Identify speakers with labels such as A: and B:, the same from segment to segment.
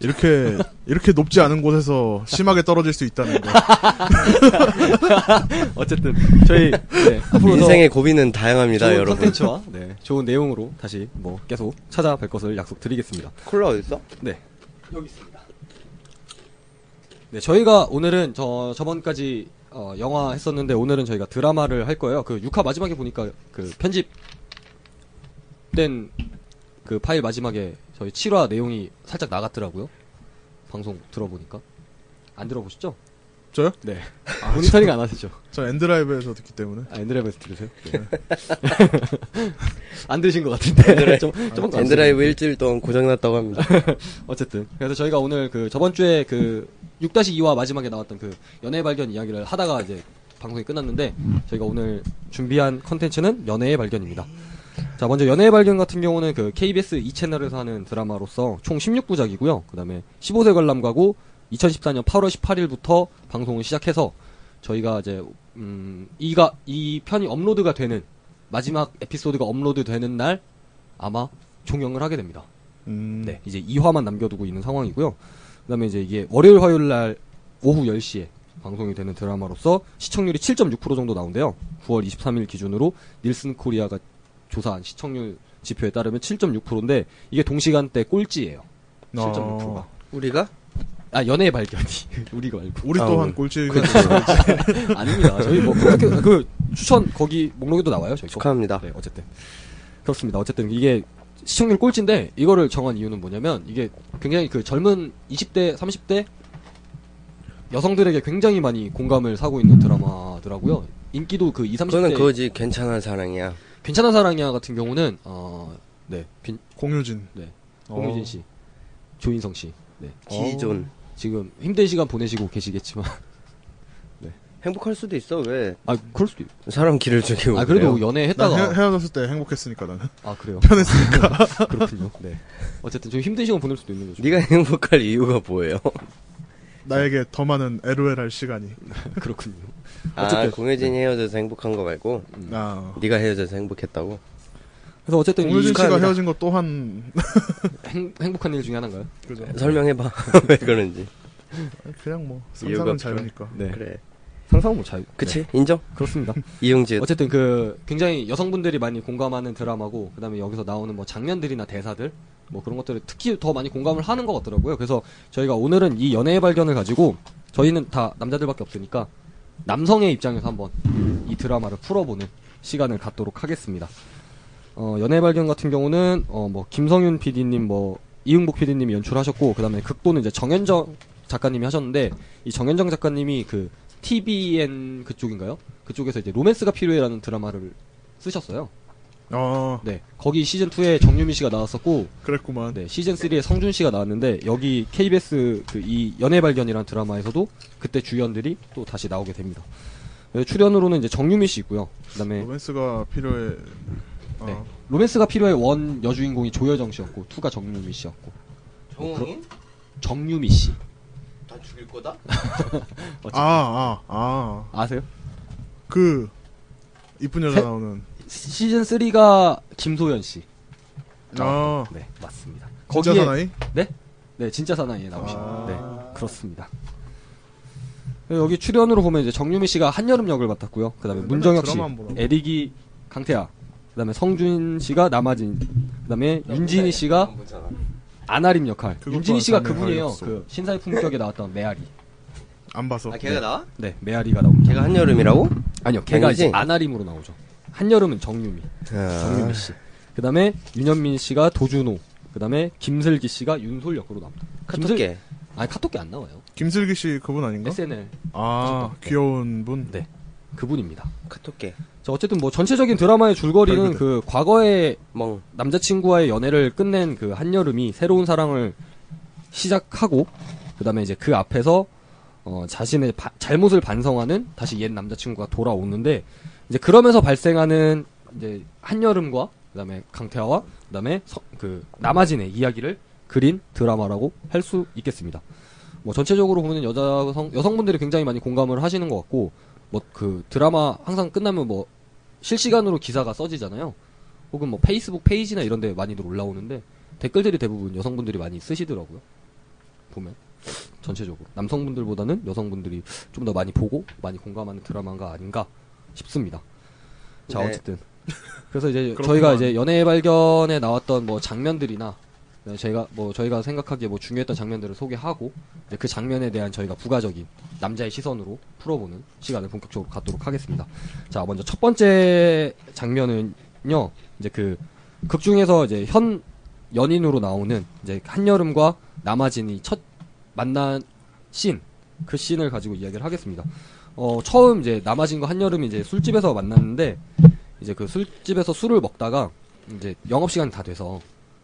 A: 이렇게 이렇게 높지 않은 곳에서 심하게 떨어질 수 있다는 거.
B: 어쨌든 저희 네, 앞으로 더
C: 음, 인생의 고비는 다양합니다,
B: 좋은
C: 여러분.
B: 컨텐츠와 네, 좋은 내용으로 다시 뭐 계속 찾아뵐 것을 약속드리겠습니다.
C: 콜라 어딨어?
B: 네. 여기 있습니다. 네, 저희가 오늘은 저 저번까지 어, 영화 했었는데 오늘은 저희가 드라마를 할 거예요. 그 6화 마지막에 보니까 그 편집된 그 파일 마지막에 저희 7화 내용이 살짝 나갔더라고요. 방송 들어보니까 안 들어보셨죠?
A: 저요?
B: 네. 모니터링 안 하시죠?
A: 저 엔드라이브에서 듣기 때문에.
C: 네.
B: 아, 엔드라이브에서 들으세요? 안 들으신 것
C: 네,
B: 같은데. 좀, 좀
C: 엔드라이브 일주일 동안 고장났다고 합니다.
B: 어쨌든 그래서 저희가 오늘 그 저번 주에 그 6-2화 마지막에 나왔던 그 연애 발견 이야기를 하다가 이제 방송이 끝났는데 저희가 오늘 준비한 컨텐츠는 연애의 발견입니다. 자, 먼저 연애의 발견 같은 경우는 그 KBS 2 채널에서 하는 드라마로서 총 16부작이고요. 그다음에 15세 관람가고 2014년 8월 18일부터 방송을 시작해서 저희가 이제 음 이가 이 편이 업로드가 되는 마지막 에피소드가 업로드되는 날 아마 종영을 하게 됩니다.
A: 음.
B: 네, 이제 2화만 남겨두고 있는 상황이고요. 그다음에 이제 이게 월요일 화요일 날 오후 10시에 방송이 되는 드라마로서 시청률이 7.6% 정도 나온대요. 9월 23일 기준으로 닐슨 코리아가 조사한 시청률 지표에 따르면 7.6%인데 이게 동시간대 꼴찌예요.
A: 아.
B: 7.6%가.
C: 우리가?
B: 아, 연애의 발견이. 우리가 말고.
A: 우리
C: 아,
A: 또한
C: 오늘.
A: 꼴찌가
B: 그렇죠. 아닙니다. 저희 뭐 그렇게 그 추천 거기 목록에도 나와요. 저희 거.
C: 축하합니다.
B: 네, 어쨌든. 그렇습니다. 어쨌든 이게 시청률 꼴찌인데 이거를 정한 이유는 뭐냐면 이게 굉장히 그 젊은 20대, 30대 여성들에게 굉장히 많이 공감을 사고 있는 드라마더라고요. 인기도 그 20, 30대
C: 그거는 그 그거지. 괜찮은 사랑이야.
B: 괜찮은 사랑이야 같은 경우는 어, 네. 빈,
A: 공유진.
B: 네.
A: 어.
B: 홍유진 씨. 조인성 씨. 네.
C: 기존.
B: 지금 힘든 시간 보내시고 계시겠지만
C: 행복할 수도 있어, 왜?
B: 아, 그럴 수도 있...
C: 사람 길을 죽이고.
B: 아, 그래도
C: 그래요.
B: 연애
A: 나
B: 했다가
A: 헤, 헤어졌을 때 행복했으니까 나는
B: 아, 그래요.
A: 편했으니까.
B: 그렇군요. 네. 어쨌든 좀 힘든 시간 보낼 수도 있는 거죠.
C: 네가 행복할 이유가 뭐예요?
B: 네.
A: 나에게 더 많은 LOL 할 시간이.
B: 그렇군요.
C: 아,
B: 어쨌든. 음.
C: 공효진이 헤어져서 행복한 거 말고
A: 아.
C: 네가 헤어져서 행복했다고?
B: 그래서 어쨌든 이
A: 공유진 씨가
C: 축하합니다.
A: 헤어진 것 또한
B: 행, 행복한 일 중에 하나인가요?
A: 그죠.
C: 설명해봐. 왜 그런지.
A: 그냥 뭐
C: 이유가
A: 상상은
C: 없죠.
A: 자유니까.
B: 네.
C: 그래.
B: 상상은 뭐 자유.
C: 그치?
B: 네,
C: 인정?
B: 그렇습니다.
C: 이용지.
B: 어쨌든 그 굉장히 여성분들이 많이 공감하는 드라마고 그다음에 여기서 나오는 뭐 장면들이나 대사들 뭐 그런 것들을 특히 더 많이 공감을 하는 것 같더라고요. 그래서 저희가 오늘은 이 연애의 발견을 가지고 저희는 다 남자들밖에 없으니까 남성의 입장에서 한번 이 드라마를 풀어보는 시간을 갖도록 하겠습니다. 어, 연애 발견 같은 경우는 어, 뭐 김성윤 PD님, 뭐 이응복 PD님이 연출하셨고 그다음에 극도는 이제 정현정 작가님이 하셨는데 이 정현정 작가님이 그 TVN 그쪽인가요? 그쪽에서 이제 로맨스가 필요해라는 드라마를 쓰셨어요.
A: 어,
B: 네, 거기 시즌 2에 정유미 씨가 나왔었고
A: 그랬구만.
B: 네, 시즌 3에 성준 씨가 나왔는데 여기 KBS 그 이 연애 발견이라는 드라마에서도 그때 주연들이 또 다시 나오게 됩니다. 네, 출연으로는 이제 정유미 씨 있고요. 그다음에
A: 로맨스가 필요해. 어,
B: 네. 로맨스가 필요해 원 여주인공이 조여정 씨였고 투가 정유미 씨였고
C: 정웅이?
B: 정유미 씨
C: 다 죽일 거다?
A: 아, 아, 아.
B: 아세요?
A: 그 이쁜 여자
B: 세-
A: 나오는.
B: 시- 시즌 3가 김소연 씨.
A: 아.
B: 네 맞습니다.
A: 진짜 사나이?
B: 네? 네, 진짜 사나이에 나오신.
A: 아.
B: 네, 그렇습니다. 여기 출연으로 보면 이제 정유미 씨가 한여름 역을 맡았고요. 그다음에
A: 맨날
B: 문정혁 씨,
A: 드라마만 보나?
B: 에릭이 강태아, 그다음에 성준 씨가 남아진, 그다음에 윤진희 씨가 안아림 역할.
A: 그것도
B: 윤진희 씨가
A: 안 봤네.
B: 그분이에요.
A: 알겠어.
B: 그 신사의 품격에 나왔던 메아리.
A: 안 봐서.
C: 아, 걔가 나와?
B: 네, 메아리가 나옵니다.
C: 걔가 한여름이라고?
B: 아니요, 걔가
C: 아니지?
B: 이제 안아림으로 나오죠. 한여름은 정유미,
A: 아.
B: 정유미 씨. 그다음에 윤현민 씨가 도준호, 그다음에 김슬기 씨가 윤솔 역으로 나옵니다. 김슬-
C: 카톡게.
B: 아니 카톡이 안 나와요.
A: 김슬기 씨 그분 아닌가?
B: SNL
A: 아,
B: 그죠?
A: 귀여운 분.
B: 네. 그분입니다.
C: 카톡게.
B: 자, 어쨌든 뭐 전체적인 드라마의 줄거리는
A: 별그대.
B: 그 과거에
C: 멍.
B: 남자친구와의 연애를 끝낸 그 한여름이 새로운 사랑을 시작하고 그다음에 이제 그 앞에서 어, 자신의 바- 잘못을 반성하는 다시 옛 남자친구가 돌아오는데 이제 그러면서 발생하는 이제 한여름과 그다음에 강태아와 그다음에 서- 그 남아진의 이야기를 그린 드라마라고 할 수 있겠습니다. 뭐 전체적으로 보면 여자 성, 여성분들이 굉장히 많이 공감을 하시는 것 같고 뭐 그 드라마 항상 끝나면 뭐 실시간으로 기사가 써지잖아요. 혹은 뭐 페이스북 페이지나 이런 데 많이들 올라오는데 댓글들이 대부분 여성분들이 많이 쓰시더라고요. 보면 전체적으로 남성분들보다는 여성분들이 좀 더 많이 보고 많이 공감하는 드라마가 아닌가 싶습니다. 자
C: 네.
B: 어쨌든 그래서 이제
A: 그렇구만.
B: 저희가 이제 연애의 발견에 나왔던 뭐 장면들이나 네, 저희가 뭐 저희가 생각하기에 뭐 중요했던 장면들을 소개하고 이제 그 장면에 대한 저희가 부가적인 남자의 시선으로 풀어보는 시간을 본격적으로 갖도록 하겠습니다. 자 먼저 첫 번째 장면은요 이제 그 극 중에서 이제 현 연인으로 나오는 이제 한여름과 남아진이 첫 만난 씬, 그 씬을 가지고 이야기를 하겠습니다. 어, 처음 이제 남아진과 한여름이 이제 술집에서 만났는데, 이제 그 술집에서 술을 먹다가, 이제 영업시간이 다 돼서,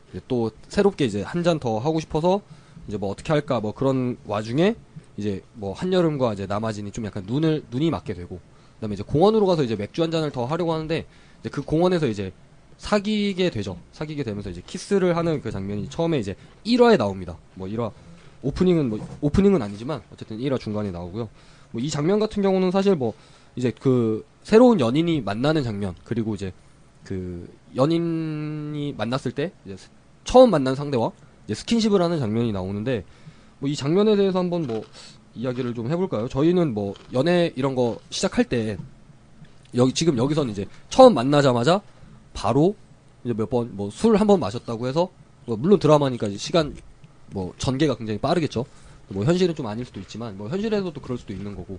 B: 이제 또 새롭게 이제 한 잔 더 하고 싶어서, 이제 뭐 어떻게 할까 뭐 그런 와중에, 이제 뭐 한여름과 이제 남아진이 좀 약간 눈을, 눈이 맞게 되고, 그 다음에 이제 공원으로 가서 이제 맥주 한 잔을 더 하려고 하는데, 이제 그 공원에서 이제 사귀게 되죠. 사귀게 되면서 이제 키스를 하는 그 장면이 처음에 이제 1화에 나옵니다. 뭐 1화 오프닝은 뭐 오프닝은 아니지만 어쨌든 1화 중간에 나오고요. 뭐 이 장면 같은 경우는 사실 뭐 이제 그 새로운 연인이 만나는 장면 그리고 이제 그 연인이 만났을 때 이제 스- 처음 만난 상대와 이제 스킨십을 하는 장면이 나오는데 뭐 이 장면에 대해서 한번 뭐 이야기를 좀 해볼까요? 저희는 뭐 연애 이런 거 시작할 때 여기 지금 여기서는 이제 처음 만나자마자 바로 이제 몇 번 뭐 술 한 번 마셨다고 해서 뭐 물론 드라마니까 이제 시간 뭐 전개가 굉장히 빠르겠죠. 뭐 현실은 좀 아닐 수도 있지만 뭐 현실에서도 그럴 수도 있는 거고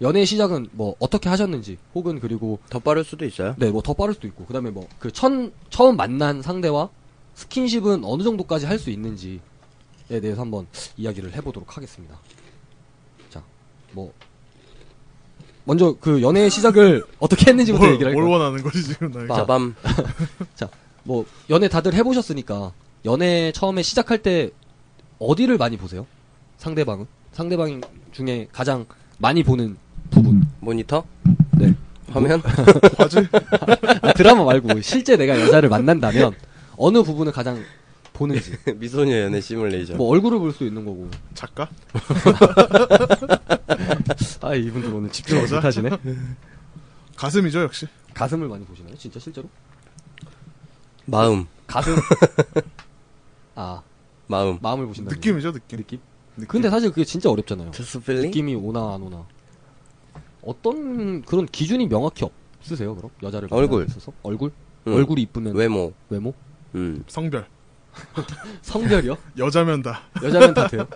B: 연애 시작은 뭐 어떻게 하셨는지 혹은 그리고
C: 더 빠를 수도 있어요.
B: 네, 뭐 더 빠를 수도 있고 그다음에 뭐 그 처음 만난 상대와 스킨십은 어느 정도까지 할 수 있는지에 대해서 한번 이야기를 해보도록 하겠습니다. 자, 뭐 먼저 그 연애 시작을 어떻게 했는지부터
A: 뭘,
B: 얘기를 할까요?
A: 뭘 원하는 거지 지금 나 이거.
C: 빠밤.
B: 뭐 연애 다들 해보셨으니까 연애 처음에 시작할 때 어디를 많이 보세요? 상대방은 상대방 중에 가장 많이 보는 부분.
C: 모니터?
B: 네.
C: 화면?
B: 아, 드라마 말고 실제 내가 여자를 만난다면 어느 부분을 가장 보는지.
C: 미소녀 연애 시뮬레이션.
B: 뭐 얼굴을 볼 수도 있는 거고.
A: 작가?
B: 아 이분들 오늘 집중을
A: 여자?
B: 못하시네.
A: 가슴이죠 역시.
B: 가슴을 많이 보시나요? 진짜 실제로?
C: 마음.
B: 가슴. 아
C: 마음.
B: 마음을 보신다.
A: 느낌이죠 느낌.
B: 네. 느낌. 근데 사실 그게 진짜 어렵잖아요.
C: 투스 필링?
B: 느낌이 오나 안 오나 어떤 그런 기준이 명확히 없으세요 그럼 여자를
C: 얼굴.
B: 만나는 데 있어서 얼굴
C: 응.
B: 얼굴이 이쁘면
C: 외모.
B: 외모
C: 음.
A: 성별.
B: 성별이요
A: 여자면 다.
B: 여자면 다 돼요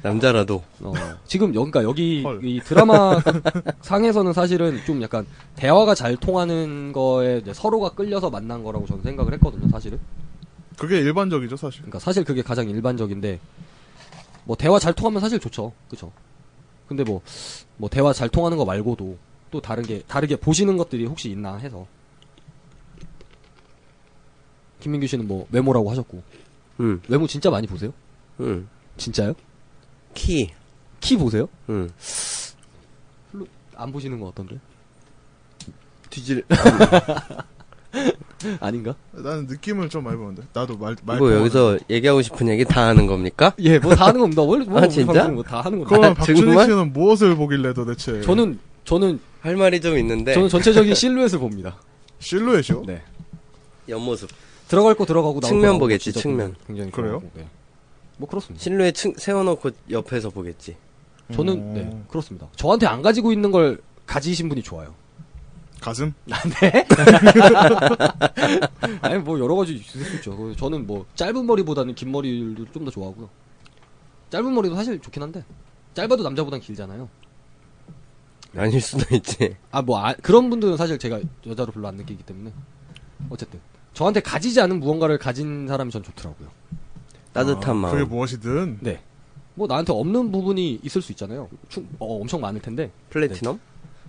C: 남자라도.
B: 어, 지금 여기 그러니까 여기
A: 헐.
B: 이 드라마 상에서는 사실은 좀 약간 대화가 잘 통하는 거에 이제 서로가 끌려서 만난 거라고 저는 생각을 했거든요 사실은
A: 그게 일반적이죠 사실.
B: 그러니까 사실 그게 가장 일반적인데 뭐 대화 잘 통하면 사실 좋죠. 그죠? 근데 뭐 뭐 대화 잘 통하는 거 말고도 또 다른 게 다르게 보시는 것들이 혹시 있나 해서 김민규 씨는 뭐 외모라고 하셨고
C: 음.
B: 외모 진짜 많이 보세요?
C: 음.
B: 진짜요?
C: 키.
B: 키 보세요?
C: 음.
B: 안 보시는 거 어떤데?
C: 뒤질.
B: 아닌가?
A: 나는 느낌을 좀 많이 보는데. 나도 말말
C: 뭐 여기서 얘기하고 싶은 얘기 다 하는 겁니까?
B: 예, 뭐 다 하는 겁니다. 원래 뭐
C: 아,
B: 우리
C: 진짜?
B: 방송은 뭐다 하는 겁니다.
A: 그럼
C: 아,
A: 박준희
C: 정말?
A: 씨는 무엇을 보길래 도대체?
B: 저는 저는
C: 할 말이 좀 있는데
B: 저는 전체적인 실루엣을 봅니다.
A: 실루엣이요.
B: 네.
C: 옆모습
B: 들어갈 거 들어가고 나올 거
C: 측면
B: 나오고
C: 보겠지,
B: 진짜
C: 측면.
B: 굉장히
A: 그래요?
B: 궁금하고, 네. 뭐 그렇습니다.
C: 실루엣 층, 세워놓고 옆에서 보겠지
B: 저는
A: 음.
B: 네 그렇습니다. 저한테 안 가지고 있는 걸 가지신 분이 좋아요.
A: 가슴.
B: 네? 아니 뭐 여러 가지 있을 수 있죠. 그 저는 뭐 짧은 머리보다는 긴 머리를 좀 더 좋아하고요. 짧은 머리도 사실 좋긴 한데 짧아도 남자보단 길잖아요.
C: 아닐 수도 있지
B: 아 뭐 그런 분들은 사실 제가 여자로 별로 안 느끼기 때문에 어쨌든 저한테 가지지 않은 무언가를 가진 사람이 전 좋더라고요.
C: 따뜻한
A: 아,
C: 마음
A: 그게 무엇이든.
B: 네. 뭐 나한테 없는 부분이 있을 수 있잖아요. 충, 어, 엄청 많을 텐데
C: 플래티넘?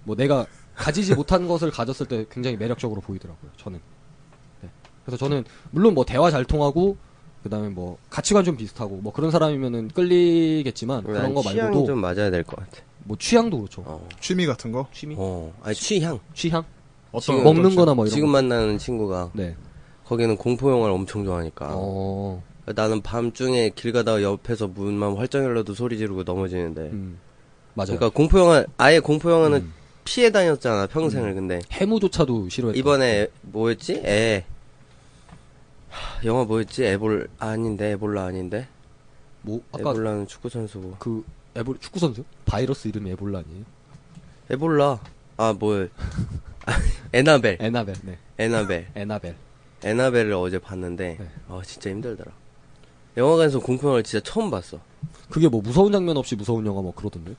B: 뭐 내가 가지지 못한 것을 가졌을 때 굉장히 매력적으로 보이더라고요. 저는. 네. 그래서 저는 물론 뭐 대화 잘 통하고 그다음에 뭐 가치관 좀 비슷하고 뭐 그런 사람이면은 끌리겠지만
C: 난
B: 그런 거
C: 취향이
B: 말고도
C: 좀 맞아야 될 것 같아
B: 뭐 취향도 그렇죠.
C: 어,
A: 취미 같은 거.
B: 취미,
C: 어. 아니 취향
B: 취향,
A: 어떤
C: 지금
A: 어떤
B: 먹는
A: 취-
B: 거나 뭐 이런
C: 그렇죠. 지금
B: 거.
C: 만나는 친구가
B: 네.
C: 거기는 공포 영화를 엄청 좋아하니까
B: 어.
C: 나는 밤중에 길 가다가 옆에서 문만 활짝 열려도 소리 지르고 넘어지는데
B: 음. 맞아요.
C: 네.
B: 음.
C: 그러니까 공포 영화 아예 공포 영화는 피해 다녔잖아 평생을 근데
B: 해무조차도 싫어했다.
C: 이번에 뭐였지? 애 하, 영화 뭐였지? 에볼 아닌데 에볼라 아닌데
B: 뭐 아까
C: 에볼라는 축구 선수고.
B: 그 에볼 축구 선수? 바이러스 이름이 에볼라 아니에요?
C: 에볼라. 아, 뭘. 아, 에나벨.
B: 에나벨. 네.
C: 에나벨.
B: 에나벨.
C: 에나벨을 어제 봤는데,
B: 네.
C: 아, 진짜 힘들더라. 영화관에서 공포영화를 진짜 처음 봤어.
B: 그게 뭐 무서운 장면 없이 무서운 영화 뭐 그러던데.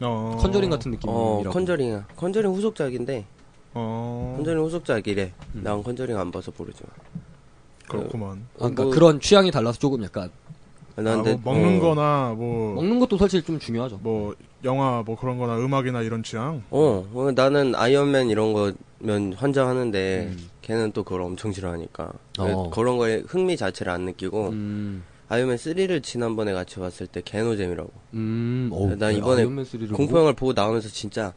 A: 어.
B: 컨저링 같은 느낌이라고.
C: 어, 컨저링이야. 컨저링 후속작인데,
A: 어.
C: 컨저링 후속작이래.
B: 음.
C: 난 컨저링 안 봐서 모르지만.
A: 그렇구만.
B: 아, 그러니까
C: 뭐-
B: 그런 취향이 달라서 조금 약간
C: 아,
A: 아,
C: 난
A: 뭐
C: 근데,
A: 먹는
C: 어,
A: 거나 뭐,
B: 먹는 것도 사실 좀 중요하죠.
A: 뭐, 영화 뭐 그런 거나 음악이나 이런 취향?
C: 어, 어, 나는 아이언맨 이런 거면 환장하는데, 걔는 또 그걸 엄청 싫어하니까.
B: 음. 어.
C: 그런 거에 흥미 자체를 안 느끼고,
B: 음.
C: 아이언맨 3를 지난번에 같이 봤을 때 개노잼이라고.
B: 음. 어.
C: 난 이번에
B: 아이언맨 3를 뭐...
C: 공포영화를 보고 나오면서 진짜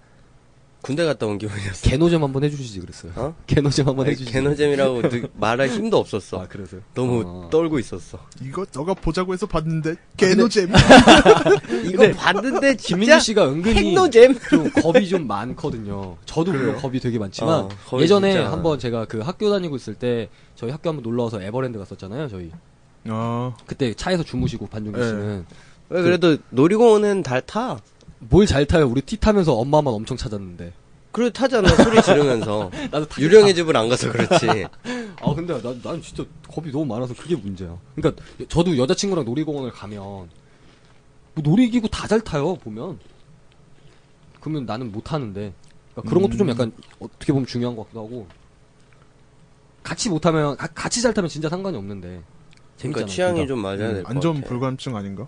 C: 군대 갔다 온 기분이었어.
B: 개노잼 한번 해 주시지 그랬어요.
C: 어?
B: 개노잼 한번 해
C: 아니,
B: 주시지.
C: 개노잼이라고 느- 말할 힘도 없었어.
B: 아, 그래서요.
C: 너무
B: 아.
C: 떨고 있었어.
A: 이거 너가 보자고 해서 봤는데, 개노잼.
C: 이거 봤는데
B: 김민규 씨가 은근히
C: 핵노잼?
B: 좀 겁이 좀 많거든요. 저도 물론 겁이 되게 많지만
C: 어, 거의
B: 예전에
C: 진짜.
B: 한번 제가 그 학교 다니고 있을 때 저희 학교 한번 놀러 와서 에버랜드 갔었잖아요. 저희
A: 어.
B: 그때 차에서 주무시고 반종기
A: 네.
B: 씨는
C: 왜 그래도 놀이공원은 달 타.
B: 뭘 잘 타요? 우리 티 타면서 엄마만 엄청 찾았는데.
C: 그리고 타잖아 소리 지르면서
B: 나도 타.
C: 유령의 집을 안 가서 그렇지.
A: 그러니까
B: 아 근데 난, 난 진짜 겁이 너무 많아서 그게 문제야. 그러니까 여- 저도 여자친구랑 놀이공원을 가면 뭐 놀이기구 다 잘 타요 보면. 그러면 나는 못 타는데 그런
A: 음.
B: 것도 좀 약간 어떻게 보면 중요한 것 같기도 하고. 같이 못 타면 가- 같이 잘 타면 진짜 상관이 없는데.
C: 그러니까
B: 재밌잖아.
C: 취향이 좀 맞아야 될 것 같아.
A: 음, 안전 불감증 아닌가?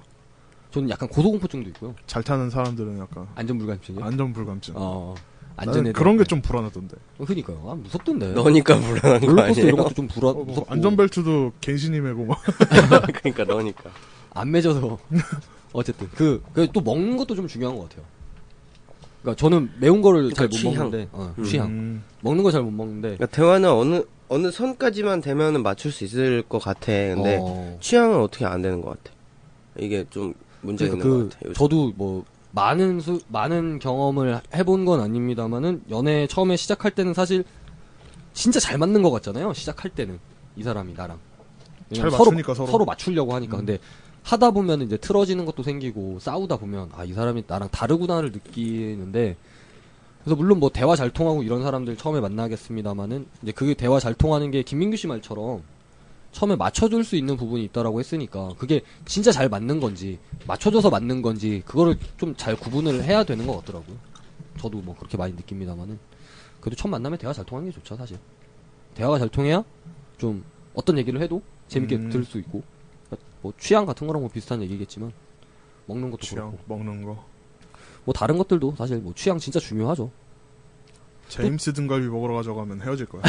B: 저는 약간 고소공포증도 있고요.
A: 잘 타는 사람들은 약간.
B: 안전 불감증이요.
A: 안전 불감증.
B: 어. 예? 안전에
A: 아, 네. 나는 그런
B: 대한-
A: 게 좀 불안하던데.
B: 그러니까요. 아, 무섭던데.
C: 너니까 불안한
B: 롤러코스터
C: 거
B: 이런
C: 아니에요?
B: 것도 좀 불안
A: 어, 뭐
B: 무섭고
A: 안전벨트도 갱신이 매고 막.
C: 그러니까 너니까.
B: 안 맺어서 어쨌든 그 그 또 먹는 것도 좀 중요한 것 같아요. 그러니까 저는 매운 거를 잘 못
C: 취향.
B: 먹는데 어, 취향
A: 음.
B: 먹는 거 잘 못 먹는데
C: 그러니까 대화는 어느 어느 선까지만 되면은 맞출 수 있을 것 같아. 근데
B: 어,
C: 취향은 어떻게 안 되는 것 같아. 이게 좀 문제
B: 그러니까
C: 있는
B: 그
C: 것 같아. 요새.
B: 저도 뭐 많은 수 많은 경험을 해본 건 아닙니다만은 연애 처음에 시작할 때는 사실 진짜 잘 맞는 것 같잖아요. 시작할 때는 이 사람이 나랑 왜냐면
A: 잘 맞추니까, 서로. 음.
B: 맞추려고 하니까 근데 하다 보면 이제 틀어지는 것도 생기고 싸우다 보면 아 이 사람이 나랑 다르구나를 느끼는데 그래서 물론 뭐 대화 잘 통하고 이런 사람들 처음에 만나겠습니다만은 이제 그게 대화 잘 통하는 게 김민규 씨 말처럼 처음에 맞춰줄 수 있는 부분이 있다라고 했으니까 그게 진짜 잘 맞는 건지 맞춰줘서 맞는 건지 그거를 좀 잘 구분을 해야 되는 것 같더라고요. 저도 뭐 그렇게 많이 느낍니다만은 그래도 첫 만남에 대화 잘 통하는 게 좋죠 사실. 대화가 잘 통해야 좀 어떤 얘기를 해도 재밌게
A: 음.
B: 들을 수 있고 뭐 취향 같은 거랑 뭐 비슷한 얘기겠지만 먹는 것도
A: 취향,
B: 그렇고
A: 먹는 거.
B: 뭐 다른 것들도 사실 뭐 취향 진짜 중요하죠.
A: 제임스 등갈비 먹으러 가자고 하면 헤어질 거야.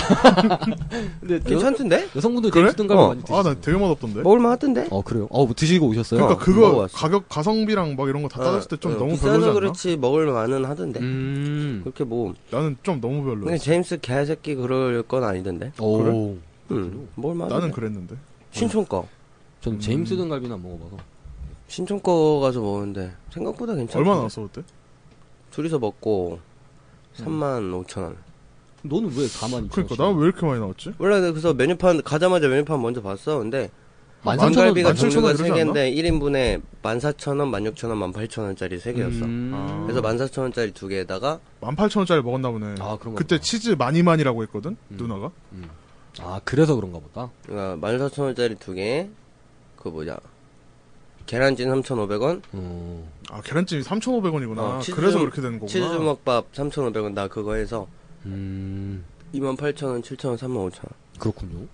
B: 근데
C: 괜찮던데?
B: 여성분들
A: 그래?
B: 제주든 가면
C: 어.
B: 많이 드시죠.
A: 아, 나 되게 맛없던데.
C: 먹을만 하던데?
B: 어 그래요. 어뭐 드시고 오셨어요?
A: 그러니까
C: 어,
A: 그거
C: 먹어봤어.
A: 가격 가성비랑 막 이런 거 다 따졌을 때 좀
C: 어,
A: 너무 별로지
C: 비싸서
A: 않나?
C: 그렇지 먹을만은 하던데.
B: 음.
C: 그렇게 뭐
A: 나는 좀 너무 별로.
C: 근데 제임스 개새끼 그럴 건 아니던데.
A: 어.
B: 오.
C: 음, 먹을만.
A: 나는
C: 하던데.
A: 그랬는데.
C: 신촌 거.
B: 저는
A: 음.
B: 제임스 등갈비는 안 먹어봐서.
C: 신촌 거 가서 먹었는데 생각보다 괜찮아.
A: 얼마 나왔어 그때?
C: 둘이서 먹고
A: 음.
C: 3만 5천 원.
B: 너는 왜 가만히 있어?
A: 그러니까 나 왜 이렇게 많이 나왔지?
C: 원래 그래서 메뉴판 가자마자 메뉴판 먼저 봤어. 근데
B: 만삼천원
C: 만갈비가
A: 13,000원
C: 종류가
A: 그러지
C: 3개인데 1인분에 14,000원, 16,000원, 18,000원짜리 3개였어.
B: 음.
A: 아.
C: 그래서 14,000원짜리 2개에다가
A: 18,000원짜리 먹었나 보네.
B: 아, 그런 거
A: 그때
B: 보다.
A: 치즈 많이만이라고 했거든?
B: 음.
A: 누나가?
B: 아 그래서 그런가 보다.
C: 그러니까 14,000원짜리 2개 그 뭐냐 계란찜 3,500원,
B: 어.
A: 아, 계란찜이 3,500원이구나.
C: 어, 뭐 치즈
A: 그래서
C: 좀-
A: 그렇게 되는 거구나.
C: 치즈주먹밥 3,500원 나 그거 해서
B: 음
C: 28,000원, 7,000원, 35,000원.
B: 그렇군요.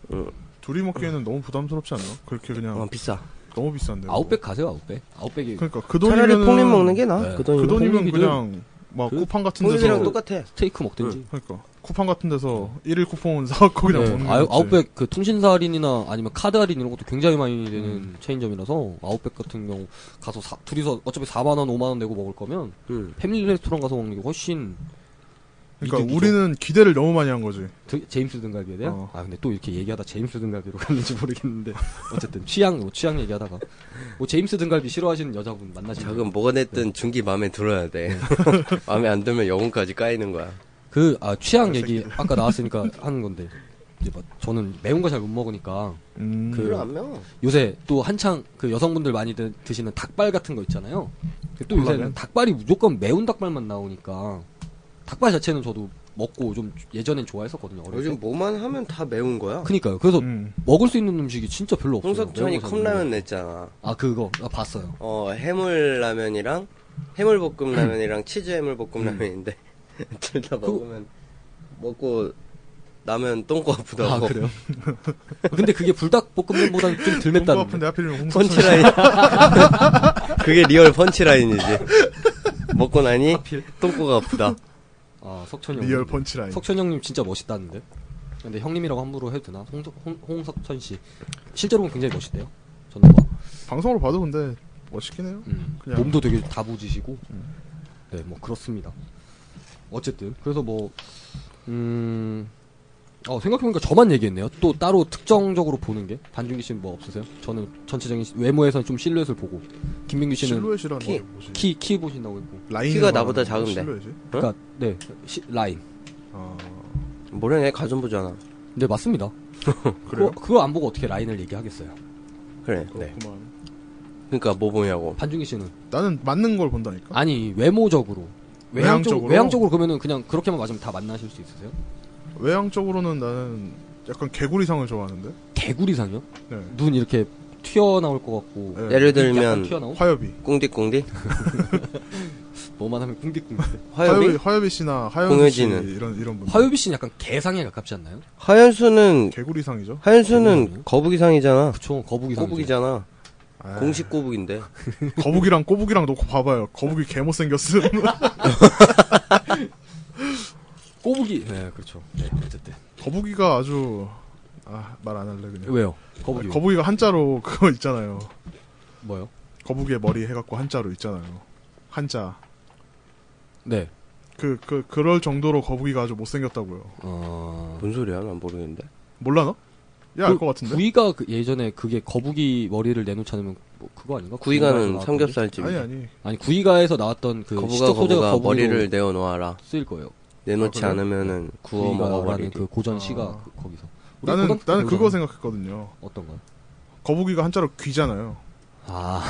A: 둘이 먹기에는 너무 부담스럽지 않나? 그렇게 그냥
C: 어, 비싸.
A: 너무 비싼데.
B: 아웃백 가세요 아웃백. 아웃백이
A: 네. 그러니까 그
C: 차라리
A: 돈이면
C: 폭립 먹는 게 나아.
B: 네.
C: 그
A: 그
C: 돈이면.
A: 돈이면
B: 폭립이든-
A: 그냥 막
B: 그-
A: 쿠팡 같은
C: 폭립이랑
A: 데서
C: 똑같아.
B: 스테이크 먹든지.
A: 그러니까 쿠팡 같은 데서 1일 쿠폰 사갖고 그냥
B: 네.
A: 먹는
B: 아,
A: 거지.
B: 아웃백 그 통신사 할인이나 아니면 카드 할인 이런 것도 굉장히 많이 되는
A: 음.
B: 체인점이라서 아웃백 같은 경우 가서 사- 둘이서 어차피 4만 원, 5만 원 내고 먹을 거면
A: 네.
C: 응.
B: 패밀리 레스토랑 가서 먹는 게 훨씬
A: 그러니까
B: 이득이죠.
A: 우리는 기대를 너무 많이 한 거지.
B: 드- 제임스 등갈비에 대한
A: 어.
B: 아 근데 또 이렇게 얘기하다 제임스 등갈비로 갔는지 모르겠는데 어쨌든 취향 뭐 취향 얘기하다가 뭐 제임스 등갈비 싫어하시는 여자분 만나시면
C: 작은 뭐가
B: 네.
C: 됐든 중기 마음에 들어야 돼. 마음에 안 들면 영혼까지 까이는 거야.
B: 그 아 취향 얘기 아까 나왔으니까 하는 건데 이제 뭐 저는 매운 거 잘 못 먹으니까
A: 음.
C: 별로 안 매워.
B: 요새 또 한창 그 여성분들 많이 드, 시는 닭발 같은 거 있잖아요. 그또 요새는
A: 콜라면?
B: 닭발이 무조건 매운 닭발만 나오니까 닭발 자체는 저도 먹고 좀 예전엔 좋아했었거든요. 어릴 때.
C: 요즘 뭐만 하면 다 매운 거야.
B: 그니까요. 그래서
A: 음.
B: 먹을 수 있는 음식이 진짜 별로 없어요.
C: 홍석천이
B: 뭐 매운 거 자체는.
C: 컵라면 냈잖아.
B: 아 그거 아, 봤어요.
C: 어 해물라면이랑 해물볶음라면이랑 치즈 해물볶음라면인데 둘 다
B: 그
C: 먹으면 먹고 나면 똥꼬
B: 아
C: 아프다고.
B: 그래요? 근데 그게 불닭볶음면보다는 좀 덜
A: 홍보
B: 맵다는.
A: 아픈데 하필이면 홍보
C: 펀치라인. 그게 리얼 펀치라인이지. 먹고 나니 똥꼬가 아프다.
B: 아 석천이 형.
A: 리얼 펀치라인.
B: 석천 형님 진짜 멋있다는데. 근데 형님이라고 함부로 해도 되나? 홍, 홍, 홍석천 씨 실제로는 굉장히 멋있대요. 저는 막
A: 방송으로 봐도 근데 멋있긴 해요.
B: 음,
A: 그냥-
B: 몸도 되게 다부지시고 네 뭐 그렇습니다 어쨌든 그래서 뭐, 뭐음 어, 생각해보니까 저만 얘기했네요 또 따로 특정적으로 보는 게 반준기 씨는 뭐 없으세요? 저는 전체적인 시- 외모에서는 좀 실루엣을 보고 김민규 씨는
A: 실루엣이란
C: 키-
A: 뭐 뭐지?
B: 키 키 보신다고 했고
A: 라인
C: 키가 나보다 작은데.
A: 실루엣이?
B: 그러니까 네 시- 라인
A: 아,
C: 뭐래 얘 가전 보잖아.
B: 네 맞습니다
A: 그래요?
B: 그거, 그거 안 보고 어떻게 라인을 얘기하겠어요
C: 그래.
B: 네.
A: 그렇구만.
C: 그러니까 뭐 보냐고.
B: 반준기 씨는
A: 나는 맞는 걸 본다니까.
B: 아니 외모적으로 외향적으로
A: 어? 외향적으로?
B: 외향적으로 그러면은 그냥 그렇게만 맞으면 다 만나실 수 있으세요?
A: 외향적으로는 나는 약간 개구리상을 좋아하는데.
B: 개구리상이요?
A: 네.
B: 눈 이렇게 튀어나올 것 같고
A: 네.
C: 예를
B: 약간
C: 들면
B: 튀어나온?
A: 화요비.
C: 꽁디꽁디
B: 뭐만 하면 궁디궁디
A: 화요비,
C: 화요비
A: 화요비 씨나 하연수 씨
C: 공효진은?
A: 이런 이런 분.
B: 화요비 씨는 약간 개상에 가깝지 않나요?
C: 하연수는
B: 음.
A: 개구리상이죠.
C: 하연수는 거북이상이잖아.
B: 그쵸 거북이상
C: 꼬북이잖아.
A: 아,
C: 공식 꼬북인데.
A: 거북이랑 꼬북이랑 놓고 봐봐요. 거북이 개 못생겼음.
B: 꼬북이 네 그렇죠 네 어쨌든
A: 거북이가 아주 아, 말 안 할래 그냥.
B: 왜요?
A: 아니,
B: 거북이 요
A: 거북이가 한자로 그거 있잖아요.
B: 뭐요?
A: 거북이의 머리 해갖고 한자로 있잖아요. 한자.
B: 네
A: 그, 그, 그럴 정도로 거북이가 아주 못생겼다고요.
B: 어...
C: 뭔 소리야? 난 모르겠는데.
A: 몰라, 너? 야, 알 것 같은데?
B: 구이가 그 예전에 그게 거북이 머리를 내놓지 않으면 뭐 그거 아닌가?
C: 구이가는
B: 나왔던데?
C: 삼겹살집.
A: 아니, 아니.
B: 아니 구이가에서 나왔던 그
C: 거북아
B: 시적 소재가
C: 거북아
B: 거북이로
C: 머리를 내어놓아라.
B: 쓰일 거예요
C: 내놓지
A: 아, 그래요?
C: 않으면은 구워
B: 네. 구이가라는
C: 먹어버리리.
B: 그 고전 시가
A: 아.
B: 그- 거기서 우리
A: 나는,
B: 고등학교
A: 나는
B: 배우잖아요.
A: 그거 생각했거든요.
B: 어떤 거요?
A: 거북이가 한자로 귀잖아요.
B: 아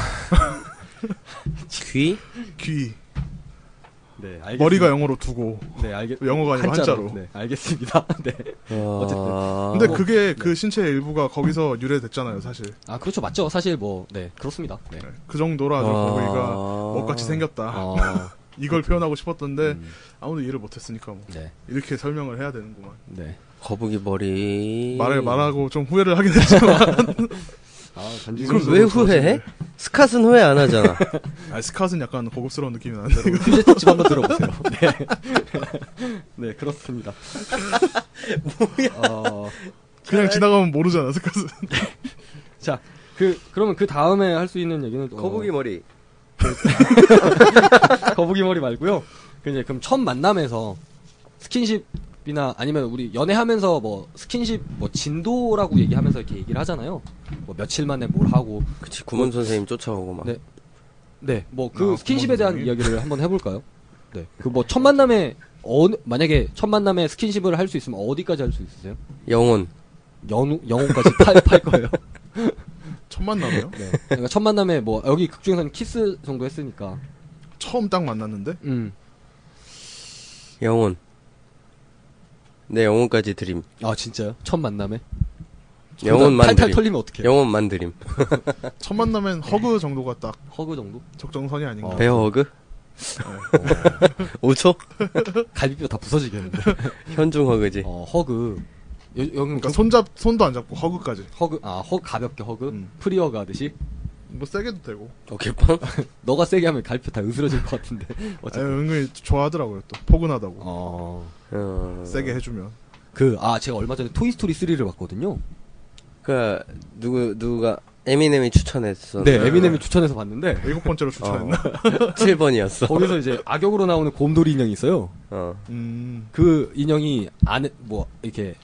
B: 그
C: 귀?
A: 귀.
B: 네, 알겠습니다.
A: 머리가 영어로 두고.
B: 네, 알겠
A: 영어가 아니고 한자로.
B: 네, 알겠습니다. 네. 어쨌든.
A: 근데
B: 뭐,
A: 그게 그 신체의 일부가 거기서 유래됐잖아요, 사실.
B: 아, 그렇죠. 맞죠. 사실 뭐, 네, 그렇습니다. 네.
A: 네, 그 정도로 아주 거북이가 먹같이 생겼다.
B: 어,
A: 이걸 표현하고 싶었던데,
B: 음,
A: 아무도 이해를 못했으니까 뭐.
B: 네,
A: 이렇게 설명을 해야 되는구만.
B: 네.
C: 거북이 머리.
A: 말을 말하고 좀 후회를 하긴 했지만.
B: 아,
C: 그럼 왜 후회해? 스캇은 후회 안 하잖아.
B: 어.
A: 아, 스캇은 약간 고급스러운 느낌이
B: 네,
A: 나는데.
B: 퓨제트 집 한번 들어보세요. 네. 네, 그렇습니다. 뭐야. 어,
A: 그냥 지나가면 모르잖아, 스캇은.
B: 자, 그, 그러면 그 다음에 할 수 있는 얘기는. 어,
C: 거북이 머리.
B: 거북이 머리 말고요. 그 이제 그럼 첫 만남에서 스킨십이나 아니면 우리 연애하면서 뭐 스킨십 뭐 진도라고 얘기하면서 이렇게 얘기를 하잖아요. 뭐 며칠 만에 뭘 하고
C: 그치 구몬 선생님 쫓아오고 막.
B: 어. 네. 네, 뭐 그
A: 아,
B: 스킨십에 대한
A: 부모님.
B: 이야기를 한번 해볼까요? 네, 그 뭐 첫 만남에 어느 만약에 첫 만남에 스킨십을 할 수 있으면 어디까지 할 수 있으세요?
C: 영혼.
B: 영우 영혼까지 팔, 팔 거예요.
A: 첫 만남이요?
B: 네, 그러니까 첫 만남에 뭐 여기 극중에서는 키스 정도 했으니까.
A: 처음 딱 만났는데?
B: 음,
C: 영혼. 내 영혼까지 드림.
B: 아 진짜요? 첫 만남에?
C: 영혼만
B: 탈탈
C: 드림.
B: 털리면 어떡해? 요
C: 영혼만 드림.
A: 첫 만남엔
B: 네.
A: 허그 정도가 딱
B: 허그 정도?
A: 적정선이 아닌가.
B: 어.
C: 베어 어그?
A: 네.
C: 5초?
B: 갈비뼈 다 부서지겠는데.
C: 현중 허그지.
B: 어, 허그. 여, 여기
A: 그러니까 손잡, 손도 안 잡고 허그까지.
B: 허그, 아, 허 가볍게 허그?
A: 음.
B: 프리허그 하듯이?
A: 뭐 세게도 되고.
C: 어깨빵?
B: 너가 세게 하면 갈비뼈 다 으스러질 것 같은데.
A: 아,
B: 어쨌든.
A: 은근히 좋아하더라고요, 또. 포근하다고.
B: 어.
C: 어.
A: 세게 해주면.
B: 그, 아, 제가 얼마 전에 토이스토리 3를 봤거든요.
C: 그 누구 누가 에미넴이 추천했어.
B: 네, 에미넴이 추천해서 봤는데,
A: 일곱 번째로 추천했나?
B: 어.
C: 7번이었어.
B: 거기서 이제 악역으로 나오는 곰돌이 인형이 있어요.
C: 어.
A: 음.
B: 그 인형이 안에, 뭐, 이렇게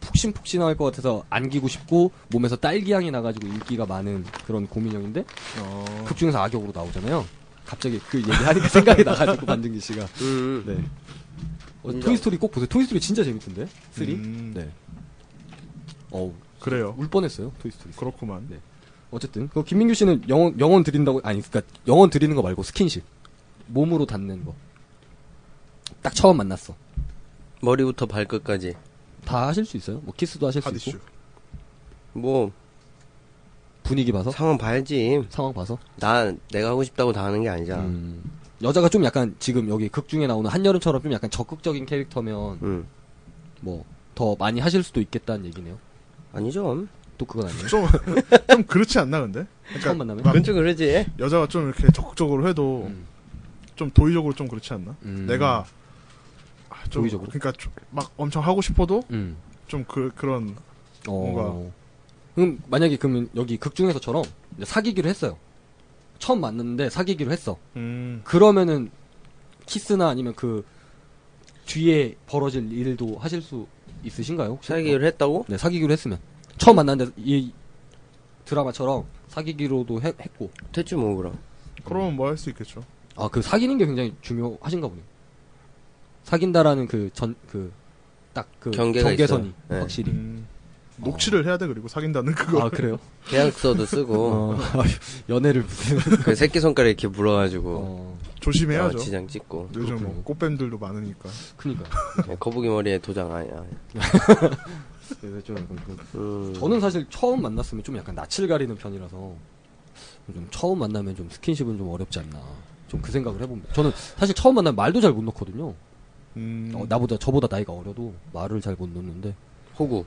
B: 푹신푹신할 것 같아서 안기고 싶고, 몸에서 딸기향이 나가지고 인기가 많은 그런 곰 인형인데,
A: 어.
B: 극중에서 악역으로 나오잖아요. 갑자기 그 얘기하니까 생각이 나가지고, 반등기 씨가.
C: 음.
B: 네. 어,
C: 인정.
B: 토이스토리 꼭 보세요. 토이스토리 진짜 재밌던데? 3?
A: 음.
B: 네. 어우,
A: 그래요.
B: 울 뻔했어요. 토이스토리.
A: 그렇구만.
B: 네. 어쨌든 그 김민규 씨는 영혼 영혼 드린다고 아니 그러니까 영혼 드리는 거 말고 스킨십. 몸으로 닿는 거. 딱 처음 만났어.
C: 머리부터 발끝까지
B: 다 하실 수 있어요? 뭐 키스도 하실 수
A: 하디슈.
B: 있고
C: 뭐
B: 분위기 봐서
C: 상황 봐야지
B: 상황 봐서
C: 나 내가 하고 싶다고 다 하는 게 아니잖아 음.
B: 음, 여자가 좀 약간 지금 여기 극 중에 나오는 한여름처럼 좀 약간 적극적인 캐릭터면
C: 음.
B: 뭐 더 많이 하실 수도 있겠다는 얘기네요.
C: 아니죠
B: 또 그건 아니에요.
A: 좀, 좀 그렇지 않나, 근데?
B: 네.
A: 그러니까
B: 처음 만나면?
A: 막
C: 그렇죠, 그건 좀 그러지
A: 여자가 좀 이렇게 적극적으로 해도
B: 음.
A: 좀 도의적으로 좀 그렇지 않나?
B: 음.
A: 내가 아, 좀
B: 도의적으로?
A: 그러니까 좀막 엄청 하고 싶어도
B: 음.
A: 좀 그 그런
B: 어.
A: 뭔가.
B: 그럼 만약에 그러면 여기 극 중에서처럼 이제 사귀기로 했어요. 처음 만났는데 사귀기로 했어.
A: 음,
B: 그러면은 키스나 아니면 그 뒤에 벌어질 일도 하실 수 있으신가요? 혹시?
C: 사귀기를 했다고
B: 네, 사귀기로 했으면 처음 만났는데 이 드라마처럼 사귀기로도 해- 했고
C: 됐지 뭐 그럼
B: 음.
A: 그러면 뭐 할 수 있겠죠.
B: 아 그 사귀는 게 굉장히 중요하신가 보네요. 사귄다라는 그 전 그 딱 그
C: 경계가
B: 경계선이
C: 있어요. 네.
B: 확실히
A: 음, 녹취를 해야 돼 그리고 사귄다는 그거.
B: 아 그래요?
C: 계약서도 쓰고
B: 어, 연애를 무슨
C: 그 새끼 손가락 이렇게 물어가지고
B: 어
A: 조심해야죠.
C: 어, 지장 찍고 네,
A: 요즘 뭐
B: 그렇군요.
A: 꽃뱀들도 많으니까.
B: 그니까
C: 거북이 머리에 도장 아니야
B: 그래서 좀 약간 그-
C: 음.
B: 저는 사실 처음 만났으면 좀 약간 낯을 가리는 편이라서 좀 처음 만나면 좀 스킨십은 좀 어렵지 않나 좀 그 생각을 해봅니다. 저는 사실 처음 만나면 말도 잘 못 넣거든요.
A: 음,
B: 어, 나보다 저보다 나이가 어려도 말을 잘 못 넣는데
C: 호구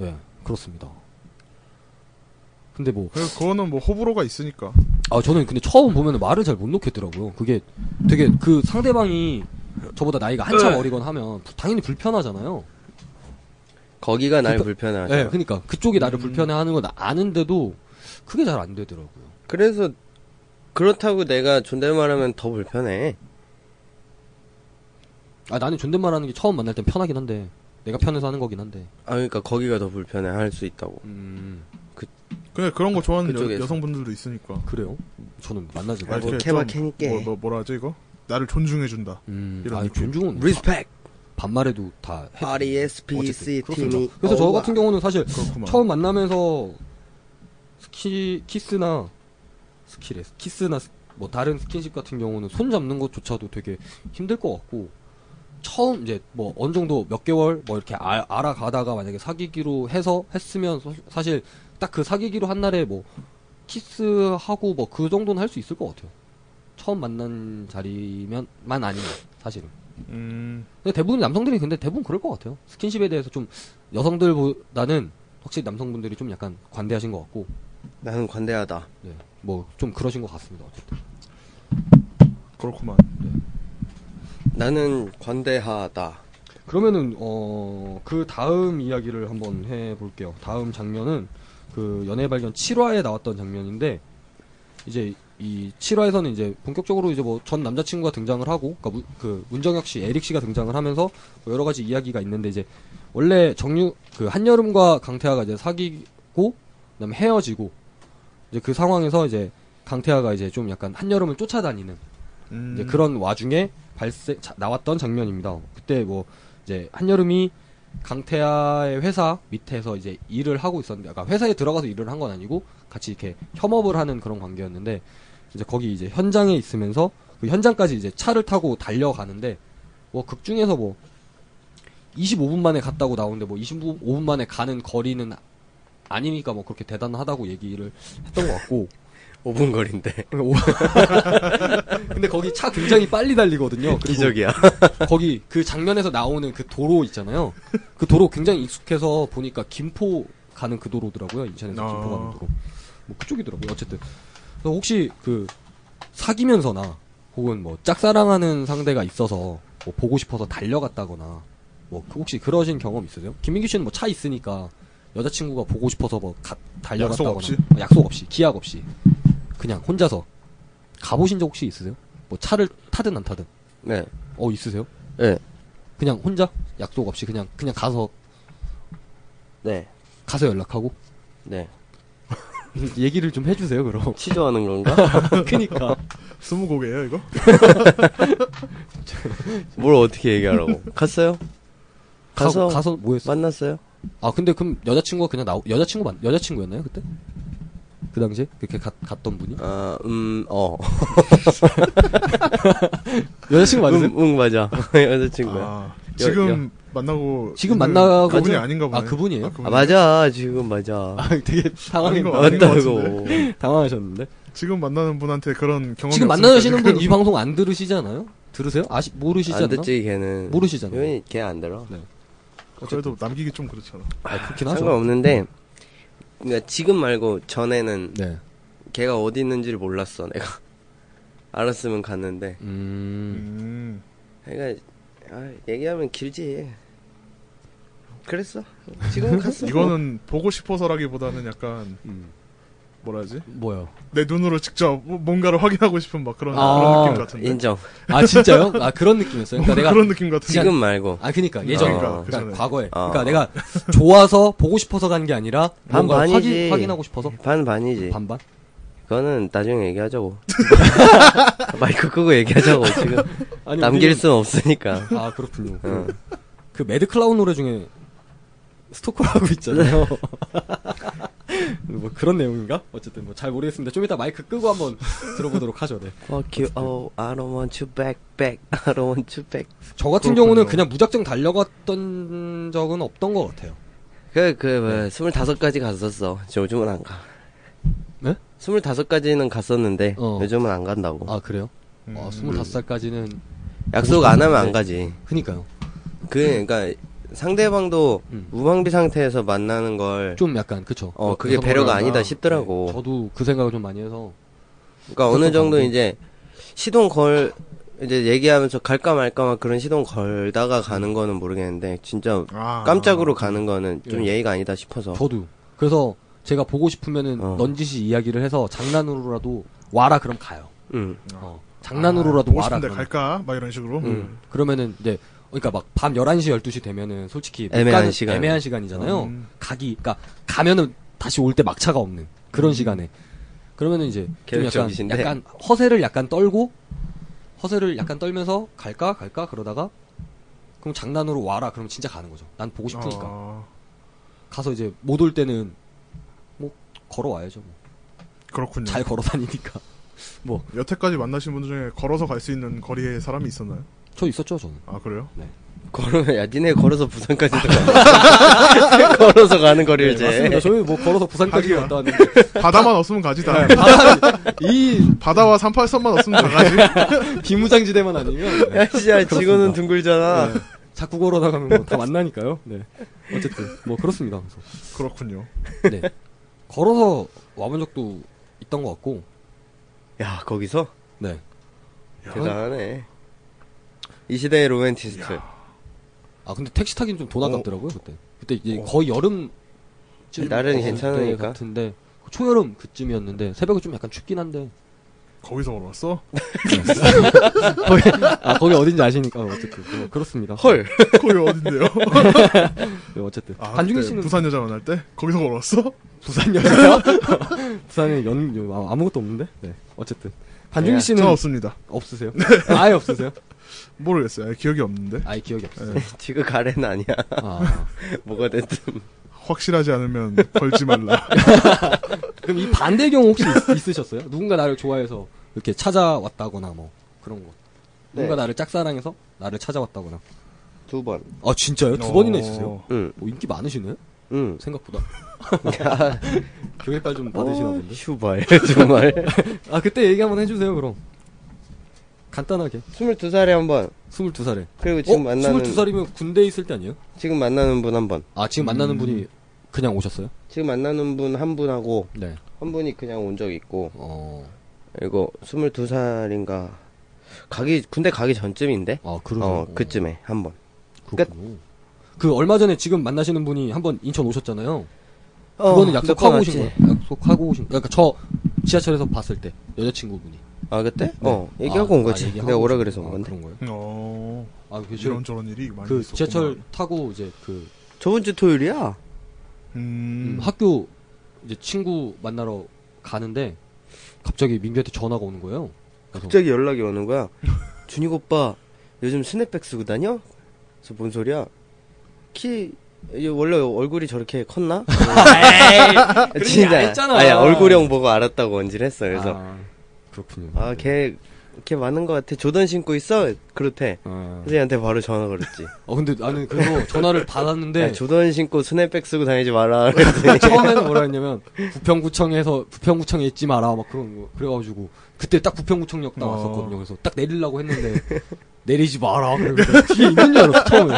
B: 예 그렇습니다. 근데 뭐
A: 그래서 그거는 뭐 호불호가 있으니까.
B: 아 저는 근데 처음 보면 말을 잘 못 놓겠더라고요. 그게 되게 그 상대방이 저보다 나이가
A: 네.
B: 한참 어리건 하면 부- 당연히 불편하잖아요.
C: 거기가 날
B: 그러니까-
C: 불편하죠
B: 예, 그러니까 그쪽이 나를
A: 음.
B: 불편해하는 건 아는데도 그게 잘 안 되더라고요.
C: 그래서 그렇다고 내가 존댓말하면 더 불편해
B: 아 나는 존댓말 하는 게 처음 만날 땐 편하긴 한데 내가 편해서 하는 거긴 한데
C: 아 그러니까 거기가 더 불편해 할 수 있다고
B: 음
A: 근데 그런 거 좋아하는 여,
C: 그쪽에서.
A: 여성분들도 있으니까.
B: 그래요? 저는 만나지
A: 아,
B: 말고
A: 이렇게
C: 캐바
A: 좀
C: 캐니까.
A: 뭐, 뭐 뭐라 하지 이거? 나를 존중해 준다.
B: 음,
A: 이런
B: 아
A: 느낌.
B: 존중은
C: 리스펙
B: 반말해도 다 해.
C: 파리 SPC
B: 어쨌든
C: 팀이
B: 그렇습니다. 그래서 저
C: 어우와.
B: 같은 경우는 사실
A: 그렇구만.
B: 처음 만나면서 스키 키스나 스키레 키스나 스- 뭐 다른 스킨십 같은 경우는 손 잡는 것조차도 되게 힘들 것 같고 처음 이제 뭐 어느 정도 몇 개월 뭐 이렇게 알, 알아가다가 만약에 사귀기로 해서 했으면 소- 사실 딱 그 사귀기로 한 날에 뭐 키스하고 뭐 그 정도는 할 수 있을 것 같아요. 처음 만난 자리면만 아니면 사실은.
A: 음,
B: 근데 대부분 남성들이 근데 대부분 그럴 것 같아요. 스킨십에 대해서 좀 여성들보다는 확실히 남성분들이 좀 약간 관대하신 것 같고,
C: 나는 관대하다
B: 네, 뭐 좀 그러신 것 같습니다. 어쨌든.
A: 그렇구만.
C: 나는 관대하다
B: 그러면은 어그 다음 이야기를 한번 해볼게요. 다음 장면은 그 연애 발견 7화에 나왔던 장면인데 이제 이 7화에서는 이제 본격적으로 이제 뭐 전 남자친구가 등장을 하고 그러니까 문- 그 문정혁 씨, 에릭 씨가 등장을 하면서 뭐 여러 가지 이야기가 있는데 이제 원래 정유 그 한여름과 강태아가 이제 사귀고 그다음에 헤어지고 이제 그 상황에서 이제 강태아가 이제 좀 약간 한여름을 쫓아다니는
A: 음,
B: 이제 그런 와중에 발생 자- 나왔던 장면입니다. 그때 뭐 이제 한여름이 강태아의 회사 밑에서 이제 일을 하고 있었는데, 아까 회사에 들어가서 일을 한 건 아니고 같이 이렇게 협업을 하는 그런 관계였는데 이제 거기 이제 현장에 있으면서 그 현장까지 이제 차를 타고 달려가는데 뭐 극 중에서 뭐 25분 만에 갔다고 나오는데 뭐 25분 만에 가는 거리는 아니니까 뭐 그렇게 대단하다고 얘기를 했던 것 같고
C: 5분 거리인데
B: 근데 거기 차 굉장히 빨리 달리거든요. 어, 그리고
C: 기적이야
B: 거기 그 장면에서 나오는 그 도로 있잖아요. 그 도로 굉장히 익숙해서 보니까 김포 가는 그 도로더라고요. 인천에서
A: 아.
B: 김포 가는 도로. 뭐 그쪽이더라고요. 어쨌든. 그래서 혹시 그 사귀면서나 혹은 뭐 짝사랑하는 상대가 있어서 뭐 보고 싶어서 달려갔다거나 뭐그 혹시 그러신 경험 있으세요? 김민규 씨는 뭐 차 있으니까 여자친구가 보고 싶어서 뭐 가- 달려갔다거나
A: 약속 없이?
B: 어, 약속 없이 기약 없이 그냥 혼자서 가보신 적 혹시 있으세요? 뭐 차를 타든 안 타든
C: 네
B: 어 있으세요?
C: 네.
B: 그냥 혼자 약속 없이 그냥 그냥 가서
C: 네.
B: 가서 연락하고
C: 네.
B: 얘기를 좀 해주세요 그럼
C: 취조하는 건가?
B: 그니까
A: 스무 곡이에요 이거?
C: 뭘 어떻게 얘기하라고. 갔어요? 가서,
B: 가서 뭐 했어?
C: 만났어요?
B: 아 근데 그럼 여자친구가 그냥 나오 여자친구 만 여자친구였나요 그때? 그 당시에 그렇게 갔, 갔던 분이
C: 아, 음, 어.
B: 여자친구 맞으세요?
C: 응, 응, 음, 맞아. 여자친구야. 아,
A: 아, 지금 만나고
B: 지금
A: 있는
B: 만나고
A: 그분이
B: 있는-
A: 아닌가 보네.
B: 아, 그분이에요?
A: 그분이에요?
C: 맞아. 지금 맞아.
B: 아, 되게 당황
A: 아닌 것 같아요.
C: 맞다고.
B: 당황하셨는데
A: 지금 만나는 분한테 그런 경험이
B: 지금
A: 없으니까
B: 만나시는 분
A: 지금
B: 이 방송 안 들으시잖아요? 들으세요? 아시 모르시지 않나?
C: 안 듣지, 걔는.
B: 모르시잖아.
C: 요인이 걔안 들어.
A: 그래도 남기기 좀 그렇잖아.
B: 아, 그렇긴 하죠.
C: 상관없는데, 그러니까 지금 말고 전에는
B: 네.
C: 걔가 어디 있는지를 몰랐어, 내가. 알았으면 갔는데.
A: 음.
B: 음.
C: 그러니까, 아, 얘기하면 길지. 그랬어. 지금 갔어.
A: 음, 이거는 보고 싶어서라기보다는 약간
B: 음.
A: 뭐라 하지?
B: 뭐요?
A: 내 눈으로 직접 뭐- 뭔가를 확인하고 싶은 막 그런
B: 아,
A: 그런 느낌 같은데.
C: 인정.
B: 아, 진짜요? 아, 그런 느낌이었어요. 그러니까 내가
A: 그런 느낌 같은데.
C: 지금 말고.
B: 아, 그니까 예전에.
C: 그러니까,
B: 그러니까,
A: 그전에.
B: 과거에.
C: 아.
B: 그러니까 내가 좋아서 보고 싶어서 간 게 아니라
C: 반
B: 뭔가
C: 반이지. 예,
B: 확인, 확인하고 싶어서
C: 반반이지.
B: 반반.
C: 그거는 나중에 얘기하자고. 마이크 끄고 얘기하자고, 지금.
B: 아니,
C: 남길
B: 우리는-
C: 수는 어. 없으니까.
B: 아, 그렇군요.
C: 응.
B: 그 매드 클라운 노래 중에 스토커라고 있잖아요. 뭐 그런 내용인가? 어쨌든 뭐 잘 모르겠습니다. 좀 이따 마이크 끄고 한번 들어보도록 하죠. 네.
C: Fuck you, oh, I don't want you back, back, I don't want you back.
B: 저 같은
A: 그렇군요.
B: 경우는 그냥 무작정 달려갔던 적은 없던 것 같아요.
C: 그, 그, 뭐, 25까지 갔었어. 요즘은 안 가.
B: 네?
C: 25까지는 갔었는데,
B: 어.
C: 요즘은 안 간다고.
B: 아 그래요?
C: 음.
B: 아 25살까지는
C: 약속 안 하면 안
B: 네.
C: 가지.
B: 그니까요.
C: 그, 그니까, 상대방도
B: 음.
C: 무방비 상태에서 만나는 걸,
B: 좀 약간 그쵸.
C: 어, 그게 배려가 아니다 싶더라고.
B: 네, 저도 그 생각을 좀 많이 해서
C: 그러니까 어느
B: 그것도
C: 정도
B: 방법.
C: 이제 시동 걸 이제 얘기하면서 갈까 말까 막 그런 시동 걸다가 가는 거는 모르겠는데 진짜
A: 아.
C: 깜짝으로 가는 거는 좀
B: 예.
C: 예의가 아니다 싶어서
B: 저도 그래서 제가 보고 싶으면은
C: 어.
B: 넌지시 이야기를 해서 장난으로라도 와라 그럼 가요.
C: 음.
B: 어,
A: 아,
B: 장난으로라도
A: 보고
B: 와라.
A: 싶은데
B: 그럼.
A: 갈까? 막 이런 식으로.
C: 음.
B: 그러면은 이제 그러니까 막 밤 11시 12시 되면은 솔직히 못
C: 애매한
B: 가는-
C: 시간.
B: 애매한 시간이잖아요.
A: 음.
B: 가기 그러니까 가면은 다시 올 때 막차가 없는
A: 음.
B: 그런 시간에 그러면은 이제 좀 약간
C: 계획적이신데?
B: 약간 허세를 약간 떨고 허세를 약간 떨면서 갈까 갈까 그러다가 그럼 장난으로 와라 그럼 진짜 가는 거죠. 난 보고 싶으니까
A: 아,
B: 가서 이제 못 올 때는 뭐 걸어와야죠. 뭐.
A: 그렇군요.
B: 잘 걸어 다니니까
C: 뭐.
A: 여태까지 만나신 분 중에 걸어서 갈 수 있는 거리에 사람이 있었나요?
B: 저 있었죠 저는.
A: 아 그래요?
C: 걸으면 야 니네 걸어서 부산까지 가 걸어서 가는 거리를
B: 네, 맞습니다.
C: 이제
B: 저희 뭐 걸어서 부산까지
A: 하기야.
B: 왔다 왔는데
A: 바다만 없으면 가지 다.
B: 네, 바다 네. 이
A: 바다와 383만 없으면 다 가지.
B: 비무장지대만 아니면
C: 야 진짜 지구는 둥글잖아
B: 네. 자꾸 걸어나가면 뭐 다 만나니까요. 네. 어쨌든 뭐 그렇습니다. 그래서.
A: 그렇군요.
B: 네. 걸어서 와본 적도 있던 것 같고,
C: 야 거기서
B: 네.
C: 대단하네 이 시대의 로맨티스트
B: 아 근데 택시 타긴 좀 돈
A: 어.
B: 아깝더라고요 그때. 그때 이제 거의 여름 어,
C: 날은 괜찮으니까.
B: 같은데 초여름 그쯤이었는데 새벽에 좀 약간 춥긴 한데
A: 거기서 걸어왔어?
B: 거기 아 거기 어딘지 아시니까 어쨌든 뭐 그렇습니다.
C: 헐
A: 거기 어딘데요?
B: 네, 어쨌든
A: 아,
B: 한중일
A: 그때
B: 씨는
A: 부산 여자 만날 때 거기서 걸어왔어?
B: 부산 여자 부산에 연 연- 아, 아무것도 없는데 네 어쨌든 한중일
A: 저는
C: 예,
B: 씨는
A: 없습니다.
B: 없으세요? 아예 없으세요?
A: 모르겠어요. 아예 기억이 없는데
B: 아예 기억이 없으세요?
C: 지구 가래는 아니야
B: 아.
C: 뭐가 됐든
A: 확실하지 않으면 걸지 말라.
B: 그럼 이 반대 경우 혹시 있, 으셨어요 누군가 나를 좋아해서 이렇게 찾아왔다거나 뭐 그런 거. 누군가 나를 짝사랑해서 나를 찾아왔다거나.
C: 두번
B: 아 진짜요? 두
A: 어.
B: 번이나 있으세요?
C: 응,
B: 뭐 인기 많으시네?
C: 응.
B: 생각보다. 교회빨 좀 받으시나
C: 어,
B: 본데.
C: 휴발 정말
B: 아 그때 얘기 한번 해주세요 그럼. 간단하게.
C: 22살에 한번
B: 22살에. 어?
C: 그리고 지금 만나는
B: 22살이면 군대 에 있을 때 아니에요?
C: 지금 만나는 분 한번
B: 아 지금 만나는 분이 그냥 오셨어요?
C: 지금 만나는 분 한 분하고
B: 네.
C: 한 분이 그냥 온 적 있고
B: 어.
C: 그리고 22살인가 가기 군대 가기 전쯤인데
B: 아 그러죠.
C: 어 그쯤에 한번
B: 그렇군요. 그 얼마 전에 지금 만나시는 분이 한 번 인천 오셨잖아요.
C: 어,
B: 그거는
C: 몇번
B: 약속하고
C: 왔지.
B: 오신 거예요. 약속하고 오신. 그러니까 저 지하철에서 봤을 때 여자친구분이 아,
C: 아 그때 어 얘기하고 온 거지
B: 네. 얘기하고
C: 내가 오라
B: 오신-
C: 그래서 온
B: 아,
C: 건데
B: 그런 거예요.
A: 어,
B: 아, 그 지하철,
A: 이런 저런 일이 많이
B: 그
A: 있었구나.
B: 지하철 타고 이제 그
C: 저번 주 토요일이야
A: 음,
B: 음, 학교 이제 친구 만나러 가는데 갑자기 민규한테 전화가 오는 거예요. 그래서
C: 갑자기 연락이 오는 거야 준익 오빠 요즘 스냅백 쓰고 다녀 그래서 뭔 소리야 키 이게 원래 얼굴이 저렇게 컸나?
B: 그런 게
C: 진짜.
B: 그러니까 아니잖아.
C: 아니, 얼굴형 보고 알았다고 원질 했어. 그래서
B: 아, 그렇군요.
C: 아, 걔, 걔 많은 것 같아. 조던 신고 있어? 그렇대.
B: 어.
C: 그래서 얘한테 바로 전화 걸었지.
B: 어, 근데 나는 그래서 전화를 받았는데
C: 야, 조던 신고 스냅백 쓰고 다니지 마라. 그랬더니
B: 처음에는 뭐라 했냐면 부평구청에서 부평구청에 있지 마라 막 그런 거 그래가지고 그때 딱 부평구청역 나왔었거든요.
A: 어.
B: 그래서 딱 내리려고 했는데 내리지 마라. 그러면서 뒤에 있는 줄 알았어 처음에.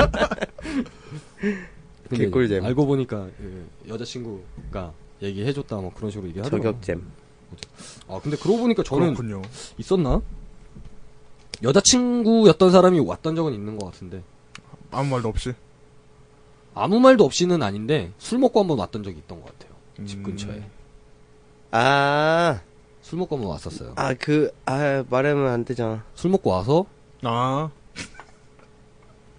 B: 근데
C: 개꿀잼.
B: 알고 보니까 예, 여자친구가 얘기해줬다 뭐 그런 식으로 얘기하더라고.
C: 저격잼.
B: 아 근데 그러고 보니까 저는
A: 그렇군요.
B: 있었나? 여자친구였던 사람이 왔던 적은 있는 것 같은데
A: 아무 말도 없이.
B: 아무 말도 없이는 아닌데 술 먹고 한번 왔던 적이 있던 것 같아요. 집
A: 음.
B: 근처에
C: 아,
B: 술 먹고 한번 왔었어요.
C: 아, 그, 아, 말하면 안 되잖아.
B: 술 먹고 와서
A: 아,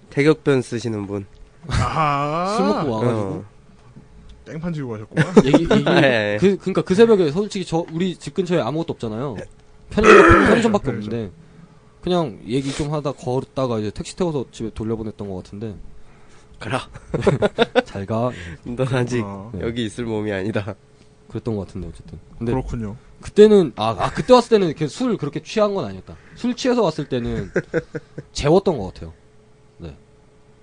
C: 대격변 쓰시는 분.
A: 아,
B: 술 먹고 와가지고 네.
C: 어.
A: 땡판 지고 가셨구만.
B: 얘기, 얘기,
C: 예, 예.
B: 그, 그니까 그 새벽에 솔직히 저, 우리 집 근처에 아무것도 없잖아요.
C: 예.
B: 편의점, 편의점밖에
C: 그렇죠.
B: 없는데, 그냥 얘기 좀 하다 걸었다가 이제 택시 태워서 집에 돌려보냈던 것 같은데,
C: 가라.
B: 잘 가.
C: 넌 아직
A: 아,
B: 네.
C: 여기 있을 몸이 아니다.
B: 그랬던 것 같은데, 어쨌든. 근데
A: 그렇군요.
B: 그때는, 아, 아, 그때 왔을 때는 이렇게 술 그렇게 취한 건 아니었다. 술 취해서 왔을 때는 재웠던 것 같아요. 네.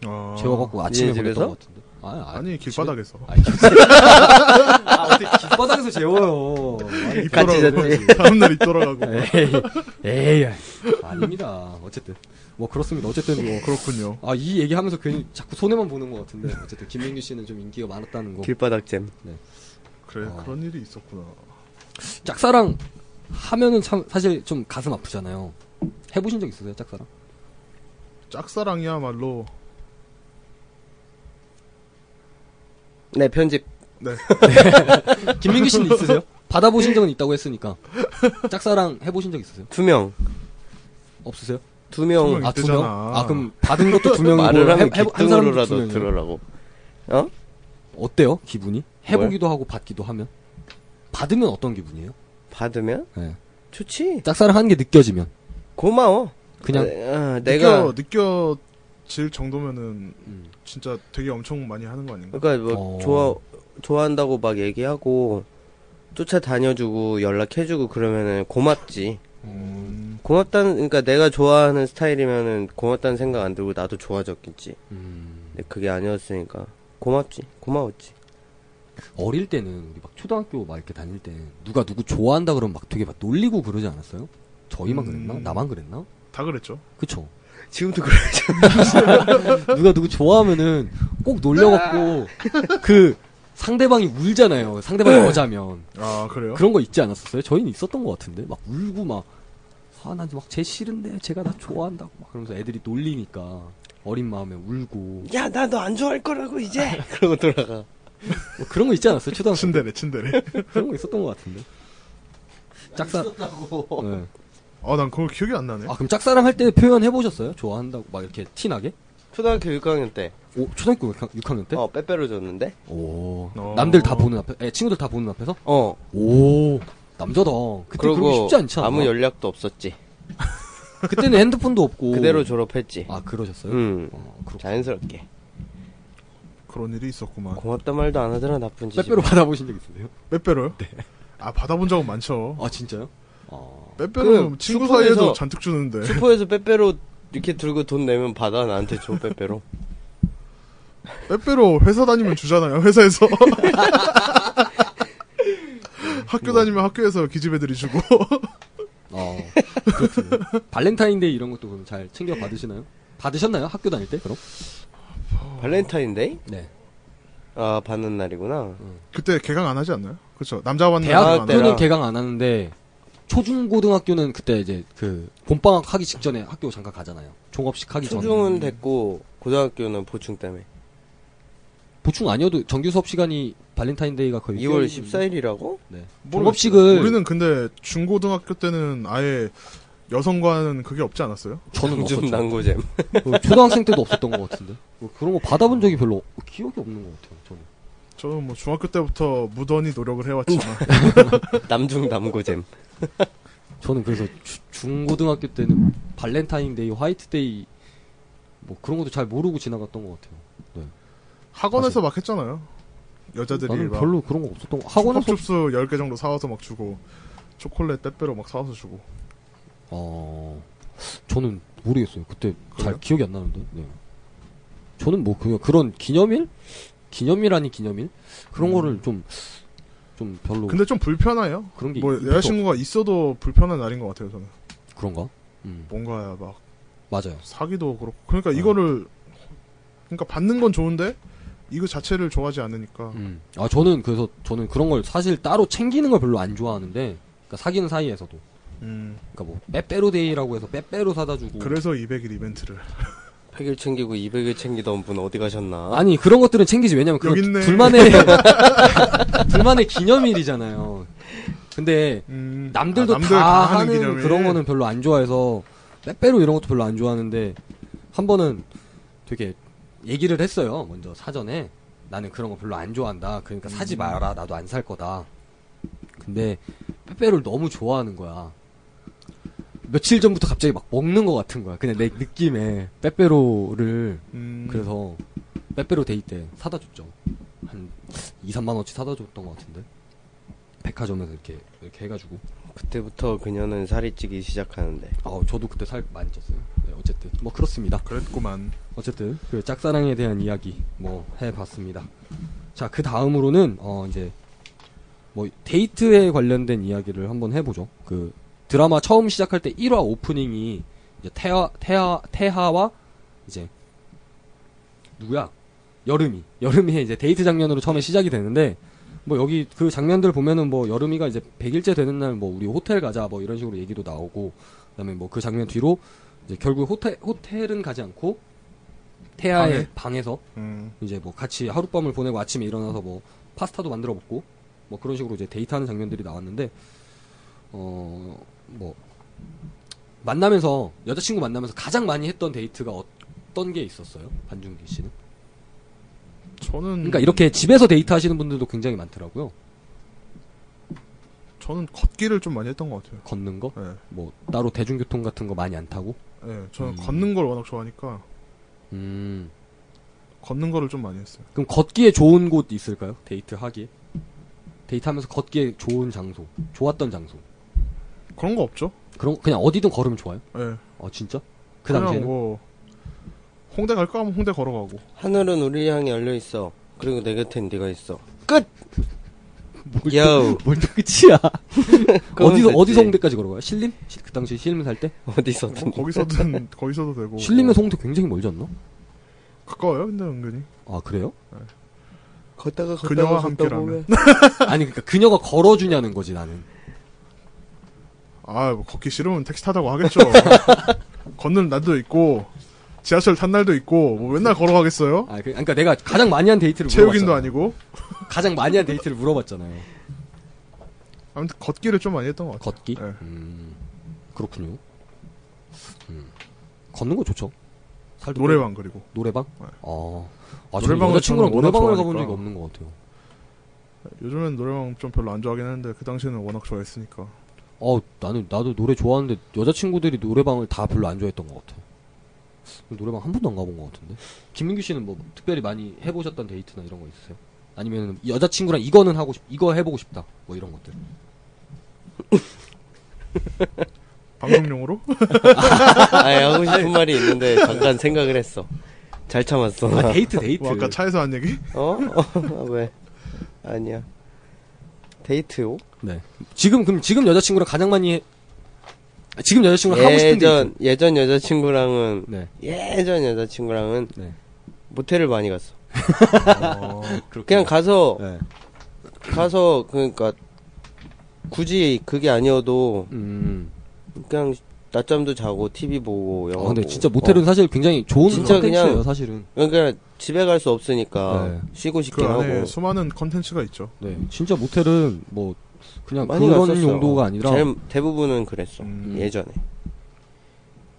A: 아,
B: 재워갖고 아침에
C: 얘 집에서?
B: 보냈던 것 같은데. 아, 아,
A: 아니 길바닥에서
B: 아니, 길- 아, 어떻게 길바닥에서 재워요. 아니,
A: 입
C: 같이
A: 돌아가고
C: 잤지.
A: 다음날 입 돌아가고
B: 에이, 에이, 아닙니다. 어쨌든 뭐 그렇습니다. 어쨌든 뭐
A: 그렇군요.
B: 아, 이 얘기하면서 괜히 자꾸 손해만 보는 것 같은데 어쨌든 김민규 씨는 좀 인기가 많았다는 거.
C: 길바닥잼.
A: 그래
B: 아.
A: 그런 일이 있었구나.
B: 짝사랑 하면은 참 사실 좀 가슴 아프잖아요. 해보신 적 있으세요, 짝사랑?
A: 짝사랑이야말로
C: 네, 편집.
A: 네
B: 김민규 씨는 있으세요? 받아보신 적은 있다고 했으니까 짝사랑 해보신 적 있으세요?
C: 두 명.
B: 없으세요?
C: 두 명.
A: 두
B: 아 두 명?
A: 어, 있대잖아.
B: 아 그럼 받은 것도 두 명이고
C: 말을 하면
B: 해- 해- 한 사람도 두
C: 귓등으로라도
B: 명이에요?
C: 들으라고. 어?
B: 어때요 기분이? 해보기도 하고 받기도 하면 받으면 어떤 기분이에요?
C: 받으면?
B: 네.
C: 좋지.
B: 짝사랑 하는 게 느껴지면
C: 고마워.
B: 그냥
C: 아, 아, 내가.
A: 느껴 느껴질 정도면은
B: 음.
A: 진짜 되게 엄청 많이 하는 거 아닌가?
C: 그러니까 뭐
B: 어.
C: 좋아 좋아한다고 막 얘기하고 쫓아다녀주고 연락해주고 그러면은 고맙지.
A: 음,
C: 고맙다는 그러니까 내가 좋아하는 스타일이면은 고맙다는 생각 안 들고 나도 좋아졌겠지.
B: 음.
C: 근데 그게 아니었으니까 고맙지. 고마웠지.
B: 어릴 때는 우리 막 초등학교 막 이렇게 다닐 때 누가 누구 좋아한다 그러면 막 되게 막 놀리고 그러지 않았어요? 저희만 그랬나?
A: 음.
B: 나만 그랬나?
A: 다 그랬죠.
B: 그쵸?
C: 지금도 그러지.
B: 누가 누구 좋아하면은 꼭 놀려갖고 그 상대방이 울잖아요. 상대방이 여자면
A: 아 네. 그래요?
B: 그런 거 있지 않았었어요? 저희는 있었던 것 같은데 막 울고 막 아, 나 막쟤 싫은데 쟤가 나 좋아한다고 막 그러면서 애들이 놀리니까 어린 마음에 울고 뭐
C: 야, 나 너 안 좋아할 거라고 이제. 그러고 돌아가.
B: 뭐 그런 거 있지 않았어요? 초등학교 때?
A: 친데레 친데레.
B: 그런 거 있었던 것 같은데
A: 아,
B: 짝사 네.
A: 아난 그거 기억이 안 나네.
B: 아 그럼 짝사랑 할 때 표현 해보셨어요? 좋아한다고 막 이렇게 티나게?
C: 초등학교 6학년 때.
B: 오 초등학교 6학년 때?
C: 어, 빼빼로 줬는데.
B: 오
A: 어.
B: 남들 다 보는 앞에 에, 친구들 다 보는 앞에서?
C: 어.
B: 오 남자다 그때 그러기
C: 그러고
B: 쉽지 않지 않아?
C: 아무 연락도 없었지.
B: 그때는 핸드폰도 없고
C: 그대로 졸업했지.
B: 아 그러셨어요?
C: 음.
B: 어, 그렇
C: 자연스럽게.
A: 그런 일이 있었구만.
C: 고맙단 말도 안 하더라 나쁜 짓.
B: 빼빼로 받아보신 적 있으세요?
A: 빼빼로요? 아 받아본 적은 많죠.
B: 아 진짜요? 어...
A: 빼빼로는
C: 그
A: 친구
C: 슈퍼에서-
A: 사이에도 잔뜩 주는데.
C: 슈퍼에서 빼빼로 이렇게 들고 돈 내면 받아 나한테 줘 빼빼로.
A: 빼빼로 회사 다니면 주잖아요. 회사에서. 학교 다니면 학교에서 기집애들이 주고
B: 어 그렇군요 발렌타인데이 이런 것도 그럼 잘 챙겨 받으시나요? 받으셨나요? 학교 다닐 때 그럼?
C: 발렌타인데이?
B: 네
C: 아 받는 날이구나.
A: 그때 개강 안 하지 않나요? 그렇죠. 남자 만나
C: 대학 때.
B: 대학교는 개강 안 하는데 초중고등학교는 그때 이제 그 봄방학 하기 직전에 학교 잠깐 가잖아요. 종업식 하기 전.
C: 초중은 네. 됐고 고등학교는 보충 때문에.
B: 보충 아니어도 정규 수업 시간이 발렌타인데이가 거의
C: 2월
B: 껴있는-
C: 14일이라고?
B: 네.
A: 모르겠어요.
B: 종업식을
A: 우리는 근데 중고등학교 때는 아예 여성과는 그게 없지 않았어요?
B: 저는 없었죠.
C: 좀 난고잼.
B: 그 초등학생 때도 없었던 것 같은데 뭐 그런 거 받아본 적이 별로 없- 기억이 없는 것 같아요. 저는.
A: 저는 뭐 중학교 때부터 무던히 노력을 해왔지만
C: 남중 남고잼.
B: 저는 그래서 주- 중고등학교 때는 발렌타인데이, 화이트데이 뭐 그런 것도 잘 모르고 지나갔던 것 같아요.
A: 학원에서 막 했잖아요. 여자들이
B: 나는
A: 막
B: 별로 그런 거 없었던 거.
A: 학원에서
B: 학원에서
A: 춥스 10개 정도 사와서 막 주고 초콜릿 빼빼로 막 사와서 주고
B: 어, 저는 모르겠어요. 그때
A: 그래요?
B: 잘 기억이 안 나는데. 네. 저는 뭐 그냥 그런 기념일, 기념일 아닌 기념일 그런 거를 좀 좀 별로
A: 음. 근데 좀 불편해요.
B: 그런 게
A: 뭐
B: 있-
A: 여자친구가 있어도 불편한 날인 것 같아요 저는
B: 있- 그런가? 음,
A: 뭔가 막
B: 맞아요.
A: 사기도 그렇고 그러니까
B: 어.
A: 이거를 그러니까 받는 건 좋은데 이거 자체를 좋아하지 않으니까
B: 음. 아 저는 그래서 저는 그런 걸 사실 따로 챙기는 걸 별로 안 좋아하는데 그러니까 사귀는 사이에서도
A: 음,
B: 그러니까 뭐 빼빼로 데이라고 해서 빼빼로 사다 주고
A: 그래서 200일 이벤트를
C: 100일 챙기고 200일 챙기던 분 어디 가셨나?
B: 아니 그런 것들은 챙기지 왜냐면 그건
A: 여기 있네.
B: 둘만의 둘만의 기념일이잖아요. 근데
A: 음,
B: 남들도
A: 아,
B: 다, 하는
A: 기념일.
B: 그런 거는 별로 안 좋아해서 빼빼로 이런 것도 별로 안 좋아하는데 한 번은 되게 얘기를 했어요. 먼저 사전에 나는 그런 거 별로 안 좋아한다. 그러니까 사지 마라. 나도 안 살 거다. 근데 빼빼로를 너무 좋아하는 거야. 며칠 전부터 갑자기 막 먹는 것 같은 거야. 그냥 내 느낌에 빼빼로를
A: 음,
B: 그래서 빼빼로 데이 때 사다 줬죠. 한 2, 3만 원치 사다 줬던 것 같은데. 백화점에서 이렇게 이렇게 해가지고.
C: 그때부터 그녀는 살이 찌기 시작하는데.
B: 아, 저도 그때 살 많이 쪘어요. 네, 어쨌든 뭐 그렇습니다.
A: 그랬구만
B: 어쨌든 그 짝사랑에 대한 이야기 뭐 해봤습니다. 자, 그 다음으로는 어 이제 뭐 데이트에 관련된 이야기를 한번 해보죠. 그 드라마 처음 시작할 때 1화 오프닝이 이제 태하 태하 태하와 이제 누구야 여름이 여름이 이제 데이트 장면으로 처음에 시작이 되는데 뭐 여기 그 장면들 보면은 뭐 여름이가 이제 100일째 되는 날 뭐 우리 호텔 가자 뭐 이런 식으로 얘기도 나오고 그다음에 뭐 그 장면 뒤로 이제 결국 호텔 호텔은 가지 않고 태아의 방에서
A: 음,
B: 이제 뭐 같이 하룻밤을 보내고 아침에 일어나서 뭐 파스타도 만들어 먹고 뭐 그런 식으로 이제 데이트하는 장면들이 나왔는데 어 뭐 만나면서 여자친구 만나면서 가장 많이 했던 데이트가 어떤 게 있었어요? 반준기 씨는?
A: 저는
B: 그러니까 이렇게 집에서 데이트하시는 분들도 굉장히 많더라고요.
A: 저는 걷기를 좀 많이 했던 것 같아요
B: 걷는 거?
A: 예,
B: 뭐 따로 대중교통 같은 거 많이 안 타고.
A: 예, 저는
B: 음.
A: 걷는 걸 워낙 좋아하니까
B: 음.
A: 걷는 거를 좀 많이 했어요
B: 그럼 걷기에 좋은 곳 있을까요? 데이트하기에? 데이트하면서 걷기에 좋은 장소, 좋았던 장소.
A: 그런 거 없죠
B: 그런 그냥 어디든 걸으면 좋아요?
A: 예,
B: 어 진짜? 그
A: 그냥
B: 당시에는
A: 뭐 홍대 갈까 하면 홍대 걸어가고
C: 하늘은 우리 향이 열려 있어. 그리고 내 곁엔 네가 있어.
B: 뭘
C: 야우.
B: 또- 뭘또 끝이야.
C: 그러면
B: 어디서
C: 됐지.
B: 어디서 홍대까지 걸어가요? 신림? 시- 그 당시 신림 살 때?
C: 어디서든.
A: 뭐 거기서든 거기서도 되고
C: 뭐
A: 뭐
B: 신림에서 홍대 굉장히 멀지 않나?
A: 가까워요 근데 은근히
B: 아 그래요?
C: 걷다가 걷다가
A: 그녀와
C: 걷다가
A: 함께라면.
C: 보면
B: 아니 그러니까 그녀가 걸어주냐는 거지 나는.
A: 아 뭐 걷기 싫으면 택시 타자고 하겠죠 걷는 날도 있고 지하철 탄 날도 있고 뭐 맨날 걸어가겠어요
B: 아 그, 러니까 내가 가장 많이 한 데이트를
A: 체육인도
B: 물어봤잖아요.
A: 아니고
B: 가장 많이 한 데이트를 물어봤잖아요.
A: 아무튼 걷기를 좀 많이 했던 것 같아요
B: 걷기?
A: 네.
B: 음, 그렇군요. 음, 걷는 거 좋죠. 살도
A: 노래방 그리고
B: 빼고. 노래방?
A: 네.
B: 어. 아, 저는
A: 노래방을
B: 여자친구랑
A: 저는 워낙
B: 노래방을 가본
A: 좋아하니까.
B: 적이 없는 것 같아요.
A: 요즘엔 노래방 좀 별로 안 좋아하긴 하는데 그 당시에는 워낙 좋아했으니까
B: 어, 나는 나도 노래 좋아하는데 여자친구들이 노래방을 다 별로 안 좋아했던 것 같아. 노래방 한 번도 안 가본 것 같은데. 김민규 씨는 뭐 특별히 많이 해보셨던 데이트나 이런 거 있으세요? 아니면 여자친구랑 이거는 하고 싶, 이거 해보고 싶다, 뭐 이런 것들.
C: 아,
A: 방송용으로
C: 아니, 예, 하고 싶은 말이 있는데 잠깐 생각을 했어. 잘 참았어.
B: 아, 데이트 데이트.
A: 뭐 아까 차에서 한 얘기
C: 어? 어? 왜? 아니야. 데이트요?
B: 네. 지금 그럼 지금 여자친구랑 가장 많이 해... 아, 지금 여자친구랑 하고 싶은 데이트.
C: 예전 예전 여자친구랑은
B: 네,
C: 예전 여자친구랑은
B: 네.
C: 모텔을 많이 갔어.
A: 어,
C: 그냥 가서
B: 네.
C: 가서 그러니까 굳이 그게 아니어도
B: 음.
C: 그냥 낮잠도 자고 TV 보고 영화
B: 아, 근데
C: 보고.
B: 진짜 모텔은
C: 어.
B: 사실 굉장히 좋은
C: 진짜
B: 컨텐츠예요,
C: 그냥-
B: 사실은.
C: 그러니까 집에 갈 수 없으니까
B: 네.
C: 쉬고 싶긴
A: 그 안에
C: 하고
A: 수많은 컨텐츠가 있죠
B: 네, 진짜 모텔은 뭐 그냥
C: 많이
B: 그런
C: 갔었어.
B: 용도가 아니라 음.
C: 제일 대부분은 그랬어
A: 음.
C: 예전에.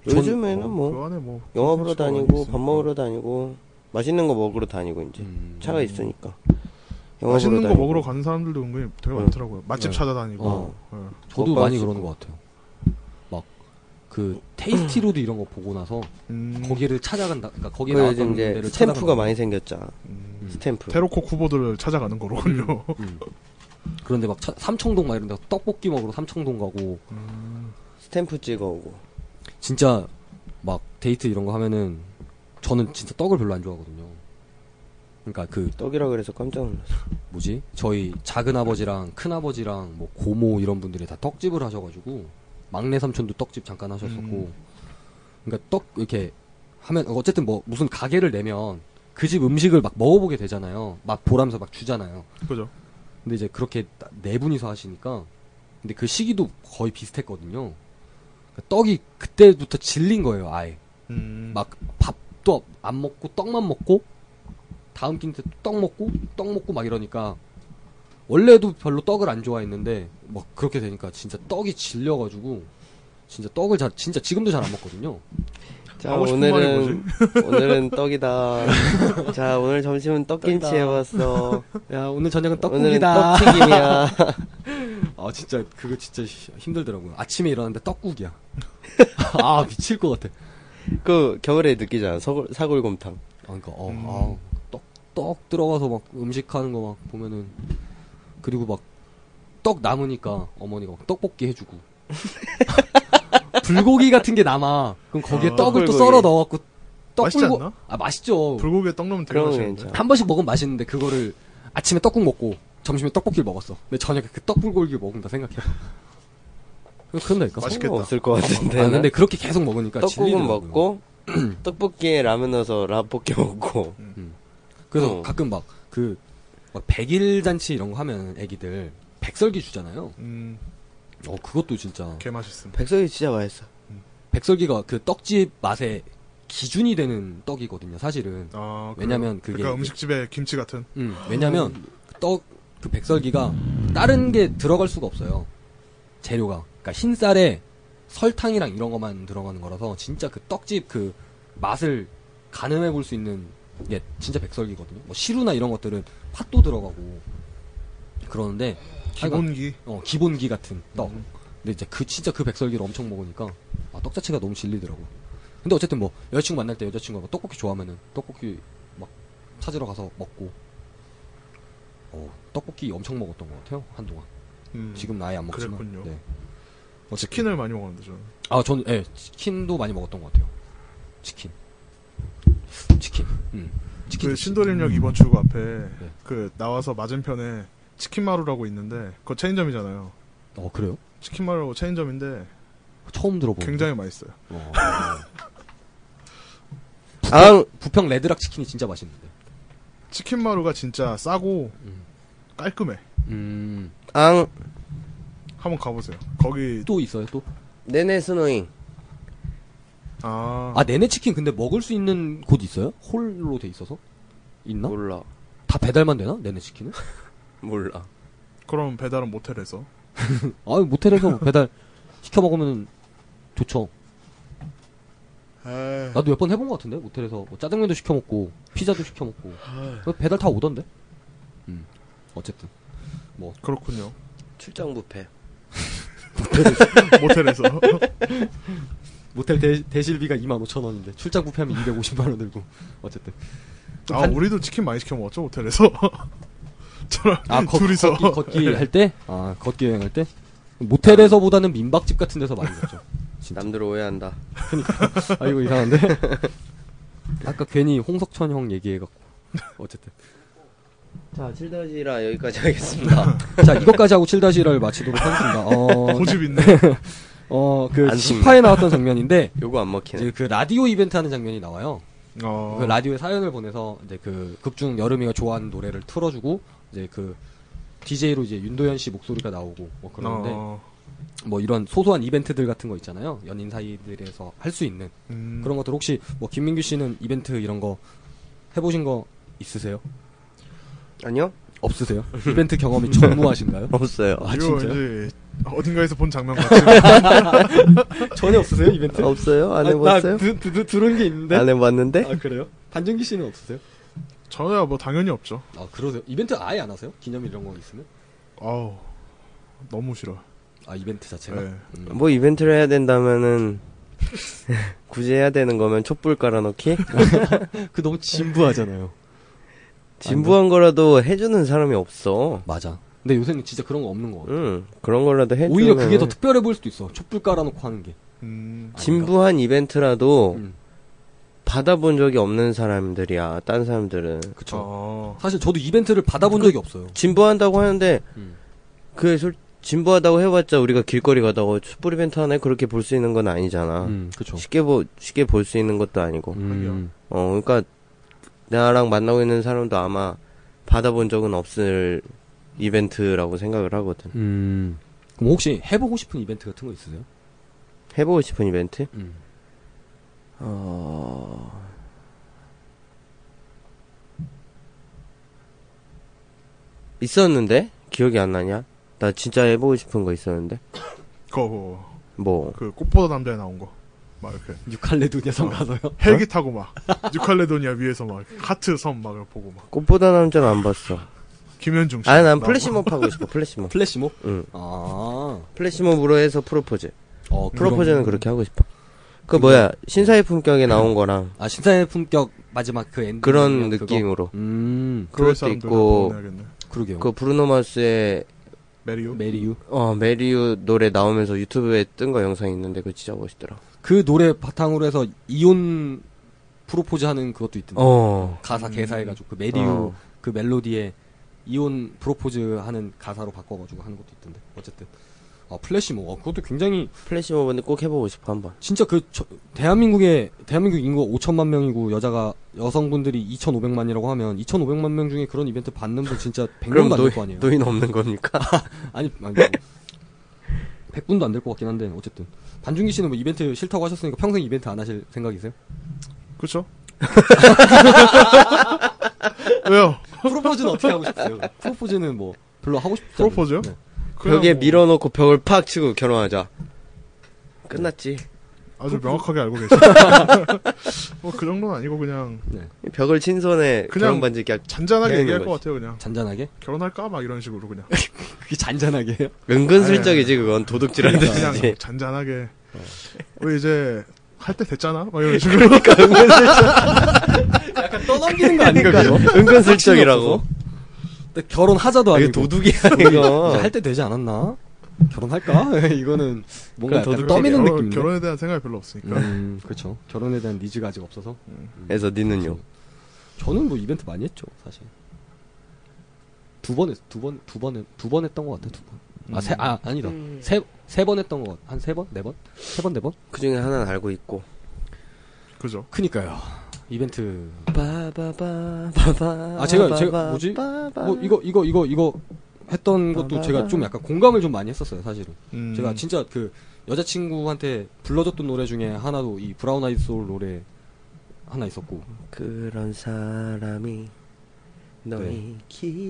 B: 전-
C: 요즘에는
B: 어,
C: 뭐
A: 그 안에 뭐
C: 영화 보러
A: 컨텐츠가 많이
C: 다니고
A: 있으니까.
C: 밥 먹으러 다니고 맛있는 거 먹으러 다니고 이제
B: 음.
C: 차가 있으니까. 영화
A: 맛있는
C: 보러
A: 거
C: 다니고. 그 어.
A: 먹으러 가는 사람들도 은근히 되게
C: 응.
A: 많더라고요 맛집
B: 네.
A: 찾아다니고
B: 어.
A: 예.
B: 저도
C: 먹방
B: 많이
C: 있을
B: 그러는 것 같아요. 막 그 테이스티로드 이런 거 보고 나서
A: 음,
B: 거기를 찾아간다. 그러니까 거기
C: 그 요즘
B: 나왔던
C: 이제
B: 데를
C: 스탬프가
B: 찾아간다.
C: 많이 생겼잖아.
A: 음.
B: 음.
C: 스탬프.
A: 테로코 쿠보들을 찾아가는
C: 음.
A: 거로군요.
B: 그런데 막 차- 삼청동 막 이런 데 떡볶이 먹으러 삼청동 가고
A: 음.
C: 스탬프 찍어오고.
B: 진짜 막 데이트 이런 거 하면은 저는 진짜 떡을 별로 안 좋아하거든요. 그러니까 그
C: 떡이라 그래서 깜짝 놀랐어.
B: 뭐지? 저희 작은 아버지랑 큰 아버지랑 뭐 고모 이런 분들이 다 떡집을 하셔가지고 막내 삼촌도 떡집 잠깐 하셨었고,
A: 음.
B: 그러니까 떡 이렇게 하면 어쨌든 뭐 무슨 가게를 내면 그 집 음식을 막 먹어보게 되잖아요. 막 보면서 막 주잖아요.
A: 그죠?
B: 근데 이제 그렇게 따- 네 분이서 하시니까 근데 그 시기도 거의 비슷했거든요. 그러니까 떡이 그때부터 질린 거예요, 아예.
A: 음.
B: 막 밥도 안 먹고 떡만 먹고 다음 끼니 때떡 먹고 떡 먹고 막 이러니까 원래도 별로 떡을 안 좋아했는데 막 그렇게 되니까 진짜 떡이 질려가지고 진짜 떡을 잘 진짜 지금도 잘 안 먹거든요.
C: 자,
A: 하고 싶은
C: 오늘은, 오늘은 떡이다. 자, 오늘 점심은 떡김치 해봤어.
B: 야 오늘 저녁은
C: 오늘은
B: 떡국이다.
C: 떡튀김이야.
B: 아 진짜 그거 진짜 시- 힘들더라고요. 아침에 일어났는데 떡국이야. 아 미칠 것 같아.
C: 그, 겨울에 느끼잖아. 서골, 사골곰탕.
B: 아, 그러니까 어,
A: 음.
B: 아우, 떡, 떡 들어가서 막 음식하는 거 막 보면은 그리고 막 떡 남으니까 어머니가 막 떡볶이 해주고 불고기 같은 게 남아 그럼 거기에
A: 아,
B: 떡을 또
C: 불고기.
B: 썰어 넣어갖고 떡
A: 맛있지
B: 불고-
A: 않나?
B: 아 맛있죠
A: 불고기에 떡 넣으면 되게
C: 그런 거
A: 맛있는데.
C: 괜찮아.
B: 한 번씩 먹으면 맛있는데 그거를 아침에 떡국 먹고 점심에 떡볶이를 먹었어 근데 저녁에 그 떡불고기를 먹는다 생각해 그런다니까
A: 맛있겠다.
C: 없을 것 같은데.
B: 아, 근데 그렇게 계속 먹으니까
C: 떡국은
B: 질리더라고요.
C: 먹고, 떡볶이에 라면 넣어서 라볶이 먹고.
B: 그래서
C: 어.
B: 가끔 막 그 막 백일 잔치 이런 거 하면 애기들 백설기 주잖아요.
A: 음,
B: 어 그것도 진짜
A: 개 맛있음.
C: 백설이 진짜 맛있어.
B: 백설기가 그 떡집 맛의 기준이 되는 떡이거든요. 사실은.
A: 아, 그래요?
B: 왜냐면 그게
A: 그러니까
B: 이제-
A: 음식집에 김치 같은.
B: 음, 왜냐면 떡 그 백설기가 다른 게 들어갈 수가 없어요. 재료가. 그러니까 흰쌀에 설탕이랑 이런 것만 들어가는 거라서 진짜 그 떡집 그 맛을 가늠해 볼 수 있는 게 진짜 백설기거든요. 뭐 시루나 이런 것들은 팥도 들어가고 그러는데 하여간
A: 기본기.
B: 어, 기본기 같은 떡.
A: 음.
B: 근데 이제 그 진짜 그 백설기를 엄청 먹으니까 아, 떡 자체가 너무 질리더라고. 근데 어쨌든 뭐 여자친구 만날 때 여자친구가 뭐 떡볶이 좋아하면은 떡볶이 막 찾으러 가서 먹고. 어, 떡볶이 엄청 먹었던 것 같아요 한동안.
A: 음.
B: 지금 아예 안 먹지만.
A: 그랬군요.
B: 네. 어쨌든.
A: 치킨을 많이 먹었는데 저는.
B: 아, 저는 예, 치킨도 많이 먹었던 것 같아요. 치킨. 치킨. 음. 치킨. 네.
A: 그
B: 좋지.
A: 신도림역 2번 출구 앞에 그 나와서 맞은편에 치킨마루라고 있는데 그거 체인점이잖아요.
B: 어 그래요?
A: 치킨마루 체인점인데
B: 처음 들어보는.
A: 굉장히 맛있어요.
B: 어, 어.
C: 아,
B: 부평 레드락 치킨이 진짜 맛있는데.
A: 치킨마루가 진짜 싸고
B: 음.
A: 깔끔해.
B: 음.
C: 앙,
A: 한번 가보세요. 거기
B: 또 있어요 또?
C: 네네 스노잉.
A: 아,
B: 아 내내 치킨 근데 먹을 수 있는 곳 있어요? 홀로 돼 있어서 있나?
C: 몰라.
B: 다 배달만 되나? 내내 치킨은?
C: 몰라.
A: 그럼 배달은 모텔에서.
B: 아 모텔에서 배달 시켜 먹으면 좋죠. 나도 몇 번 해본 것 같은데 모텔에서 뭐 짜장면도 시켜 먹고 피자도 시켜 먹고 그 배달 다 오던데. 음 어쨌든
A: 그렇군요.
C: 출장 뷔페.
A: 음, 모텔에서.
B: 모텔 대, 실비가 2만 5천 원인데 출장 부패하면 250만 원 들고 어쨌든
A: 아, 우리도 치킨 많이 시켜 먹었죠, 모텔에서. 저랑
B: 아 거,
A: 둘이서. 네.
B: 걷기, 걷기 할 때? 아 걷기 여행할 때? 모텔에서보다는 민박집 같은 데서 많이 갔죠. 진짜.
C: 남들 오해한다.
B: 아 이거 이상한데 아까 괜히 홍석천 형 얘기해갖고 어쨌든
C: 자, 칠더지라 여기까지 하겠습니다.
B: 자 이것까지 하고 7-1를 마치도록 하겠습니다
A: 아,
B: 어,
A: 고집 있네.
B: 어어그
C: 안 숨네.
B: 10화에 나왔던 장면인데
C: 요거 안
B: 이제
C: 먹히네.
B: 그 라디오 이벤트 하는 장면이 나와요
A: 어,
B: 그 라디오에 사연을 보내서 이제 그 극중 여름이가 좋아하는 노래를 틀어주고 이제 그 DJ로 이제 윤도현 씨 목소리가 나오고 뭐 그러는데
A: 어,
B: 뭐 이런 소소한 이벤트들 같은 거 있잖아요 연인 사이들에서 할 수 있는
A: 음,
B: 그런 것들 혹시 뭐 김민규 씨는 이벤트 이런 거 해보신 거 있으세요?
C: 아니요?
B: 없으세요? 이벤트 경험이 전무하신가요?
C: 없어요.
B: 아,
A: 이거
B: 진짜요?
A: 왠지 어딘가에서 본 장면 같아요.
B: 전혀 없으세요 이벤트?
C: 없어요? 안
B: 아니,
C: 해봤어요?
B: 나 드, 드, 드, 들은 게 있는데.
C: 안 해봤는데?
B: 아 그래요? 반정기 씨는 없으세요?
A: 저야 뭐 당연히 없죠.
B: 아 그러세요? 이벤트 아예 안 하세요? 기념일 이런 거 있으면?
A: 아우, 너무 싫어.
B: 아 이벤트 자체가.
A: 네.
B: 음.
C: 뭐 이벤트를 해야 된다면은, 굳이 해야 되는 거면 촛불 깔아놓기?
B: 그 너무 진부하잖아요.
C: 진부한 거라도 해주는 사람이 없어.
B: 맞아. 근데 요새는 진짜 그런 거 없는 거 같아.
C: 응. 그런 거라도 해주면
B: 오히려 그게 더 특별해 보일 수도 있어. 촛불 깔아놓고 하는 게.
A: 음,
C: 진부한 이벤트라도
B: 음,
C: 받아본 적이 없는 사람들이야. 딴 사람들은
B: 그쵸.
A: 저,
B: 사실 저도 이벤트를 받아본 적이 없어요.
C: 진부한다고 하는데
B: 음.
C: 그 솔- 진부하다고 해봤자 우리가 길거리 가다가 촛불 이벤트 하나에 그렇게 볼 수 있는 건 아니잖아.
B: 음, 그쵸.
C: 쉽게 보 쉽게 볼 수 있는 것도 아니고.
B: 음,
C: 어, 그러니까 나랑 만나고 있는 사람도 아마 받아본 적은 없을 이벤트라고 생각을 하거든.
B: 음. 그럼 혹시 해보고 싶은 이벤트 같은 거 있으세요?
C: 해보고 싶은 이벤트?
B: 음.
C: 어. 있었는데 기억이 안 나냐? 나 진짜 해보고 싶은 거 있었는데
A: 그거, 그거,
C: 뭐
A: 그, 꽃보다 남자에 나온 거. 막 이렇게.
B: 유칼레도니아 섬 가서요?
A: 헬기 타고 막, 뉴칼레도니아 위에서 막, 이렇게 하트 섬 막, 보고 막.
C: 꽃보다 남자는 안 봤어.
A: 김현중 씨.
C: 아 난
A: 나오고.
C: 플래시몹 하고 싶어 플래시몹.
B: 플래시몹?
C: 응.
B: 아.
C: 플래시몹으로 해서 프로포즈.
B: 어,
C: 프로포즈는 그렇죠.
B: 그럼-
C: 그렇게 하고 싶어. 그 뭐야 신사의 품격에 나온 거랑
B: 아, 신사의 품격 마지막 그 엔딩.
C: 그런
B: 그거?
C: 느낌으로
B: 음,
A: 교회
C: 그것도
A: 사람들
C: 있고
A: 보내야겠네.
B: 그러게요.
C: 그 브루노 마스의
A: 메리오?
B: 메리유.
C: 어 메리유 노래 나오면서 유튜브에 뜬 거 영상이 있는데 그거 진짜 멋있더라.
B: 그 노래 바탕으로 해서 이혼 프로포즈 하는 그것도 있던데.
C: 어.
B: 가사
A: 음.
B: 개사해가지고 그 메리유
C: 어.
B: 그 멜로디에 이혼 프로포즈 하는 가사로 바꿔가지고 하는 것도 있던데. 어쨌든. 아, 플래시몹. 아, 그것도 굉장히
C: 플래시몹은 꼭 해보고 싶어 한번.
B: 진짜 그 저- 대한민국에 대한민국 인구가 5천만 명이고 여자가 여성분들이 2,500만이라고 하면 2,500만 명 중에 그런 이벤트 받는 분 진짜 100명도 안 될 거 아니에요.
C: 노인 없는 거니까.
B: 아니 아니 뭐, 100분도 안 될 것 같긴 한데 어쨌든 반준기 씨는 뭐 이벤트 싫다고 하셨으니까 평생 이벤트 안 하실 생각이세요?
A: 그쵸? 왜요?
B: 프로포즈는 어떻게 하고 싶으세요? 프로포즈는 뭐 별로 하고 싶지 않아요.
A: 프로포즈요?
B: 네.
A: 그냥
C: 벽에
A: 뭐
C: 밀어놓고 벽을 팍 치고 결혼하자. 끝났지.
A: 아주 명확하게 알고 계시죠. 뭐, 그 정도는 아니고, 그냥,
C: 벽을 친 손에
A: 그냥-
C: 결혼 반지 껴.
A: 잔잔하게
C: 그냥
A: 얘기할
C: 거지.
A: 것 같아요, 그냥.
B: 잔잔하게?
A: 결혼할까? 막 이런 식으로, 그냥.
B: 그게 잔잔하게 해요?
C: 은근슬쩍이지 그건 도둑질한
B: 그러니까
A: 그냥
C: 듯이지.
A: 잔잔하게.
C: 어.
A: 우리 이제, 할 때 됐잖아? 막 이런 식으로.
C: 그러니까.
B: 약간 떠넘기는 거 아닌가 그거?
C: 은근슬쩍이라고.
B: 근데 결혼하자도 아,
C: 이게
B: 아니고
C: 도둑이야
B: 할
C: 이거.
B: 때 되지 않았나? 결혼할까? 이거는 뭔가 어,
C: 그건
B: 약간
C: 도둑질이야.
B: 떠미는
A: 결혼,
B: 느낌인데.
A: 결혼에 대한 생각이 별로
C: 네.
A: 없으니까.
B: 음, 그렇죠. 결혼에 대한 니즈가 아직 없어서.
C: 그래서 니는요.
B: 저는 뭐 이벤트 많이 했죠, 사실. 두 번, 했, 두 번, 두 번, 했- 두번 했던 것 같아, 두 번. 아, 세, 아, 아니다. 세, 세 번 했던 것 같아. 한 세 번? 네 번? 세 번, 네 번?
C: 그 중에 하나는 알고 있고.
A: 그죠?
B: 그니까요. 이벤트.
C: 바바바 바바.
B: 아, 제가, 제가, 뭐지? 뭐, 이거, 이거, 이거, 이거 했던 것도 제가 좀 약간 공감을 좀 많이 했었어요, 사실은.
A: 음.
B: 제가 진짜 그 여자친구한테 불러줬던 노래 중에 하나도 이 브라운 아이드 소울 노래 하나 있었고.
C: 그런 사람이 너의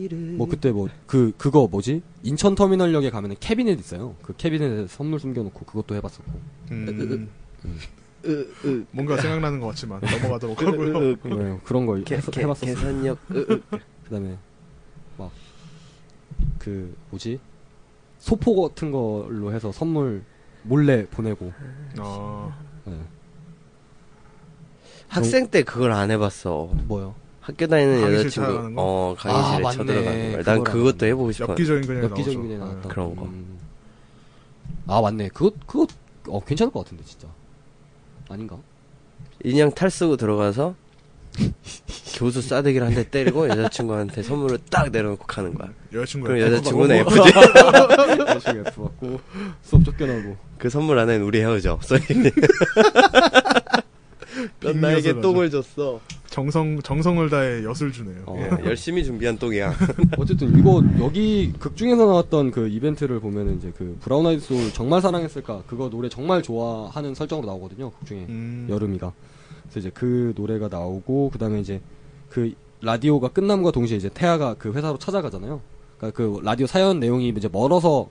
C: 길을
B: 네. 뭐 그때 뭐 그 그거 뭐지 인천 터미널역에 가면은 캐비넷 있어요. 그 캐비넷에 선물 숨겨놓고 그것도 해봤었고.
A: 음. 뭔가 생각나는 것 같지만 넘어가도록
C: 으,
A: 하고요.
C: 으,
B: 네, 그런 거
C: 개,
B: 했-
C: 개,
B: 해봤었어요.
C: 계산력 으, 으.
B: 그다음에 막 그 뭐지 소포 같은 걸로 해서 선물 몰래 보내고.
A: 어,
B: 네.
C: 학생 때 그걸 안 해봤어
B: 뭐요?
C: 학교 다니는
A: 강의실
C: 여자친구
A: 차가는 거?
C: 어
B: 아,
C: 강의실에
B: 맞네.
C: 쳐들어가는 걸 난
B: 그걸
C: 그것도
B: 알았네.
C: 해보고 싶어
A: 엽기적인 그녀
B: 엽기적인 그녀
A: 나오죠.
B: 나왔다.
A: 아,
C: 그런 거.
B: 음. 아 맞네. 그거 그거 어 괜찮을 것 같은데 진짜. 아닌가?
C: 인형 탈 쓰고 들어가서 교수 싸대기를 한 대 때리고 여자친구한테 선물을 딱 내려놓고 가는 거야
A: 여자친구야.
C: 그럼 여자친구는
A: 뭐, 뭐,
C: 예쁘지
B: 열심히 F 받고 수업 쫓겨나고.
C: 그 선물 안에는 우리 헤어져 써있네 넌 나에게
A: 빅녀석이라서.
C: 똥을 줬어
A: 정성 정성을 다해 엿을 주네요.
B: 어.
A: 예.
C: 어, 열심히 준비한 똥이야
B: 어쨌든 이거 여기 극 중에서 나왔던 그 이벤트를 보면은 이제 그 브라운 아이드 소울 정말 사랑했을까 그거 노래 정말 좋아하는 설정으로 나오거든요 극 중에
A: 음,
B: 여름이가 그래서 이제 그 노래가 나오고 그다음에 이제 그 라디오가 끝남과 동시에 이제 태아가 그 회사로 찾아가잖아요 그러니까 그 라디오 사연 내용이 이제 멀어서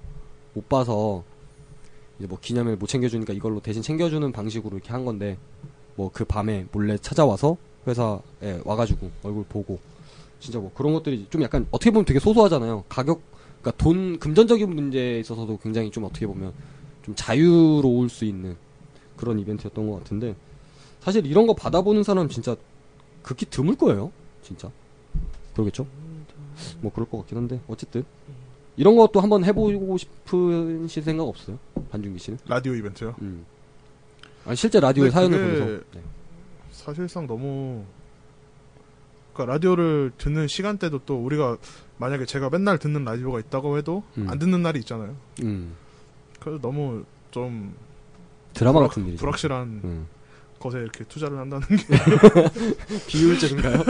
B: 못 봐서 이제 뭐 기념일 못 챙겨주니까 이걸로 대신 챙겨주는 방식으로 이렇게 한 건데 뭐 그 밤에 몰래 찾아와서 회사에 와가지고 얼굴 보고 진짜 뭐 그런 것들이 좀 약간 어떻게 보면 되게 소소하잖아요. 가격, 그러니까 돈 금전적인 문제에 있어서도 굉장히 좀 어떻게 보면 좀 자유로울 수 있는 그런 이벤트였던 것 같은데 사실 이런 거 받아보는 사람 진짜 극히 드물 거예요, 진짜. 그러겠죠. 뭐 그럴 것 같긴 한데 어쨌든 이런 것도 한번 해보고 싶은 시 생각 없어요. 반준기 씨는?
A: 라디오 이벤트요.
B: 음. 아니 실제 라디오에
A: 근데
B: 사연을
A: 그게
B: 보면서 네.
A: 사실상 너무 그러니까 라디오를 듣는 시간대도 또 우리가 만약에 제가 맨날 듣는 라디오가 있다고 해도
B: 음.
A: 안 듣는 날이 있잖아요.
B: 음.
A: 그래서 너무 좀
B: 드라마
A: 불확-
B: 같은 일이죠.
A: 불확실한
B: 음.
A: 것에 이렇게 투자를 한다는
B: 비율적인가요?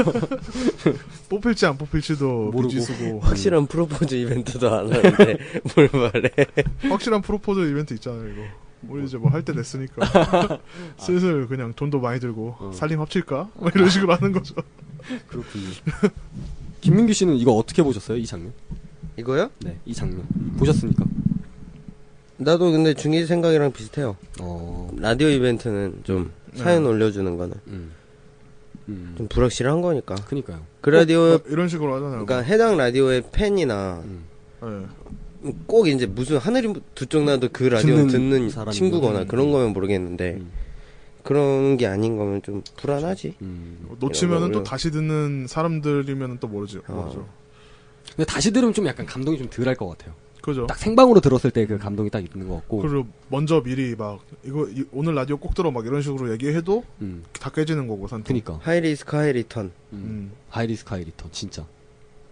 A: 뽑힐지 안 뽑힐지도
B: 모르고.
A: 미지 쓰고
C: 확실한 프로포즈 이벤트도 안 하는데 뭘 말해?
A: 확실한 프로포즈 이벤트 있잖아요 이거 우리 이제 뭐 할 때 냈으니까 슬슬 그냥 돈도 많이 들고
B: 어.
A: 살림 합칠까 뭐 이런 식으로 하는 거죠
B: 그렇군요. 김민규 씨는 이거 어떻게 보셨어요? 이 장면?
C: 이거요?
B: 네, 이 장면 보셨습니까?
C: 나도 근데 중일 생각이랑 비슷해요.
B: 어,
C: 라디오 이벤트는 좀
B: 네.
C: 사연 올려주는 거는
B: 음, 음,
C: 좀 불확실한 거니까.
B: 그니까요.
C: 그 라디오
A: 어, 이런 식으로 하잖아요
C: 그러니까 해당 라디오의 팬이나
B: 음.
A: 예.
C: 꼭 이제 무슨 하늘이 두쪽 나도 그 라디오
B: 듣는
C: 듣는
B: 사람이구나.
C: 친구거나 그런 거면 모르겠는데
B: 음.
C: 그런 게 아닌 거면 좀 불안하지.
B: 음.
A: 놓치면은 또
C: 이런-
A: 다시 듣는 사람들이면 또 모르죠
C: 어.
A: 모르죠
B: 근데 다시 들으면 좀 약간 감동이 좀 덜할 것 같아요.
A: 그죠
B: 딱 생방으로 들었을 때 그 감동이 딱 있는 것 같고.
A: 그렇죠. 그리고 먼저 미리 막 이거 이- 오늘 라디오 꼭 들어 막 이런 식으로 얘기해도
B: 음.
A: 다 깨지는 거고 산
B: 그니까.
C: 하이 리스크 하이 리턴.
A: 음.
B: 하이리스크 하이리턴 진짜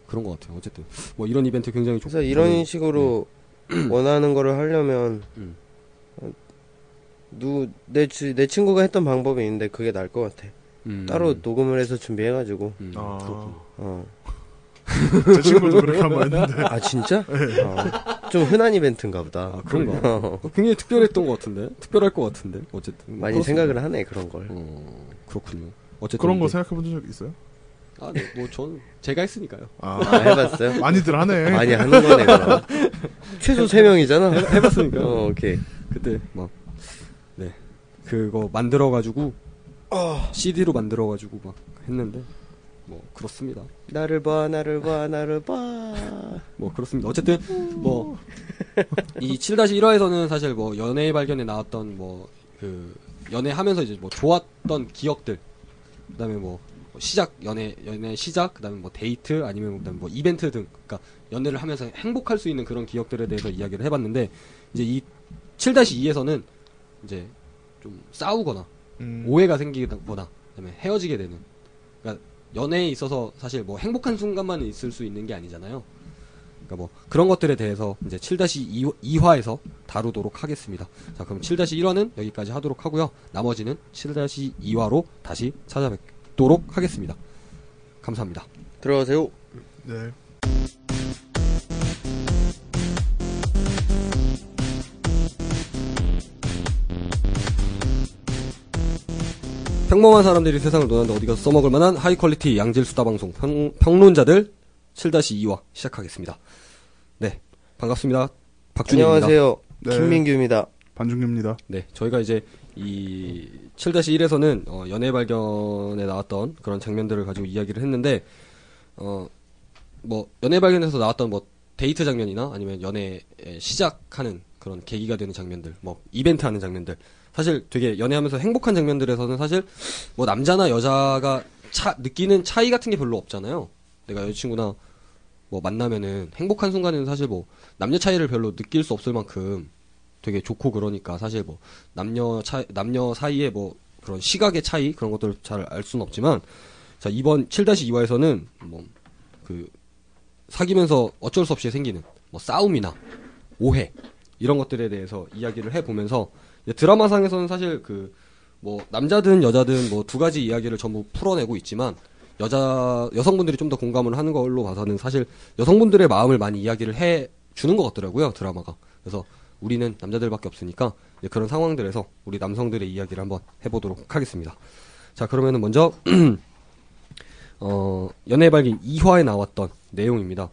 B: 그런 것 같아요. 어쨌든 뭐 이런 이벤트 굉장히 좋고. 네.
C: 그래서 이런 식으로 원하는 거를 하려면
B: 음.
C: 누내내 내 친구가 했던 방법이 있는데 그게 나을 것 같아.
B: 음.
C: 따로 녹음을 해서 준비해가지고.
B: 음.
A: 아.
B: 그렇군요.
C: 어.
A: 제 친구도 그렇게 한 번 했는데
C: 아 진짜? 어. 좀 흔한 이벤트인가 보다.
B: 아 그런가? 어, 굉장히 특별했던 것 같은데 특별할 것 같은데 어쨌든 뭐
C: 많이 생각을 하네 그런 걸.
B: 어, 그렇군요. 어쨌든
A: 그런 거
B: 이제-
A: 생각해 본 적 있어요?
B: 아, 네, 뭐전 제가 했으니까요.
A: 아
C: 아, 해봤어요?
A: 많이들
B: 아,
A: 하네
C: 많이 하는 거네 그럼. 최소 3 명이잖아.
B: 해봤으니까요.
C: 어, 오케이.
B: 그때 막 네. 그거 만들어 가지고 CD로 만들어 가지고 막 했는데 뭐 그렇습니다.
C: 나를 봐, 나를 봐, 나를 봐.
B: 뭐 그렇습니다. 어쨌든 뭐 이 7-1화에서는 사실 뭐 연애의 발견에 나왔던 뭐 그 연애하면서 이제 뭐 좋았던 기억들 그다음에 뭐 시작 연애 연애 시작 그다음에 뭐 데이트 아니면 그다음에 뭐 이벤트 등 그러니까 연애를 하면서 행복할 수 있는 그런 기억들에 대해서 이야기를 해 봤는데 이제 이 7-2에서는 이제 좀 싸우거나
A: 음.
B: 오해가 생기거나 그다음에 헤어지게 되는 그러니까 연애에 있어서 사실 뭐 행복한 순간만 있을 수 있는 게 아니잖아요. 그러니까 뭐 그런 것들에 대해서 이제 7-2화에서 다루도록 하겠습니다. 자, 그럼 7-1화는 여기까지 하도록 하고요. 나머지는 7-2화로 다시 찾아뵙도록 하겠습니다. 감사합니다.
C: 들어가세요.
A: 네.
B: 평범한 사람들이 세상을 논하는데 어디 가서 써먹을 만한 하이 퀄리티 양질 수다 방송 평, 평론자들 7-2화 시작하겠습니다. 네. 반갑습니다. 박준입니다.
C: 안녕하세요.
A: 네.
C: 김민규입니다.
A: 반중규입니다
B: 네, 저희가 이제 이 7-1에서는 어, 연애 발견에 나왔던 그런 장면들을 가지고 이야기를 했는데 어 뭐 연애 발견에서 나왔던 뭐 데이트 장면이나 아니면 연애 시작하는 그런 계기가 되는 장면들, 뭐 이벤트 하는 장면들. 사실 되게 연애하면서 행복한 장면들에서는 사실 뭐 남자나 여자가 차 느끼는 차이 같은 게 별로 없잖아요. 내가 여자친구나 뭐 만나면은 행복한 순간에는 사실 뭐 남녀 차이를 별로 느낄 수 없을 만큼 되게 좋고 그러니까 사실 뭐 남녀 차 남녀 사이에 뭐 그런 시각의 차이 그런 것들을 잘 알 수는 없지만 자 이번 7-2화에서는 뭐 그 사귀면서 어쩔 수 없이 생기는 뭐 싸움이나 오해 이런 것들에 대해서 이야기를 해 보면서 드라마상에서는 사실 그 뭐 남자든 여자든 뭐 두 가지 이야기를 전부 풀어내고 있지만 여자 여성분들이 좀 더 공감을 하는 걸로 봐서는 사실 여성분들의 마음을 많이 이야기를 해 주는 것 같더라고요 드라마가 그래서 우리는 남자들밖에 없으니까 이제 그런 상황들에서 우리 남성들의 이야기를 한번 해보도록 하겠습니다 자 그러면은 먼저 어, 연애 발견 2화에 나왔던 내용입니다.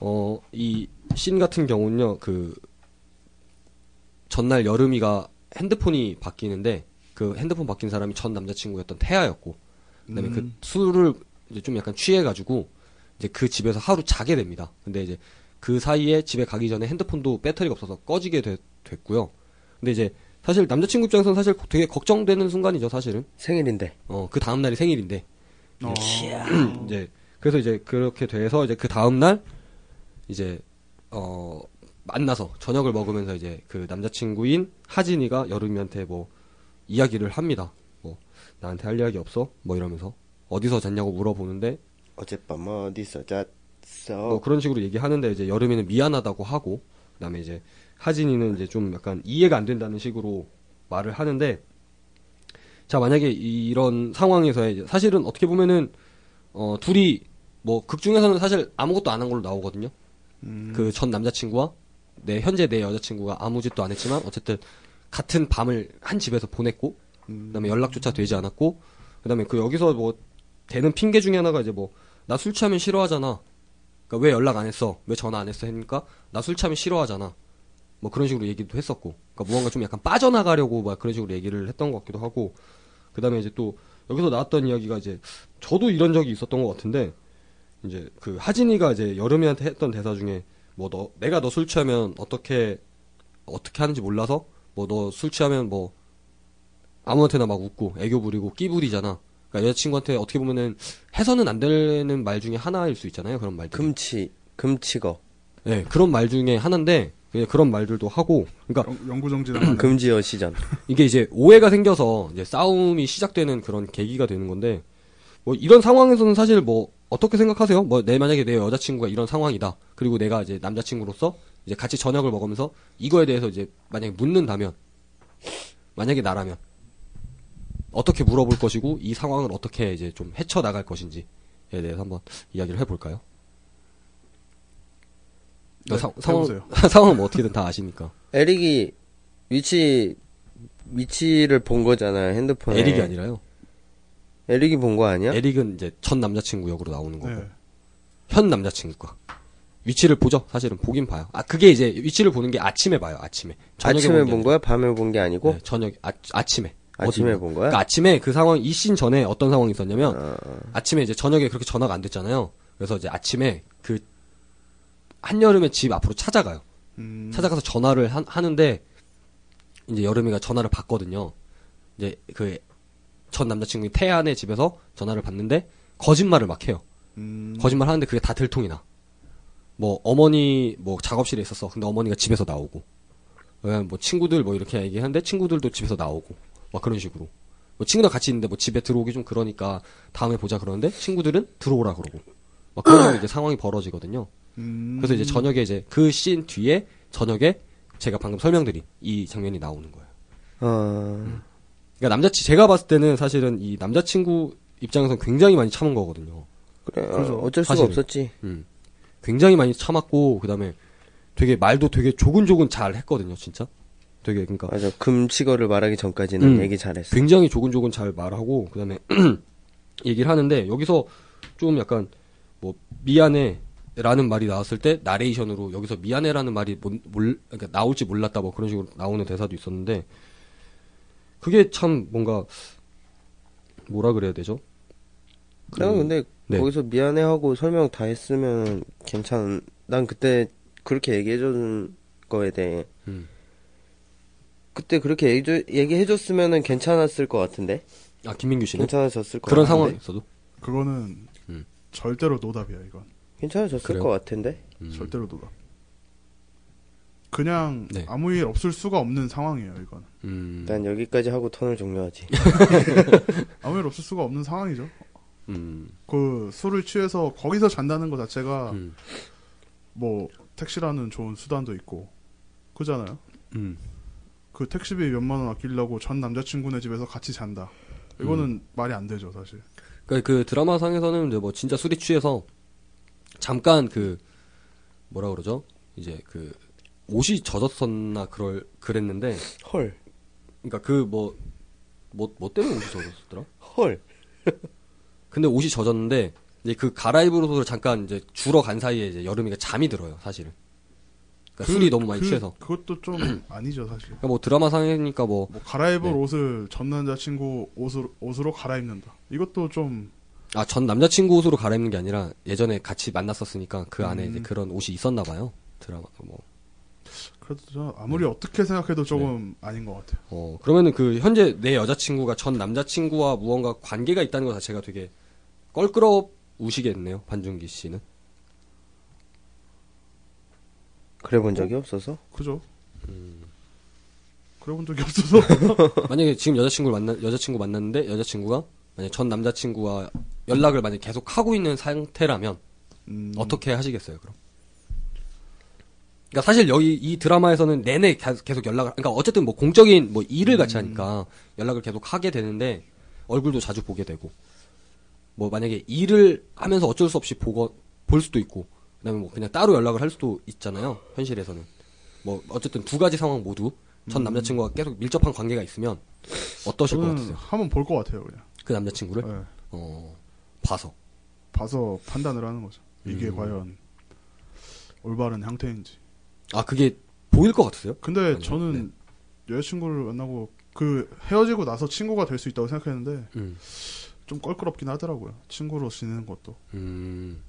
B: 어, 이 씬 같은 경우는요, 그, 전날 여름이가 핸드폰이 바뀌는데, 그 핸드폰 바뀐 사람이 전 남자친구였던 태아였고, 그 다음에 그
A: 음.
B: 술을 이제 좀 약간 취해가지고, 이제 그 집에서 하루 자게 됩니다. 근데 이제 그 사이에 집에 가기 전에 핸드폰도 배터리가 없어서 꺼지게 되- 됐고요. 근데 이제 사실 남자친구 입장에서는 사실 되게 걱정되는 순간이죠, 사실은.
C: 생일인데.
B: 어, 그 다음날이 생일인데,
A: 어.
B: 이제 그래서 이제 그렇게 돼서 이제 그 다음 날 이제 어 만나서 저녁을 먹으면서 이제 그 남자친구인 하진이가 여름이한테 뭐 이야기를 합니다. 뭐 나한테 할 이야기 없어? 뭐 이러면서 어디서 잤냐고 물어보는데
C: 어젯밤 어디서 잤어?
B: 뭐 그런 식으로 얘기하는데 이제 여름이는 미안하다고 하고 그다음에 이제 하진이는 이제 좀 약간 이해가 안 된다는 식으로 말을 하는데 자 만약에 이- 이런 상황에서 이제 사실은 어떻게 보면은 어 둘이 뭐 극 중에서는 사실 아무것도 안 한 걸로 나오거든요. 그 전 남자친구와 내 현재 내 여자친구가 아무 짓도 안 했지만 어쨌든 같은 밤을 한 집에서 보냈고 그다음에 연락조차 되지 않았고 그다음에 그 여기서 뭐 되는 핑계 중에 하나가 이제 뭐 나 술 취하면 싫어하잖아. 그러니까 왜 연락 안 했어? 왜 전화 안 했어? 했니까 나 술 취하면 싫어하잖아. 뭐 그런 식으로 얘기도 했었고. 그러니까 무언가 좀 약간 빠져나가려고 막 그런 식으로 얘기를 했던 것 같기도 하고. 그다음에 이제 또 여기서 나왔던 이야기가 이제 저도 이런 적이 있었던 것 같은데 이제 그 하진이가 이제 여름이한테 했던 대사 중에 뭐 너 내가 너 술 취하면 어떻게 어떻게 하는지 몰라서 뭐 너 술 취하면 뭐 아무한테나 막 웃고 애교 부리고 끼 부리잖아. 그러니까 여자친구한테 어떻게 보면은 해서는 안 되는 말 중에 하나일 수 있잖아요. 그런 말들.
C: 금치 금치거
B: 네, 그런 말 중에 하나인데 그냥 그런 말들도 하고 그러니까
A: 연구 정지랑
C: 금지어 시장
B: 이게 이제 오해가 생겨서 이제 싸움이 시작되는 그런 계기가 되는 건데 뭐 이런 상황에서는 사실 뭐 어떻게 생각하세요? 뭐 내 만약에 내 여자친구가 이런 상황이다. 그리고 내가 이제 남자친구로서 이제 같이 저녁을 먹으면서 이거에 대해서 이제 만약에 묻는다면 만약에 나라면 어떻게 물어볼 것이고 이 상황을 어떻게 이제 좀 헤쳐 나갈 것인지에 대해서 한번 이야기를 해볼까요? 어,
A: 네,
B: 상-
A: 해보세요.
B: 상황 상황은 뭐 어떻게든 다 아시니까
C: 에릭이 위치 위치를 본 거잖아요 핸드폰에
B: 에릭이 아니라요.
C: 에릭이 본 거 아니야?
B: 에릭은 이제 전 남자친구 역으로 나오는 거고
A: 네.
B: 현 남자친구가 위치를 보죠. 사실은 보긴 봐요. 아 그게 이제 위치를 보는 게 아침에 봐요. 아침에
C: 아침에
B: 본게
C: 본 거야? 밤에 본 게 아니고?
B: 아니라. 네, 저녁 아, 아침에
C: 아침에
B: 어디냐.
C: 본 거야?
B: 그러니까 아침에 그 상황 이 씬 전에 어떤 상황이 있었냐면
C: 어,
B: 아침에 이제 저녁에 그렇게 전화가 안 됐잖아요. 그래서 이제 아침에 그 한여름에 집 앞으로 찾아가요.
A: 음,
B: 찾아가서 전화를 하, 하는데 이제 여름이가 전화를 받거든요. 이제 그 전 남자친구인 태안의 집에서 전화를 받는데 거짓말을 막 해요.
A: 음,
B: 거짓말 하는데 그게 다 들통이 나. 뭐 어머니 뭐 작업실에 있었어. 근데 어머니가 집에서 나오고. 그냥 뭐 친구들 뭐 이렇게 얘기하는데 친구들도 집에서 나오고. 막 그런 식으로. 뭐 친구들 같이 있는데 뭐 집에 들어오기 좀 그러니까 다음에 보자 그러는데 친구들은 들어오라 그러고. 막 그런 이제 상황이 벌어지거든요.
A: 음,
B: 그래서 이제 저녁에 이제 그 씬 뒤에 저녁에 제가 방금 설명드린 이 장면이 나오는 거예요.
C: 어,
B: 그러니까 남자 제가 봤을 때는 사실은 이 남자친구 입장에선 굉장히 많이 참은 거거든요.
C: 그래,
A: 그래서
C: 어, 어쩔 수가
B: 사실은.
C: 없었지.
B: 음. 굉장히 많이 참았고 그다음에 되게 말도 되게 조근조근 잘 했거든요, 진짜. 되게 그러니까
C: 맞아. 금치거를 말하기 전까지는
B: 음.
C: 얘기 잘했어.
B: 굉장히 조근조근 잘 말하고 그다음에 얘기를 하는데 여기서 좀 약간 뭐 미안해라는 말이 나왔을 때 나레이션으로 여기서 미안해라는 말이 뭔- 몰, 그러니까 나올지 몰랐다 뭐 그런 식으로 나오는 대사도 있었는데 그게 참 뭔가 뭐라 그래야 되죠?
C: 그래, 근데
B: 네.
C: 거기서 미안해하고 설명 다 했으면 괜찮. 난 그때 그렇게 얘기해준 거에 대해
B: 음.
C: 그때 그렇게 얘기해 줬으면은 괜찮았을 것 같은데.
B: 아 김민규 씨는
C: 괜찮아졌을 것
B: 그런 상황이
C: 같은데.
B: 있어도
A: 그거는
B: 음.
A: 절대로 노답이야 이건.
C: 괜찮아졌을
B: 그래요?
C: 것 같은데.
B: 음.
A: 절대로 노답. 그냥
B: 네.
A: 아무 일 없을 수가 없는 상황이에요 이건.
B: 음.
C: 난 여기까지 하고 턴을 종료하지.
A: 아무 일 없을 수가 없는 상황이죠.
B: 음.
A: 그 술을 취해서 거기서 잔다는 것 자체가
B: 음.
A: 뭐 택시라는 좋은 수단도 있고 그잖아요.
B: 음.
A: 그 택시비 몇만 원 아끼려고 전 남자친구네 집에서 같이 잔다. 이거는
B: 음.
A: 말이 안 되죠 사실.
B: 그러니까 그 드라마상에서는 이제 뭐 진짜 술이 취해서 잠깐 그 뭐라 그러죠? 이제 그 옷이 젖었었나 그럴 그랬는데
C: 헐,
B: 그러니까 그 뭐 뭐, 뭐 때문에 옷이 젖었었더라?
C: 헐.
B: 근데 옷이 젖었는데 이제 그 갈아입으로서 잠깐 이제 주러 간 사이에 이제 여름이가 잠이 들어요, 사실은. 그러니까 술이 너무 많이
A: 그-
B: 취해서.
A: 그것도 좀 아니죠 사실.
B: 그러니까 뭐 드라마상이니까 뭐
A: 뭐 갈아입을
B: 네.
A: 옷을 전 남자친구 옷으로, 옷으로 갈아입는다. 이것도 좀
B: 아, 전 남자친구 옷으로 갈아입는 게 아니라 예전에 같이 만났었으니까 그 안에 이제
A: 음.
B: 그런 옷이 있었나 봐요. 드라마 뭐
A: 그래도 저
B: 네.
A: 아무리 어떻게 생각해도 조금 아닌 것 같아요.
B: 어, 그러면은 그 현재 내 여자친구가 전 남자친구와 무언가 관계가 있다는 것 자체가 되게 껄끄럽 우시겠네요. 반준기 씨는.
C: 그래 본 적이 없어서
A: 그죠?
B: 음.
A: 그래본 적이 없어서
B: 만약에 지금 여자친구를 만나 여자친구 만났는데 여자친구가 만약 전 남자친구와 연락을 만약 계속 하고 있는 상태라면
A: 음,
B: 어떻게 하시겠어요? 그럼. 그러니까 사실 여기 이 드라마에서는 내내 가- 계속 연락을 그러니까 어쨌든 뭐 공적인 뭐 일을 같이 하니까 연락을 계속 하게 되는데 얼굴도 자주 보게 되고 뭐 만약에 일을 하면서 어쩔 수 없이 보고 볼 수도 있고 그다음에 뭐 그냥 따로 연락을 할 수도 있잖아요 현실에서는 뭐 어쨌든 두 가지 상황 모두 전 남자친구와 계속 밀접한 관계가 있으면 어떠실 것
A: 저는
B: 같으세요?
A: 한번 볼 것 같아요 그냥
B: 그 남자친구를
A: 네.
B: 어 봐서
A: 봐서 판단을 하는 거죠 이게
B: 음.
A: 과연 올바른 형태인지
B: 아 그게 보일 것 같으세요?
A: 근데
B: 아니요, 네.
A: 저는 여자친구를 만나고 그 헤어지고 나서 친구가 될 수 있다고 생각했는데
B: 음.
A: 좀 껄끄럽긴 하더라고요 친구로 지내는 것도
B: 음.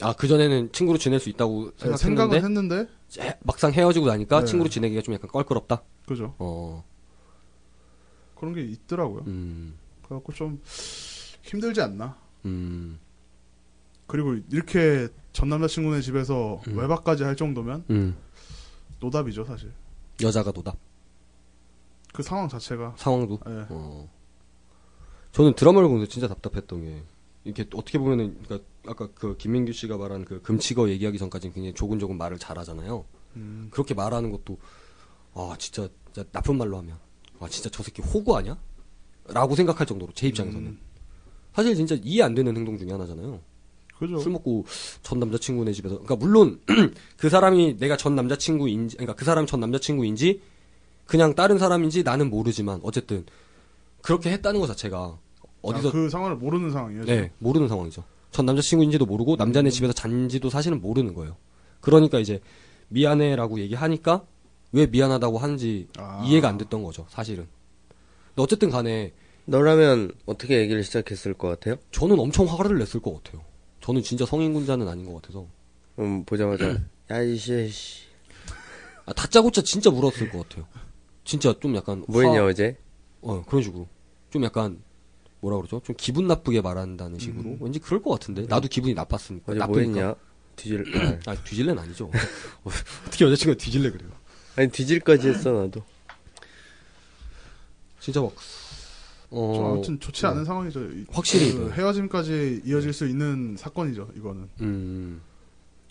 B: 아, 그전에는 친구로 지낼 수 있다고
A: 네, 생각은
B: 생각했는데,
A: 했는데
B: 해- 막상 헤어지고 나니까
A: 네.
B: 친구로 지내기가 좀 약간 껄끄럽다?
A: 그죠
B: 어,
A: 그런 게 있더라고요
B: 음,
A: 그래갖고 좀 힘들지 않나
B: 음,
A: 그리고 이렇게 전 남자친구네 집에서
B: 음.
A: 외박까지 할 정도면
B: 음.
A: 노답이죠 사실
B: 여자가 노답,
A: 그 상황 자체가
B: 상황도.
A: 예.
B: 어. 저는 드라마를 보면서 진짜 답답했던 게, 이렇게 어떻게 보면은, 그러니까 아까 그 김민규 씨가 말한 그 금치거 얘기하기 전까지는 굉장히 조근조근 말을 잘하잖아요.
A: 음,
B: 그렇게 말하는 것도, 아, 진짜, 진짜 나쁜 말로 하면, 아, 진짜 저 새끼 호구 아니야? 라고 생각할 정도로, 제 입장에서는.
A: 음,
B: 사실 진짜 이해 안 되는 행동 중에 하나잖아요.
A: 그죠
B: 술 먹고 전 남자친구네 집에서 그러니까 물론 그 사람이 내가 전 남자친구인지 그러니까 그 사람 전 남자친구인지 그냥 다른 사람인지 나는 모르지만 어쨌든 그렇게 했다는 것 자체가 어디서
A: 아, 그 상황을 모르는 상황이에요 지금.
B: 네, 모르는 상황이죠. 전 남자친구인지도 모르고 남자네 집에서 잔지도 사실은 모르는 거예요. 그러니까 이제 미안해라고 얘기하니까 왜 미안하다고 하는지
A: 아.
B: 이해가 안 됐던 거죠, 사실은. 근데 어쨌든 간에
C: 너라면 어떻게 얘기를 시작했을 것 같아요?
B: 저는 엄청 화를 냈을 것 같아요. 저는 진짜 성인군자는 아닌 것 같아서.
C: 음 보자마자 야이씨
B: 아, 다짜고짜 진짜 물었을 것 같아요. 진짜 좀 약간
C: 뭐했냐
B: 화-
C: 어제?
B: 어 그런 식으로 좀 약간 뭐라 그러죠? 좀 기분 나쁘게 말한다는 식으로 왠지 그럴 것 같은데 나도 기분이 나빴으니까
C: 어제
B: 나쁘니까.
C: 뭐했냐? 뒤질 아,
B: 아 뒤질래는 아니죠. 어, 어떻게 여자친구가 뒤질래 그래요?
C: 아니 뒤질까지 했어 나도
B: 진짜 막
A: 좀
B: 어.
A: 아무튼 좋지 않은 상황이죠. 이-
B: 확실히. 네.
A: 그 헤어짐까지 이어질 수 있는 사건이죠. 이거는
B: 음.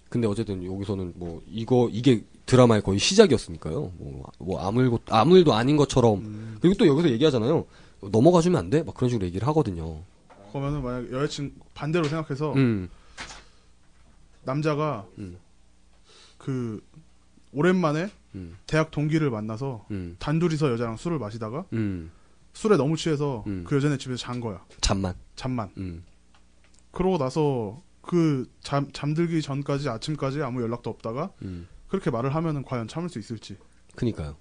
B: 근데 어쨌든 여기서는 뭐 이거 이게 드라마의 거의 시작이었으니까요. 뭐, 뭐 아무일고 아무일도 아닌 것처럼 그리고 또 여기서 얘기하잖아요. 넘어가 주면 안 돼? 막 그런 식으로 얘기를 하거든요.
A: 그러면은 만약 여자친 구 반대로 생각해서
B: 아. 음.
A: 남자가
B: 음.
A: 그 오랜만에
B: 음.
A: 대학 동기를 만나서
B: 음.
A: 단둘이서 여자랑 술을 마시다가
B: 음.
A: 술에 너무 취해서
B: 음.
A: 그 여자네 집에서 잔 거야.
B: 잠만.
A: 잠만.
B: 음.
A: 그러고 나서 그 잠, 잠들기 전까지 아침까지 아무 연락도 없다가
B: 음.
A: 그렇게 말을 하면은 과연 참을 수 있을지.
B: 그니까요.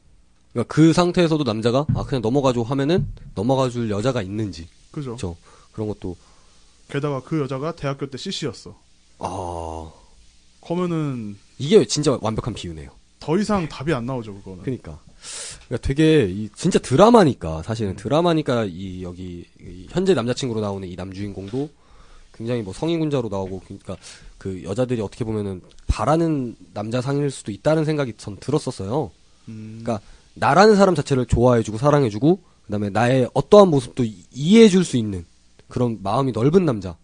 B: 그러니까 그 상태에서도 남자가 아 그냥 넘어가줘 하면은 넘어가줄 여자가 있는지
A: 그죠.
B: 그렇죠. 그런 것도
A: 게다가 그 여자가 대학교 때 CC였어.
B: 아
A: 그러면은
B: 이게 진짜 완벽한 비유네요.
A: 더 이상 답이 안 나오죠 그거는.
B: 그러니까 그러니까 되게 이 진짜 드라마니까 사실은 드라마니까 이 여기 이 현재 남자친구로 나오는 이 남주인공도 굉장히 뭐 성인군자로 나오고 그러니까 그 여자들이 어떻게 보면은 바라는 남자 상일 수도 있다는 생각이 전 들었었어요.
A: 음.
B: 그러니까 나라는 사람 자체를 좋아해주고 사랑해주고 그다음에 나의 어떠한 모습도 이- 이해해줄 수 있는 그런 마음이 넓은 남자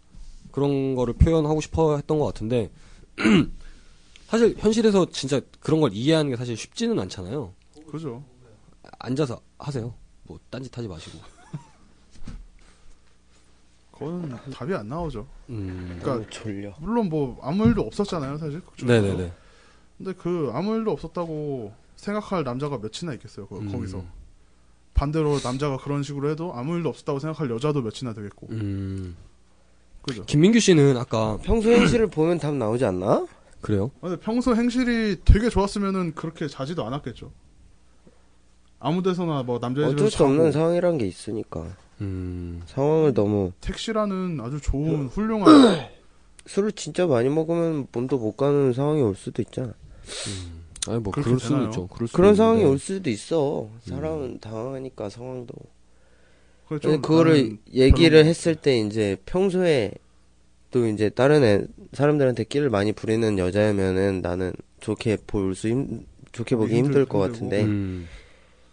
B: 그런 거를 표현하고 싶어 했던 것 같은데 사실 현실에서 진짜 그런 걸 이해하는 게 사실 쉽지는 않잖아요.
A: 그죠.
B: 앉아서 하세요. 뭐 딴짓 하지 마시고.
A: 그거는 답이 안 나오죠.
B: 음.
A: 그러니까
C: 너무 아, 졸려
A: 물론 뭐 아무 일도 없었잖아요, 사실. 그쪽에서.
B: 네네네.
A: 근데 그 아무 일도 없었다고 생각할 남자가 몇이나 있겠어요. 거,
B: 음.
A: 거기서 반대로 남자가 그런 식으로 해도 아무 일도 없었다고 생각할 여자도 몇이나 되겠고,
B: 음.
A: 그죠.
B: 김민규 씨는 아까
C: 평소 현실을 보면 답 나오지 않나?
B: 그래요?
A: 근데 평소 행실이 되게 좋았으면은 그렇게 자지도 않았겠죠. 아무데서나 뭐 남자 집에서
C: 어쩔 수
A: 자고
C: 없는 상황이란 게 있으니까
B: 음.
C: 상황을 너무
A: 택시라는 아주 좋은 훌륭한
C: 술을 진짜 많이 먹으면 몸도 못 가는 상황이 올 수도 있잖아
B: 아니 뭐
A: 그렇게
B: 그럴 수도
A: 되나요?
B: 있죠. 그럴 수도
C: 그런 상황이
B: 있는데.
C: 올 수도 있어
A: 음.
C: 사람은 당황하니까 상황도
A: 그걸 좀
C: 근데 네, 그거를
A: 나는
C: 얘기를
A: 별로-
C: 했을 때 이제 평소에 또 이제 다른 애, 사람들한테 끼를 많이 부리는 여자면은 나는 좋게 볼 수 힘, 좋게 보기
A: 힘들-
C: 힘들
A: 힘들고.
C: 것 같은데
B: 음.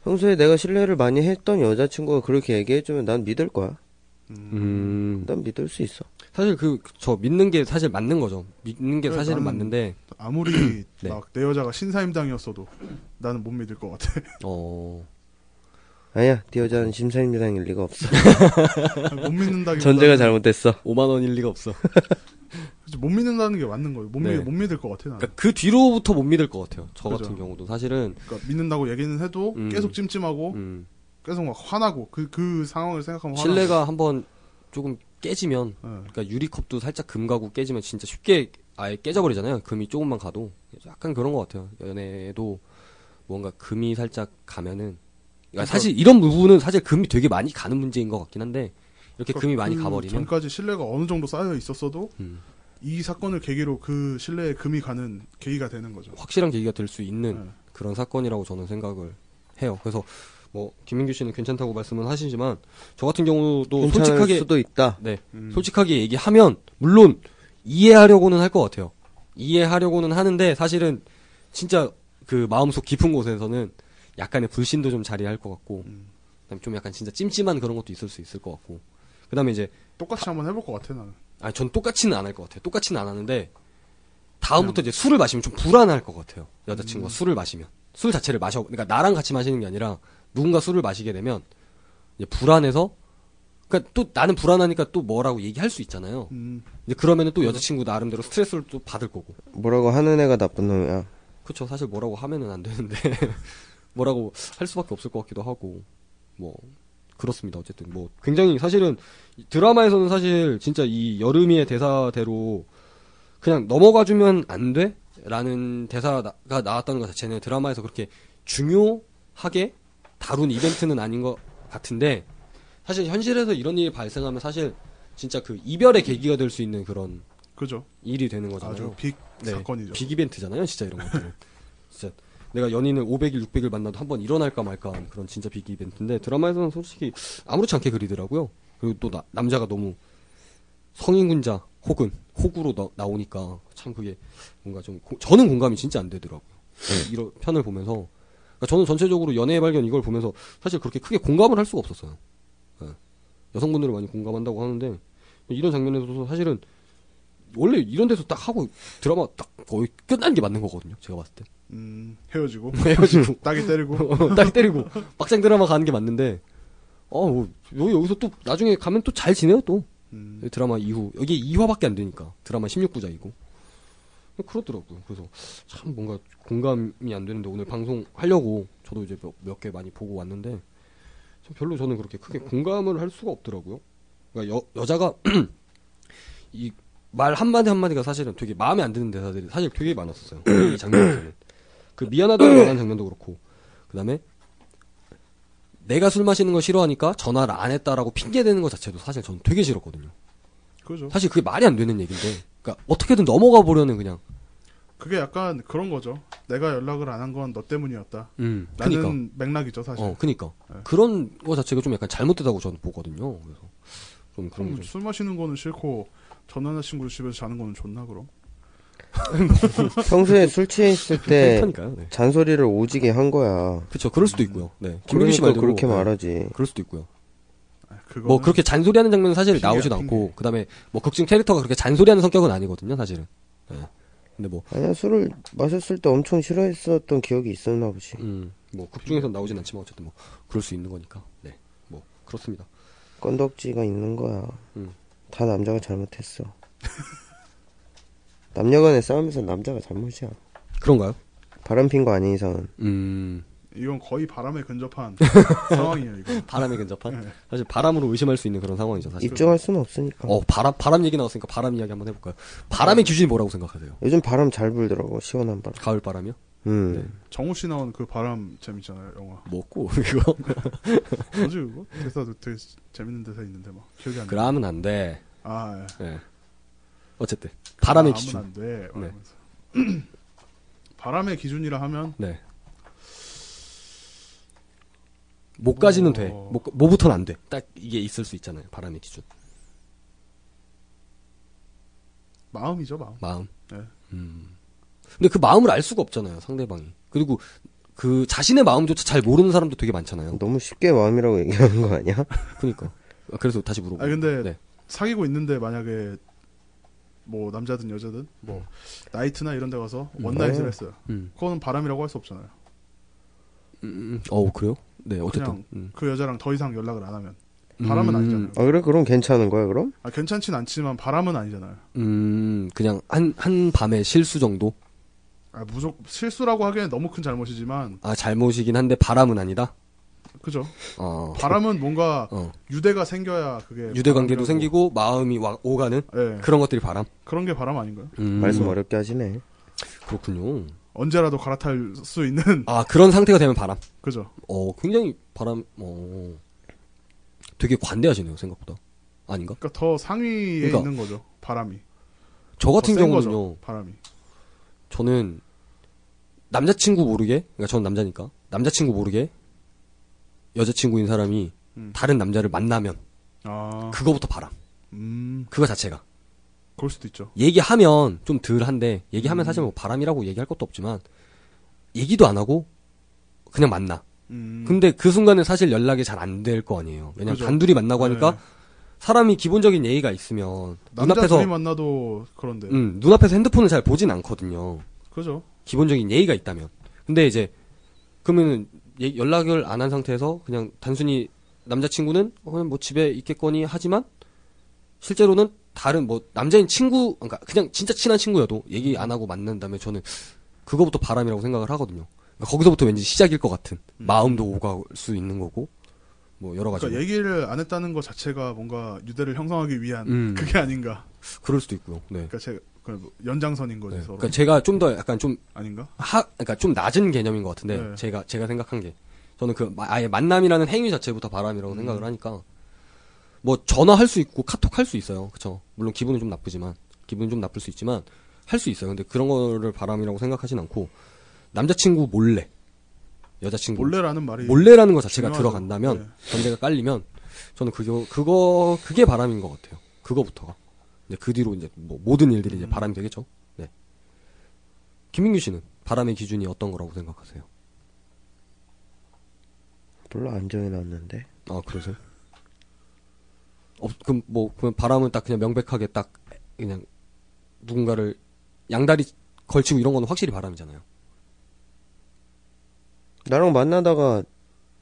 C: 평소에 내가 신뢰를 많이 했던 여자친구가 그렇게 얘기해주면 난 믿을 거야.
B: 음.
C: 난 믿을 수 있어.
B: 사실 그 저 믿는 게 사실 맞는 거죠. 믿는 게
A: 그래,
B: 사실은
A: 나는-
B: 맞는데
A: 아무리
B: 네.
A: 막 내 여자가 신사임당이었어도 나는 못 믿을 것 같아.
B: 어.
C: 아니야, 네 여자는 심사임당일 리가 없어.
A: 못 믿는다기
C: 전제가 잘못됐어.
B: 5만 원일 리가 없어.
A: 못 믿는다는 게 맞는 거예요. 못,
B: 네.
A: 믿, 못 믿을 것 같아 나는.
B: 그러니까 그 뒤로부터 못 믿을 것 같아요. 저
A: 그죠.
B: 같은 경우도 사실은
A: 그러니까 믿는다고 얘기는 해도
B: 음.
A: 계속 찜찜하고
B: 음,
A: 계속 막 화나고 그 그 상황을 생각하면 화나고.
B: 신뢰가 한번 조금 깨지면
A: 예.
B: 그러니까 유리컵도 살짝 금 가구 깨지면 진짜 쉽게 아예 깨져버리잖아요. 금이 조금만 가도 약간 그런 것 같아요. 연애도 뭔가 금이 살짝 가면은 그러니까 사실 이런 부분은 사실 금이 되게 많이 가는 문제인 것 같긴 한데 이렇게
A: 그러니까
B: 금이 많이
A: 그
B: 가버리면
A: 전까지 신뢰가 어느 정도 쌓여 있었어도
B: 음,
A: 이 사건을 계기로 그 신뢰에 금이 가는 계기가 되는 거죠.
B: 확실한 계기가 될 수 있는
C: 음.
A: 네.
B: 그런 사건이라고 저는 생각을 해요. 그래서 뭐 김민규 씨는 괜찮다고 말씀은 하시지만 저 같은 경우도
C: 괜찮을
B: 솔직하게
C: 수도 있다.
B: 네
A: 음.
B: 솔직하게 얘기하면 물론 이해하려고는 할 것 같아요. 이해하려고는 하는데 사실은 진짜 그 마음속 깊은 곳에서는 약간의 불신도 좀 자리할 것 같고
A: 음.
B: 그다음에 좀 약간 진짜 찜찜한 그런 것도 있을 수 있을 것 같고 그다음에 이제
A: 똑같이 한번 해볼 것 같아 나는.
B: 아 전 똑같이는 안 할 것 같아요. 똑같이는 안 하는데 다음부터 이제 술을 마시면 좀 불안할 것 같아요. 여자친구가 술을 마시면 술 자체를 마셔 그러니까 나랑 같이 마시는 게 아니라 누군가 술을 마시게 되면 이제 불안해서 그러니까 또 나는 불안하니까 또 뭐라고 얘기할 수 있잖아요.
A: 음.
B: 이제 그러면은 또 여자친구 나름대로 스트레스를 또 받을 거고.
C: 뭐라고 하는 애가 나쁜 놈이야.
B: 그쵸. 사실 뭐라고 하면은 안 되는데. 뭐라고 할 수밖에 없을 것 같기도 하고. 뭐, 그렇습니다. 어쨌든. 뭐, 굉장히 사실은 이 드라마에서는 사실 진짜 이 여름이의 대사대로 그냥 넘어가주면 안 돼? 라는 대사가 나왔다는 것 자체는 드라마에서 그렇게 중요하게 다룬 이벤트는 아닌 것 같은데 사실 현실에서 이런 일이 발생하면 사실 진짜 그 이별의 계기가 될 수 있는 그런
A: 그죠.
B: 일이 되는 거잖아요.
A: 아주 빅
B: 네,
A: 사건이죠.
B: 빅 이벤트잖아요, 진짜 이런 것들. 진짜 내가 연인을 500일, 600일 만나도 한 번 일어날까 말까 하는 그런 진짜 빅 이벤트인데 드라마에서는 솔직히 아무렇지 않게 그리더라고요. 그리고 또 나- 남자가 너무 성인군자 혹은 호구로 나, 오니까참 그게 뭔가 좀 고- 저는 공감이 진짜 안 되더라고요.
A: 네.
B: 이런 편을 보면서 그러니까 저는 전체적으로 연애의 발견 이걸 보면서 사실 그렇게 크게 공감을 할 수가 없었어요. 예. 여성분들은 많이 공감한다고 하는데 이런 장면에서도 사실은 원래 이런 데서 딱 하고 드라마 딱 거의 끝난 게 맞는 거거든요. 제가 봤을 때.
A: 음, 헤어지고
B: 헤어지고
A: 따기 때리고
B: 딱 때리고 막장 드라마 가는 게 맞는데 어, 뭐, 여기 여기서 또 나중에 가면 또 잘 지내요 또.
A: 음,
B: 이 드라마 이후 여기 2화밖에 안 되니까 드라마 16부작이고 그렇더라고요. 그래서 참 뭔가 공감이 안 되는데 오늘 방송 하려고 저도 이제 몇 개 많이 보고 왔는데 참 별로 저는 그렇게 크게 공감을 할 수가 없더라고요. 그러니까 여, 여자가 이 말 한마디 한마디가 사실은 되게 마음에 안 드는 대사들이 사실 되게 많았었어요. 이 장면에서는 그 미안하다고 말하는 장면도 그렇고 그다음에 내가 술 마시는 걸 싫어하니까 전화를 안 했다라고 핑계 대는 것 자체도 사실 저는 되게 싫었거든요.
A: 그죠.
B: 사실 그게 말이 안 되는 얘기인데. 그러니까 어떻게든 넘어가 보려는 그냥.
A: 그게 약간 그런 거죠. 내가 연락을 안 한 건 너 때문이었다.
B: 음.
A: 라는
B: 그니까.
A: 맥락이죠 사실.
B: 어, 그니까.
A: 네.
B: 그런 거 자체가 좀 약간 잘못되다고 저는 보거든요. 그래서 좀 그런
A: 그럼
B: 게 좀.
A: 술 마시는 거는 싫고 전 여자친구 집에서 자는 거는 좋나 그럼?
C: 평소에 술 취해 있을 때
B: 그러니까요. 네.
C: 잔소리를 오지게 한 거야.
B: 그쵸. 그럴 수도 있고요. 네. 김민규 씨
C: 그러니까
B: 말대로.
C: 그렇게
B: 네.
C: 말하지.
B: 그럴 수도 있고요.
A: 아, 그거는
B: 뭐 그렇게 잔소리하는 장면은 사실
A: 핑계야,
B: 나오진 않고, 그 다음에 뭐 극중 캐릭터가 그렇게 잔소리하는 성격은 아니거든요, 사실은. 네. 근데 뭐,
C: 아니야 술을 마셨을 때 엄청 싫어했었던 기억이 있었나 보지.
B: 음, 뭐 극중에서 나오진 않지만 어쨌든 뭐, 그럴 수 있는 거니까. 네. 뭐, 그렇습니다.
C: 건덕지가 있는 거야.
B: 음.
C: 다 남자가 잘못했어. 남녀간의 싸움에서 남자가 잘못이야.
B: 그런가요?
C: 바람 핀 거 아닌 이상은.
B: 음.
A: 이건 거의 바람에 근접한 상황이에요 이거.
B: 바람에
A: 네.
B: 근접한? 사실 바람으로 의심할 수 있는 그런 상황이죠, 사실.
C: 입증할 수는 없으니까.
B: 어, 바람, 바람 얘기 나왔으니까 바람 이야기 한번 해볼까요?
A: 네.
B: 바람의 기준이 뭐라고 생각하세요?
C: 요즘 바람 잘 불더라고 시원한 바람.
B: 가을 바람이요?
C: 음.
A: 정우 씨 나온 그 바람 재밌잖아요 영화.
B: 먹고, 그거?
A: 뭐지 그거? 대사도 되게 재밌는 대사 있는데 막 기억이 안 나.
B: 그러면 안 돼.
A: 아 예.
B: 예. 어쨌든. 바람의
A: 아, 아무나
B: 기준.
A: 안 돼. 막
B: 네.
A: 이러면서. 바람의 기준이라 하면
B: 네. 목까지는 돼.
A: 어.
B: 목, 뭐부터는 안 돼. 딱 이게 있을 수 있잖아요. 바람의 기준.
A: 마음이죠, 마음.
B: 마음.
A: 네.
B: 음. 근데 그 마음을 알 수가 없잖아요, 상대방이. 그리고 그 자신의 마음조차 잘 모르는 사람도 되게 많잖아요.
C: 너무 쉽게 마음이라고 얘기하는 거 아니야?
B: 그러니까. 아, 그래서 다시 물어보.
A: 아 근데
B: 네.
A: 사귀고 있는데 만약에 뭐 남자든 여자든 뭐 나이트나 이런 데 가서
B: 음.
A: 원나잇을
C: 어.
A: 했어요.
B: 음.
A: 그거는 바람이라고 할 수 없잖아요.
B: 음, 음. 어, 그래요? 네, 어쨌든.
A: 그냥
B: 음.
A: 그 여자랑 더 이상 연락을 안 하면 바람은
B: 음.
A: 아니잖아요.
C: 아 그래 그럼 괜찮은 거야 그럼?
A: 아, 괜찮진 않지만 바람은 아니잖아요.
B: 음, 그냥 한, 한 밤의 실수 정도?
A: 아, 무조건 실수라고 하기에는 너무 큰 잘못이지만
B: 아, 잘못이긴 한데 바람은 아니다?
A: 그죠?
B: 어.
A: 바람은 뭔가
B: 어.
A: 유대가 생겨야 그게
B: 유대 관계도
A: 네, 바람이라고.
B: 생기고 마음이 와, 오가는
A: 예.
B: 그런 것들이 바람?
A: 그런 게 바람 아닌가요?
B: 음.
C: 말씀 어렵게 하시네.
B: 그렇군요.
A: 언제라도 갈아탈 수 있는
B: 아, 그런 상태가 되면 바람.
A: 그죠?
B: 어, 굉장히 바람, 어, 되게 관대하시네요, 생각보다. 아닌가?
A: 그러니까 더 상위에
B: 그러니까
A: 있는 거죠. 바람이.
B: 저 같은
A: 더센
B: 경우는요,
A: 거죠, 바람이.
B: 저는 남자친구 모르게, 그러니까 저는 남자니까, 남자친구 모르게 여자친구인 사람이
A: 음.
B: 다른 남자를 만나면,
A: 아.
B: 그거부터 바람.
A: 음.
B: 그거 자체가.
A: 그럴 수도 있죠.
B: 얘기하면 좀 덜한데,
A: 음.
B: 얘기하면 사실 뭐 바람이라고 얘기할 것도 없지만, 얘기도 안 하고, 그냥 만나.
A: 음.
B: 근데 그 순간은 사실 연락이 잘 안 될 거 아니에요. 왜냐면
A: 그죠.
B: 단둘이 만나고 하니까
A: 네.
B: 사람이 기본적인 예의가 있으면
A: 남자
B: 눈앞에서
A: 둘이 뭐 네. 만나도 그런데
B: 음, 눈앞에서 핸드폰을 잘 보진 않거든요.
A: 그죠?
B: 기본적인 예의가 있다면. 근데 이제 그러면 연락을 안 한 상태에서 그냥 단순히 남자친구는 어, 그냥 뭐 집에 있겠거니 하지만 실제로는 다른 뭐 남자인 친구 그러니까 그냥 진짜 친한 친구여도 얘기 안 하고 만난 다음에 저는 그거부터 바람이라고 생각을 하거든요. 그러니까 거기서부터 왠지 시작일 것 같은 마음도 오갈 수 있는 거고 뭐 여러 가지.
A: 그러니까 얘기를 안 했다는 것 자체가 뭔가 유대를 형성하기 위한
B: 음.
A: 그게 아닌가.
B: 그럴 수도 있고요. 네.
A: 그러니까 제 그냥 뭐 연장선인 거지
B: 네.
A: 서로
B: 그러니까 제가 좀 더 약간 좀
A: 아닌가?
B: 하, 그러니까 좀 낮은 개념인 것 같은데
A: 네.
B: 제가 제가 생각한 게 저는 그 마- 아예 만남이라는 행위 자체부터 바람이라고 생각을 하니까 뭐 전화할 수 있고 카톡 할 수 있어요, 그렇죠? 물론 기분은 좀 나쁘지만 기분은 좀 나쁠 수 있지만 할 수 있어요. 근데 그런 거를 바람이라고 생각하진 않고 남자친구 몰래 여자친구
A: 몰래라는 말이
B: 음. 몰래라는 것 자체가
A: 네. 중요하죠.
B: 들어간다면
A: 네.
B: 전제가 깔리면 저는 그거 그거 그게 바람인 것 같아요. 그거부터가 이제 그 뒤로 이제 뭐 모든 일들이
A: 음.
B: 이제 바람이 되겠죠. 네. 김민규 씨는 바람의 기준이 어떤 거라고 생각하세요?
C: 별로 안 정해놨는데.
B: 아 그러세요? 없 그럼 뭐 그냥 바람은 딱 그냥 명백하게 딱 그냥 누군가를 양다리 걸치고 이런 거는 확실히 바람이잖아요.
C: 나랑 만나다가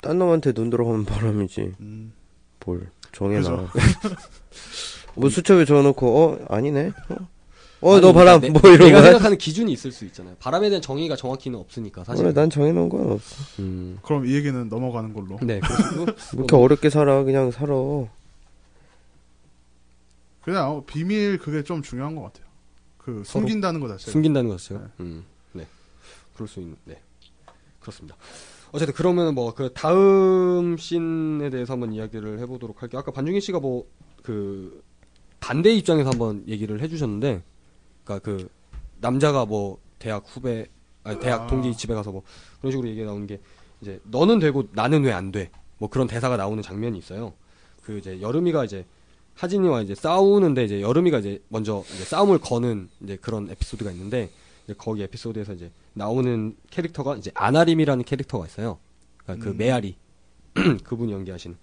C: 딴 놈한테 눈 들어가면 바람이지.
A: 음.
C: 뭘 정해놔. 뭐 수첩에 적어놓고 어 아니네.
B: 아니,
C: 어너 바람
B: 내-
C: 뭐 이런
B: 내가
C: 거야.
B: 생각하는 기준이 있을 수 있잖아요. 바람에 대한 정의가 정확히는 없으니까
C: 원래
B: 사실.
C: 난 정해놓은 건 없어.
B: 음.
A: 그럼 이 얘기는 넘어가는 걸로.
B: 네. 그리고
C: 왜 이렇게 어렵게 살아 그냥 살아.
A: 그냥 어, 비밀 그게 좀 중요한 것 같아요. 그
B: 서로
A: 숨긴다는 것 자체가.
B: 숨긴다는 것 자체가.
A: 네.
B: 음, 네. 그럴 수 있는, 네. 그렇습니다. 어쨌든 그러면 뭐 그 다음 씬에 대해서 한번 이야기를 해보도록 할게요. 아까 반중인 씨가 뭐 그 반대 입장에서 한번 얘기를 해주셨는데, 그러니까 그 남자가 뭐 대학 후배, 아니 대학
A: 아.
B: 동기 집에 가서 뭐 그런 식으로 얘기가 나오는 게 이제 너는 되고 나는 왜 안 돼? 뭐 그런 대사가 나오는 장면이 있어요. 그 이제 여름이가 이제 하진이와 이제 싸우는데 이제 여름이가 이제 먼저 이제 싸움을 거는 이제 그런 에피소드가 있는데 이제 거기 에피소드에서 이제 나오는 캐릭터가 이제 아나림이라는 캐릭터가 있어요. 그러니까 그
A: 음.
B: 메아리 그분이 연기하시는.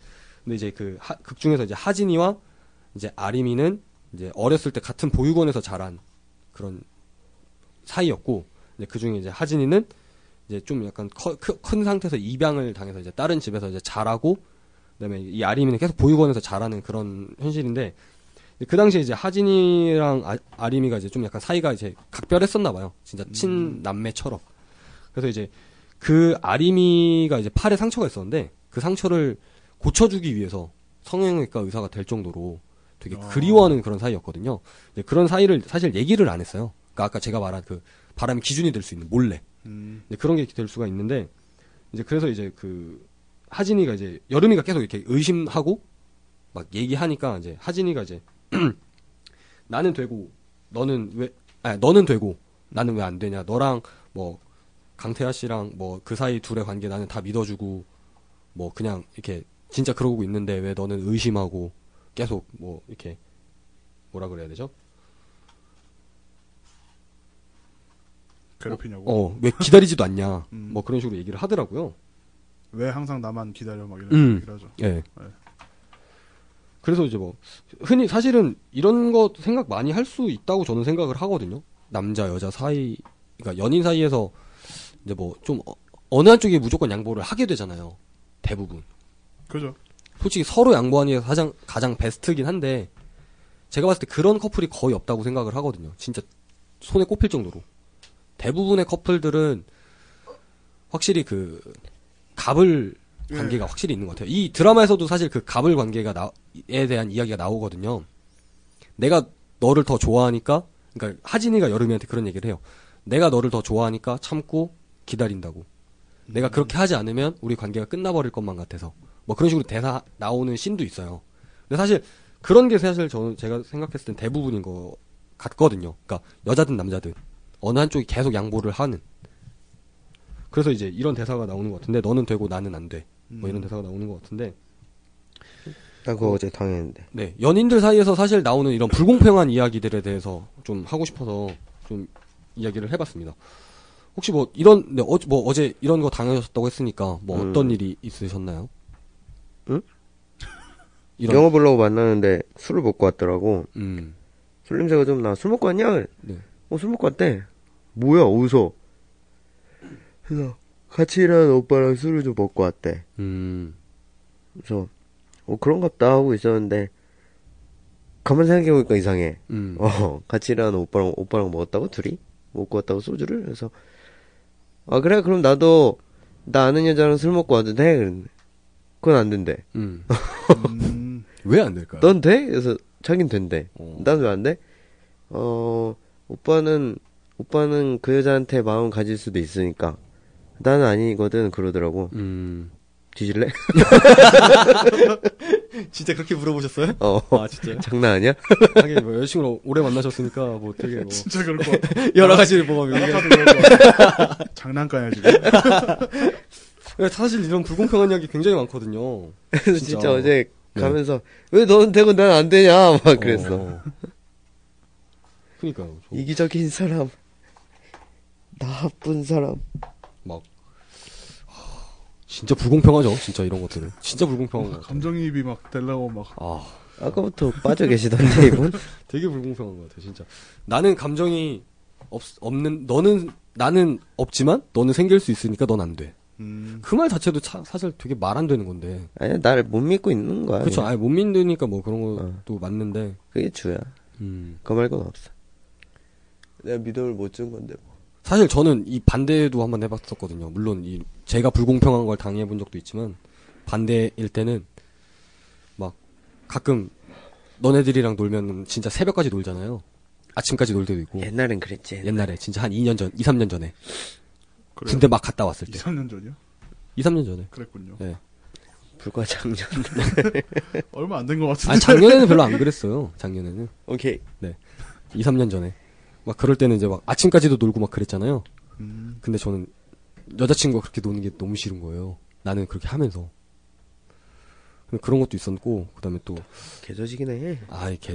B: 근데 이제 그 하- 극중에서 이제 하진이와 이제 아림이는 이제 어렸을 때 같은 보육원에서 자란 그런 사이였고 이제 그 중에 이제 하진이는 이제 좀 약간 커- 크- 큰 상태에서 입양을 당해서 이제 다른 집에서 이제 자라고 그다음에 이 아림이는 계속 보육원에서 자라는 그런 현실인데 근데 그 당시에 이제 하진이랑 아, 아림이가 이제 좀 약간 사이가 이제 각별했었나 봐요. 진짜 친남매처럼. 그래서 이제 그 아림이가 이제 팔에 상처가 있었는데 그 상처를 고쳐주기 위해서 성형외과 의사가 될 정도로 되게
A: 아.
B: 그리워하는 그런 사이였거든요. 근데 그런 사이를 사실 얘기를 안 했어요. 그러니까 아까 제가 말한 그 바람의 기준이 될 수 있는 몰래.
A: 음.
B: 이제 그런 게 될 수가 있는데 이제 그래서 이제 그 하진이가 이제 여름이가 계속 이렇게 의심하고 막 얘기하니까 이제 하진이가 이제 나는 되고 너는 왜 아니 너는 되고 나는 왜 안 되냐 너랑 뭐 강태하 씨랑 뭐 그 사이 둘의 관계 나는 다 믿어주고 뭐 그냥 이렇게 진짜 그러고 있는데 왜 너는 의심하고 계속 뭐 이렇게 뭐라 그래야 되죠
A: 괴롭히냐고.
B: 어, 왜 기다리지도 않냐.
A: 음.
B: 뭐 그런 식으로 얘기를 하더라고요.
A: 왜 항상 나만 기다려 막 이런
B: 음.
A: 얘기를 하죠.
B: 예.
A: 네.
B: 그래서 이제 뭐 흔히 사실은 이런 거 생각 많이 할 수 있다고 저는 생각을 하거든요. 남자 여자 사이 그러니까 연인 사이에서 이제 뭐 좀 어느 한쪽이 무조건 양보를 하게 되잖아요. 대부분.
A: 그죠?
B: 솔직히 서로 양보하는 게 가장 가장 베스트긴 한데 제가 봤을 때 그런 커플이 거의 없다고 생각을 하거든요. 진짜 손에 꼽힐 정도로 대부분의 커플들은 확실히 그 갑을
A: 예.
B: 관계가 확실히 있는 것 같아요. 이 드라마에서도 사실 그 갑을 관계가 나에 대한 이야기가 나오거든요. 내가 너를 더 좋아하니까 그러니까 하진이가 여름이한테 그런 얘기를 해요. 내가 너를 더 좋아하니까 참고 기다린다고. 내가 그렇게 하지 않으면 우리 관계가 끝나버릴 것만 같아서 뭐 그런 식으로 대사 나오는 신도 있어요. 근데 사실 그런 게 사실 저는 제가 생각했을 땐 대부분인 것 같거든요. 그러니까 여자든 남자든 어느 한쪽이 계속 양보를 하는. 그래서 이제 이런 대사가 나오는 것 같은데 너는 되고 나는 안 돼.
A: 음.
B: 뭐 이런 대사가 나오는 것 같은데
C: 나 그거 어제 당했는데.
B: 네 연인들 사이에서 사실 나오는 이런 불공평한 이야기들에 대해서 좀 하고 싶어서 좀 이야기를 해봤습니다. 혹시 뭐 이런 네, 어, 뭐 어제 이런 거 당하셨다고 했으니까 뭐
C: 음.
B: 어떤 일이 있으셨나요?
C: 응?
B: 이런
C: 영어 보려고 만나는데 술을 먹고 왔더라고.
B: 음.
C: 술 냄새가 좀 나. 술 먹고 왔냐? 그래.
B: 네.
C: 어, 술 먹고 왔대. 뭐야, 어디서? 그래서 같이 일하는 오빠랑 술을 좀 먹고 왔대.
B: 음.
C: 그래서 어, 그런갑다 하고 있었는데 가만 생각해보니까 이상해.
B: 음.
C: 어, 같이 일하는 오빠랑 오빠랑 먹었다고 둘이 먹고 왔다고 소주를 그래서 아 그래 그럼 나도 나 아는 여자랑 술 먹고 와도 돼. 그랬는데 그건 안 된대.
B: 음.
A: 음,
B: 왜 안 될까요?
C: 넌 돼? 그래서 자긴 된대.
B: 네. 어.
C: 난 왜 안 돼? 어, 오빠는, 오빠는 그 여자한테 마음 가질 수도 있으니까. 나는 아니거든, 그러더라고.
B: 음.
C: 뒤질래?
B: 진짜 그렇게 물어보셨어요?
C: 어,
B: 아, 진짜요?
C: 장난 아니야?
B: 하긴 뭐 여자친구랑 오래 만나셨으니까 뭐 되게 뭐
A: 진짜 그럴 것 같아.
B: 여러 가지 뭐 얘기가-
A: 나도 그럴 것 같아. 장난감이야 지금.
B: 네, 사실 이런 불공평한 이야기 굉장히 많거든요.
C: 그래서
B: 진짜.
C: 진짜, 어제
B: 네.
C: 가면서, 왜 너는 되고 난 안 되냐? 막 그랬어.
B: 어. 그러니까요. 저
C: 이기적인 사람. 나쁜 사람.
B: 막 하, 진짜 불공평하죠. 진짜 이런 것들은 진짜 불공평한 것 같아요.
A: 감정이입이 막 되려고 막.
B: 아,
C: 아까부터 빠져 계시던데, 이분?
B: 되게 불공평한 것 같아. 진짜 나는 감정이 없 없는 너는 나는 없지만 너는 생길 수 있으니까 넌 안 돼.
A: 음,
B: 그 말 자체도 차- 사실 되게 말 안 되는 건데.
C: 아니야, 나를 못 믿고 있는 거야.
B: 그렇죠.
C: 그냥.
B: 아예 못 믿으니까 뭐 그런
C: 어.
B: 것도 맞는데.
C: 그게 주야.
B: 음.
C: 그거 말고는 없어. 내가 믿음을 못 준 건데, 뭐.
B: 사실 저는 이 반대도 한번 해봤었거든요. 물론 이 제가 불공평한 걸 당해본 적도 있지만 반대일 때는 막 가끔 너네들이랑 놀면 진짜 새벽까지 놀잖아요. 아침까지 놀 때도 있고
C: 옛날엔 그랬지.
B: 옛날에 진짜 한 2년 전, 2, 3년 전에
A: 그래.
B: 군대 막 갔다 왔을
A: 2,
B: 때
A: 3년 전이요?
B: 2, 3년 전에
A: 그랬군요.
B: 예.
C: 불과 작년.
A: 얼마 안 된 것 같은데.
B: 아니 작년에는 별로 안 그랬어요. 작년에는
C: 오케이.
B: 2, 3년 전에 막 그럴 때는 이제 막 아침까지도 놀고 막 그랬잖아요.
A: 음,
B: 근데 저는 여자친구가 그렇게 노는 게 너무 싫은 거예요. 나는 그렇게 하면서. 근데 그런 것도 있었고, 그 다음에 또,
C: 개조식이네. 해.
B: 아이, 개,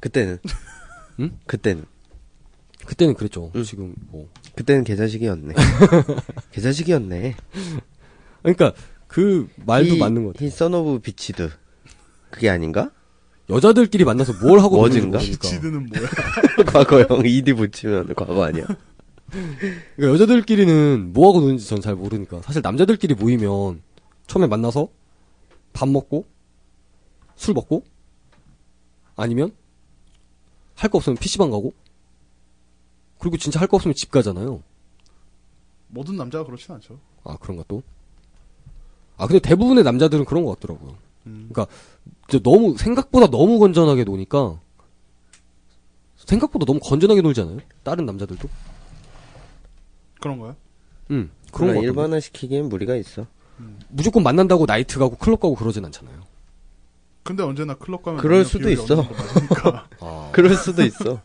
C: 그때는.
B: 응?
C: 그때는.
B: 그때는 그랬죠.
C: 응.
B: 지금 뭐.
C: 그때는 계좌식이었네. 계좌식이었네.
B: 그러니까, 그 말도
C: 이-
B: 맞는 것 같아요.
C: 이 써노브 비치드. 그게 아닌가?
B: 여자들끼리 만나서 뭘 하고
C: 워즈인가?
B: 노는지 모르니까.
A: 지드는 뭐야?
C: 과거형 이디 붙이면 과거 아니야?
B: 그러니까 여자들끼리는 뭐 하고 노는지 전 잘 모르니까. 사실 남자들끼리 모이면, 처음에 만나서, 밥 먹고, 술 먹고, 아니면, 할 거 없으면 PC방 가고, 그리고 진짜 할 거 없으면 집 가잖아요.
A: 모든 남자가 그렇진 않죠.
B: 아 그런가 또? 아 근데 대부분의 남자들은 그런 것 같더라고요.
A: 음,
B: 진짜 너무 생각보다 너무 건전하게 노니까 생각보다 너무 건전하게 놀잖아요. 다른 남자들도.
A: 그런가요?
B: 음 그런
C: 그럼
B: 거 일반...
C: 일반화 시키기엔 무리가 있어.
B: 무조건 만난다고 나이트 가고 클럽 가고 그러진 않잖아요.
A: 근데 언제나 클럽 가면
C: 그럴
A: 남녀
C: 수도
A: 비율이
C: 있어.
A: 없는 거 맞으니까.
B: 아,
C: 그럴 수도 있어.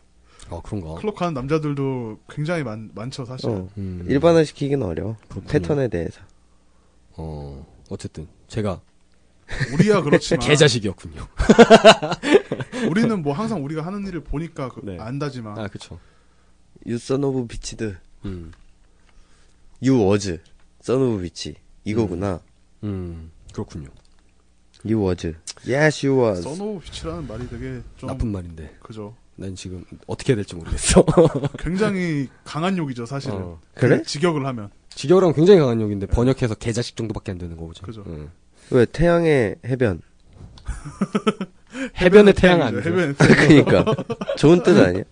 B: 아 그런가.
A: 클럽 가는 남자들도 굉장히 많, 많죠 사실.
C: 어.
B: 음,
C: 일반화 시키긴 어려워.
B: 그렇군요.
C: 패턴에 대해서.
B: 어 어쨌든 제가
A: 우리야 그렇지만
B: 개자식이었군요.
A: 우리는 뭐 항상 우리가 하는 일을 보니까 그-
B: 네.
A: 안다지만
B: 아 그쵸.
C: 유 선 오브 비치드
B: 음.
C: 유 워즈 선 오브 비치 이거구나
B: 음. 그렇군요.
C: 유 워즈 yes you was
A: 써노 비치라는 말이 되게 좀
B: 나쁜 말인데.
A: 그죠.
B: 난 지금 어떻게 해야 될지 모르겠어.
A: 굉장히 강한 욕이죠 사실은.
B: 어.
C: 그래?
A: 직역을 하면
B: 직역이랑 굉장히 강한 욕인데 번역해서 개자식 정도밖에 안 되는 거죠.
A: 그죠.
B: 음.
C: 왜 태양의 해변
B: 그 해변의 태양 아니죠.
A: 해변
C: 그니까 그러니까. 좋은 뜻 아니야?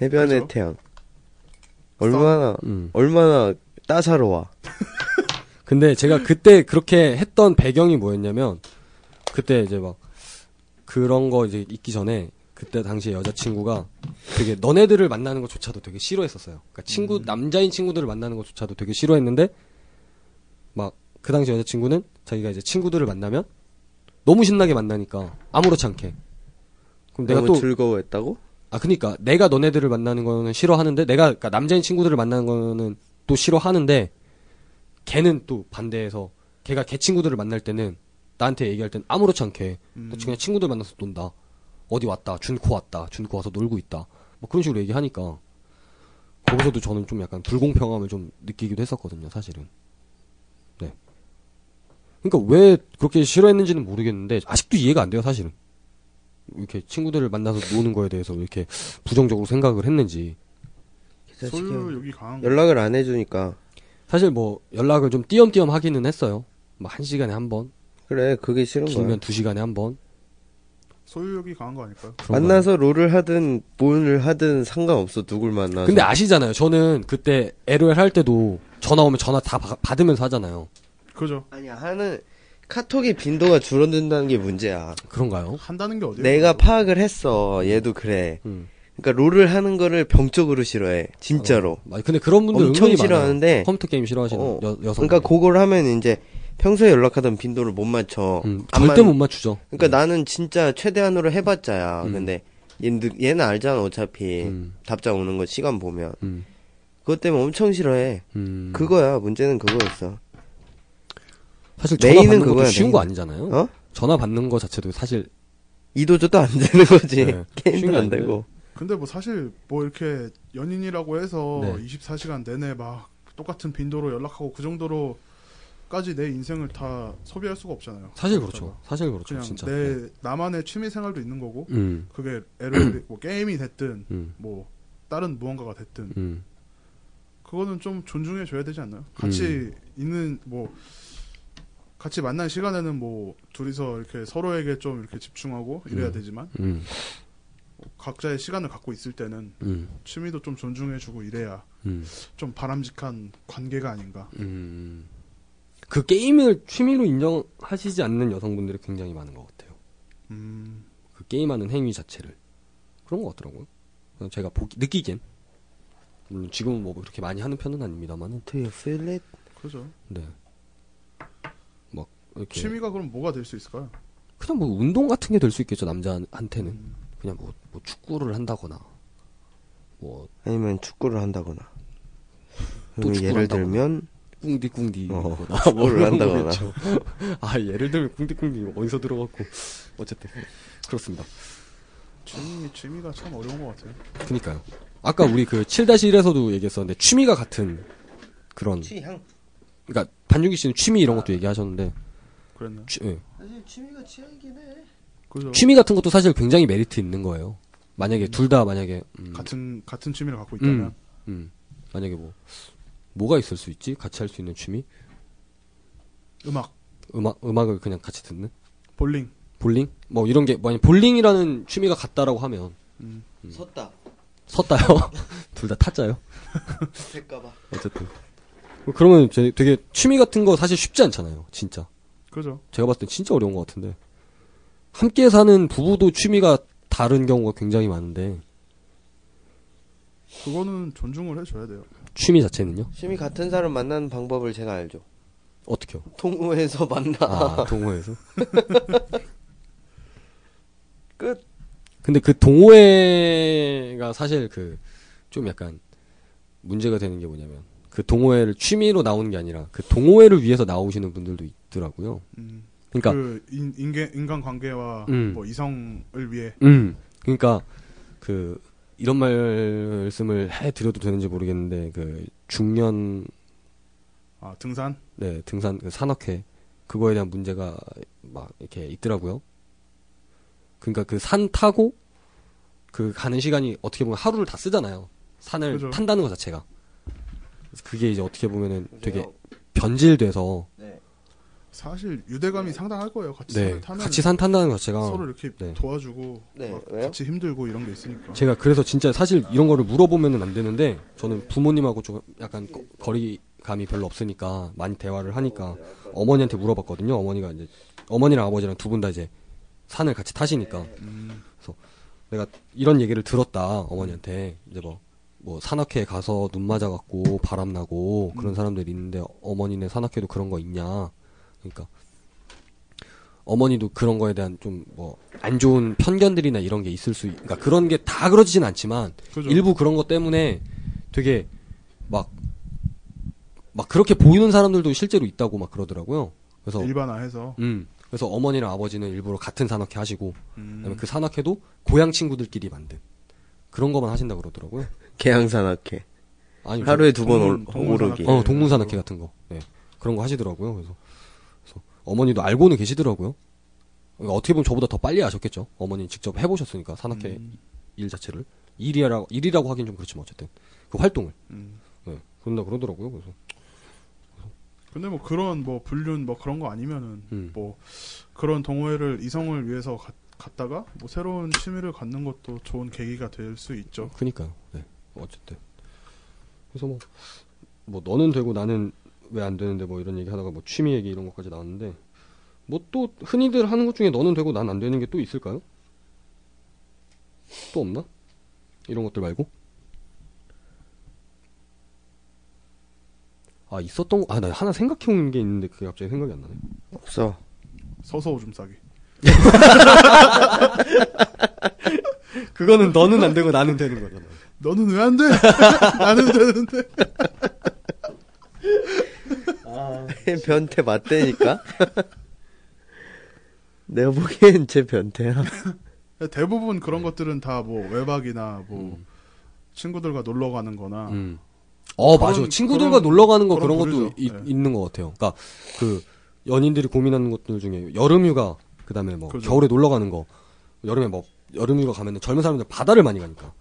C: 해변의
A: 그죠?
C: 태양 얼마나
B: 음.
C: 얼마나 따사로워
B: 근데 제가 그때 그렇게 했던 배경이 뭐였냐면 그때 이제 막 그런 거 이제 있기 전에 그때 당시에 여자친구가 되게 너네들을 만나는 것조차도 되게 싫어했었어요. 그러니까 친구
C: 음.
B: 남자인 친구들을 만나는 것조차도 되게 싫어했는데 막 그 당시 여자친구는 자기가 이제 친구들을 만나면 너무 신나게 만나니까 아무렇지 않게 그럼 내가
C: 너무
B: 또
C: 즐거워했다고?
B: 아, 그니까. 내가 너네들을 만나는 거는 싫어하는데, 내가, 그니까, 남자인 친구들을 만나는 거는 또 싫어하는데, 걔는 또 반대해서, 걔가 걔 친구들을 만날 때는, 나한테 얘기할 땐 아무렇지 않게, 너 그냥 친구들 만나서 논다. 어디 왔다. 준코 왔다. 준코 와서 놀고 있다. 뭐 그런 식으로 얘기하니까, 거기서도 저는 좀 약간 불공평함을 좀 느끼기도 했었거든요, 사실은. 네. 그니까 왜 그렇게 싫어했는지는 모르겠는데, 아직도 이해가 안 돼요, 사실은. 이렇게 친구들을 만나서 노는 거에 대해서 왜 이렇게 부정적으로 생각을 했는지
A: 솔로 욕이 강한 거.
C: 연락을 안 해주니까
B: 사실 뭐 연락을 좀 띄엄띄엄 하기는 했어요. 뭐 한 시간에 한 번,
C: 그래 그게 싫은 거야
B: 길면 두 시간에 한 번.
A: 소유 욕이 강한 거 아닐까요?
B: 그런 거예요.
C: 만나서 롤을 하든 뭘 하든 상관없어 누굴 만나서
B: 근데 아시잖아요. 저는 그때 LOL 할 때도 전화 오면 전화 다 받- 받으면서 하잖아요.
A: 그죠.
C: 아니야 하는 카톡의 빈도가 줄어든다는 게 문제야
B: 그런가요?
A: 한다는 게 어디예요?
C: 내가 파악을 했어 얘도 그래
B: 음.
C: 그러니까 롤을 하는 거를 병적으로 싫어해 진짜로
B: 아, 근데 그런 분들
C: 엄청
B: 은근히 많아요.
C: 싫어하는데
B: 컴퓨터 게임 싫어하시는
C: 어.
B: 여, 여성.
C: 그러니까 그걸 하면 이제 평소에 연락하던 빈도를 못 맞춰
B: 음,
C: 안
B: 절대
C: 맞-
B: 못 음. 맞추죠.
C: 그러니까 나는 진짜 최대한으로 해봤자야 근데 얘는, 느- 얘는 알잖아 어차피
B: 음.
C: 답장 오는 거 시간 보면
B: 음.
C: 그것 때문에 엄청 싫어해
B: 음.
C: 그거야 문제는 그거였어
B: 사실 전화
C: 메인은
B: 받는 것도
C: 그거야,
B: 쉬운
C: 메인.
B: 거 아니잖아요.
C: 어?
B: 전화 받는 거 자체도 사실
C: 이도저도 안 되는
B: 네.
C: 거지
B: 쉬운
C: 게임도
B: 게
C: 안
B: 아닌데.
C: 되고
A: 근데 뭐 사실 뭐 이렇게 연인이라고 해서
B: 네.
A: 24시간 내내 막 똑같은 빈도로 연락하고 그 정도로까지 내 인생을 다 소비할 수가 없잖아요.
B: 사실 그렇죠. 사실 그렇죠.
A: 그냥
B: 진짜.
A: 내
B: 네.
A: 나만의 취미 생활도 있는 거고
B: 음.
A: 그게 LOL 뭐 게임이 됐든
B: 음.
A: 뭐 다른 무언가가 됐든
B: 음.
A: 그거는 좀 존중해 줘야 되지 않나요?
B: 음.
A: 같이 있는 뭐 같이 만난 시간에는 뭐 둘이서 이렇게 서로에게 좀 이렇게 집중하고 이래야
B: 음.
A: 되지만
B: 음.
A: 각자의 시간을 갖고 있을 때는
B: 음.
A: 취미도 좀 존중해 주고 이래야
B: 음.
A: 좀 바람직한 관계가 아닌가.
B: 음. 그 게임을 취미로 인정하시지 않는 여성분들이 굉장히 많은 것 같아요.
A: 음,
B: 그 게임하는 행위 자체를 그런 것 같더라고요. 그냥 제가 보기, 느끼기엔 물론 지금은 뭐 그렇게 많이 하는 편은 아닙니다만은
C: Do you feel it?
A: 그죠.
B: 네. 막 이렇게
A: 취미가 그럼 뭐가 될 수 있을까요?
B: 그냥 뭐 운동 같은 게 될 수 있겠죠 남자한테는
A: 음,
B: 그냥 뭐, 뭐 축구를 한다거나 뭐
C: 아니면 축구를 한다거나 그리고
B: 축구를
C: 예를
B: 한다거나.
C: 들면
B: 꿍디꿍디
C: 어,
B: 거나
C: 축구를
B: 그런
C: 한다거나. 음.
B: 거겠죠. 아 예를 들면 꿍디꿍디 어디서 들어갔고 어쨌든 그렇습니다.
A: 취미 취미가 참 어려운 것 같아요.
B: 그니까요. 아까 우리 그 7-1에서도 얘기했었는데 취미가 같은 그런
C: 취향
B: 그러니까 반윤기 씨는 취미 이런 것도 얘기하셨는데
A: 그랬나?
B: 취, 예.
C: 사실 취미가 취향이긴 해
A: 그죠.
B: 취미 같은 것도 사실 굉장히 메리트 있는 거예요. 만약에 둘 다 만약에 음,
A: 같은 같은 취미를 갖고 있다면
B: 음, 음. 만약에 뭐 뭐가 있을 수 있지? 같이 할 수 있는 취미?
A: 음악,
B: 음악 음악을 그냥 같이 듣는
A: 볼링,
B: 볼링? 뭐 이런 게 만약 볼링이라는 취미가 같다라고 하면
A: 음,
C: 섰다
B: 섰다요. 둘 다 타짜요.
C: 될까봐
B: 어쨌든 뭐 그러면 제- 되게 취미 같은 거 사실 쉽지 않잖아요. 진짜.
A: 그죠.
B: 제가 봤을 때 진짜 어려운 것 같은데 함께 사는 부부도 취미가 다른 경우가 굉장히 많은데
A: 그거는 존중을 해줘야 돼요.
B: 취미 자체는요
C: 취미 같은 사람 만나는 방법을 제가 알죠
B: 어떻게요?
C: 통우에서 만나
B: 아 동호회에서?
C: 끝.
B: 근데 그 동호회가 사실 그 좀 약간 문제가 되는 게 뭐냐면 그 동호회를 취미로 나오는 게 아니라 그 동호회를 위해서 나오시는 분들도 있더라고요.
A: 음,
B: 그러니까
A: 그 인, 인간 관계와
B: 음.
A: 뭐 이성을 위해
B: 음. 그러니까 그 이런 말씀을 해드려도 되는지 모르겠는데 그 중년
A: 아 등산?
B: 네 등산 그 산악회 그거에 대한 문제가 막 이렇게 있더라고요. 그러니까 그 산 타고 그 가는 시간이 어떻게 보면 하루를 다 쓰잖아요. 산을
A: 그죠.
B: 탄다는 것 자체가 그래서 그게 이제 어떻게 보면은 되게 변질돼서
A: 사실 유대감이 상당할 거예요. 같이
B: 네
A: 산을 타면
B: 같이 산 탄다는 것 자체가
A: 서로 이렇게
B: 네.
A: 도와주고
C: 네,
A: 막
C: 왜요?
A: 같이 힘들고 이런 게 있으니까.
B: 제가 그래서 진짜 사실 이런 거를 물어보면은 안 되는데 저는 부모님하고 좀 약간 거- 거리감이 별로 없으니까 많이 대화를 하니까 어머니한테 물어봤거든요. 어머니가 이제 어머니랑 아버지랑 두 분 다 이제 산을 같이 타시니까
A: 음,
B: 내가 이런 얘기를 들었다 어머니한테 이제 뭐. 뭐 산악회에 가서 눈 맞아갖고 바람 나고 그런 사람들이 있는데 어머니네 산악회도 그런 거 있냐 그러니까 어머니도 그런 거에 대한 좀 뭐 안 좋은 편견들이나 이런 게 있을 수 있- 그러니까 그런 게 다 그러지진 않지만
A: 그죠.
B: 일부 그런 것 때문에 되게 막 막 그렇게 보이는 사람들도 실제로 있다고 막 그러더라고요. 그래서
A: 일반화해서
B: 음 그래서 어머니랑 아버지는 일부러 같은 산악회 하시고
A: 음,
B: 그다음에 그 산악회도 고향 친구들끼리 만든 그런 것만 하신다 그러더라고요.
C: 개항산악회.
B: 아니 뭐-
C: 하루에 두 번
A: 동문- 동문
C: 오르기.
A: 산악회.
B: 어 동문산악회 같은 거 네. 그런 거 하시더라고요. 그래서 그래서 어머니도 알고는 계시더라고요. 그러니까 어떻게 보면 저보다 더 빨리 아셨겠죠. 어머니 직접 해보셨으니까 산악회 일 자체를 일이라고 일이라고 하긴 좀 그렇지만 어쨌든 그 활동을
A: 음.
B: 네, 그런다 그러더라고요. 그래서
A: 근데 뭐 그런 뭐 불륜 뭐 그런 거 아니면은
B: 음.
A: 뭐 그런 동호회를 이성을 위해서 가- 갔다가 뭐 새로운 취미를 갖는 것도 좋은 계기가 될 수 있죠.
B: 그니까요. 네. 어쨌든 그래서 뭐, 뭐 너는 되고 나는 왜 안 되는데 뭐 이런 얘기 하다가 뭐 취미 얘기 이런 것까지 나왔는데 뭐 또 흔히들 하는 것 중에 너는 되고 난 안 되는 게 또 있을까요? 또 없나? 이런 것들 말고? 아 있었던 거 아 나 하나 생각해 온 게 있는데 그게 갑자기 생각이 안 나네.
C: 없어.
A: 서서 오줌 싸기.
B: 그거는 너는 안 되고 나는 되는 거잖아.
A: 너는 왜 안 돼? 나는 되는데.
C: 아, 변태 맞대니까. 내가 보기엔 쟤 변태야.
A: 대부분 그런
B: 네.
A: 것들은 다 뭐 외박이나 뭐 친구들과 놀러 가는 거나
B: 음. 어
A: 그런-
B: 맞아 친구들과
A: 그런-
B: 놀러 가는 거
A: 그런
B: 그런, 것도
A: 부류죠.
B: 이-
A: 네.
B: 있는 것 같아요. 그러니까 그 연인들이 고민하는 것들 중에 여름휴가 그다음에 뭐
A: 그죠.
B: 겨울에 놀러 가는 거 여름에 뭐 여름휴가 가면은 젊은 사람들 바다를 많이 가니까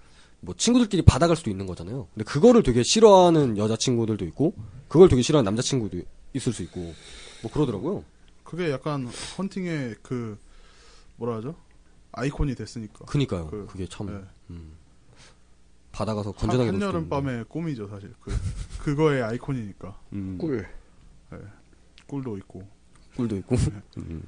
B: 뭐 친구들끼리 바다 갈 수도 있는 거잖아요. 근데 그거를 되게 싫어하는 여자 친구들도 있고 그걸 되게 싫어하는 남자 친구도 있을 수 있고 뭐 그러더라고요.
A: 그게 약간 헌팅의 그 뭐라 하죠? 아이콘이 됐으니까.
B: 그니까요.
A: 그-
B: 그, 게참
A: 네.
B: 음. 바다 가서 건전하게 놀 수도
A: 한여름
B: 있는데.
A: 밤의 꿈이죠 사실. 그 그거의 아이콘이니까
B: 음,
C: 꿀.
A: 꿀도 있고
B: 꿀도 있고
A: 네.
B: 음,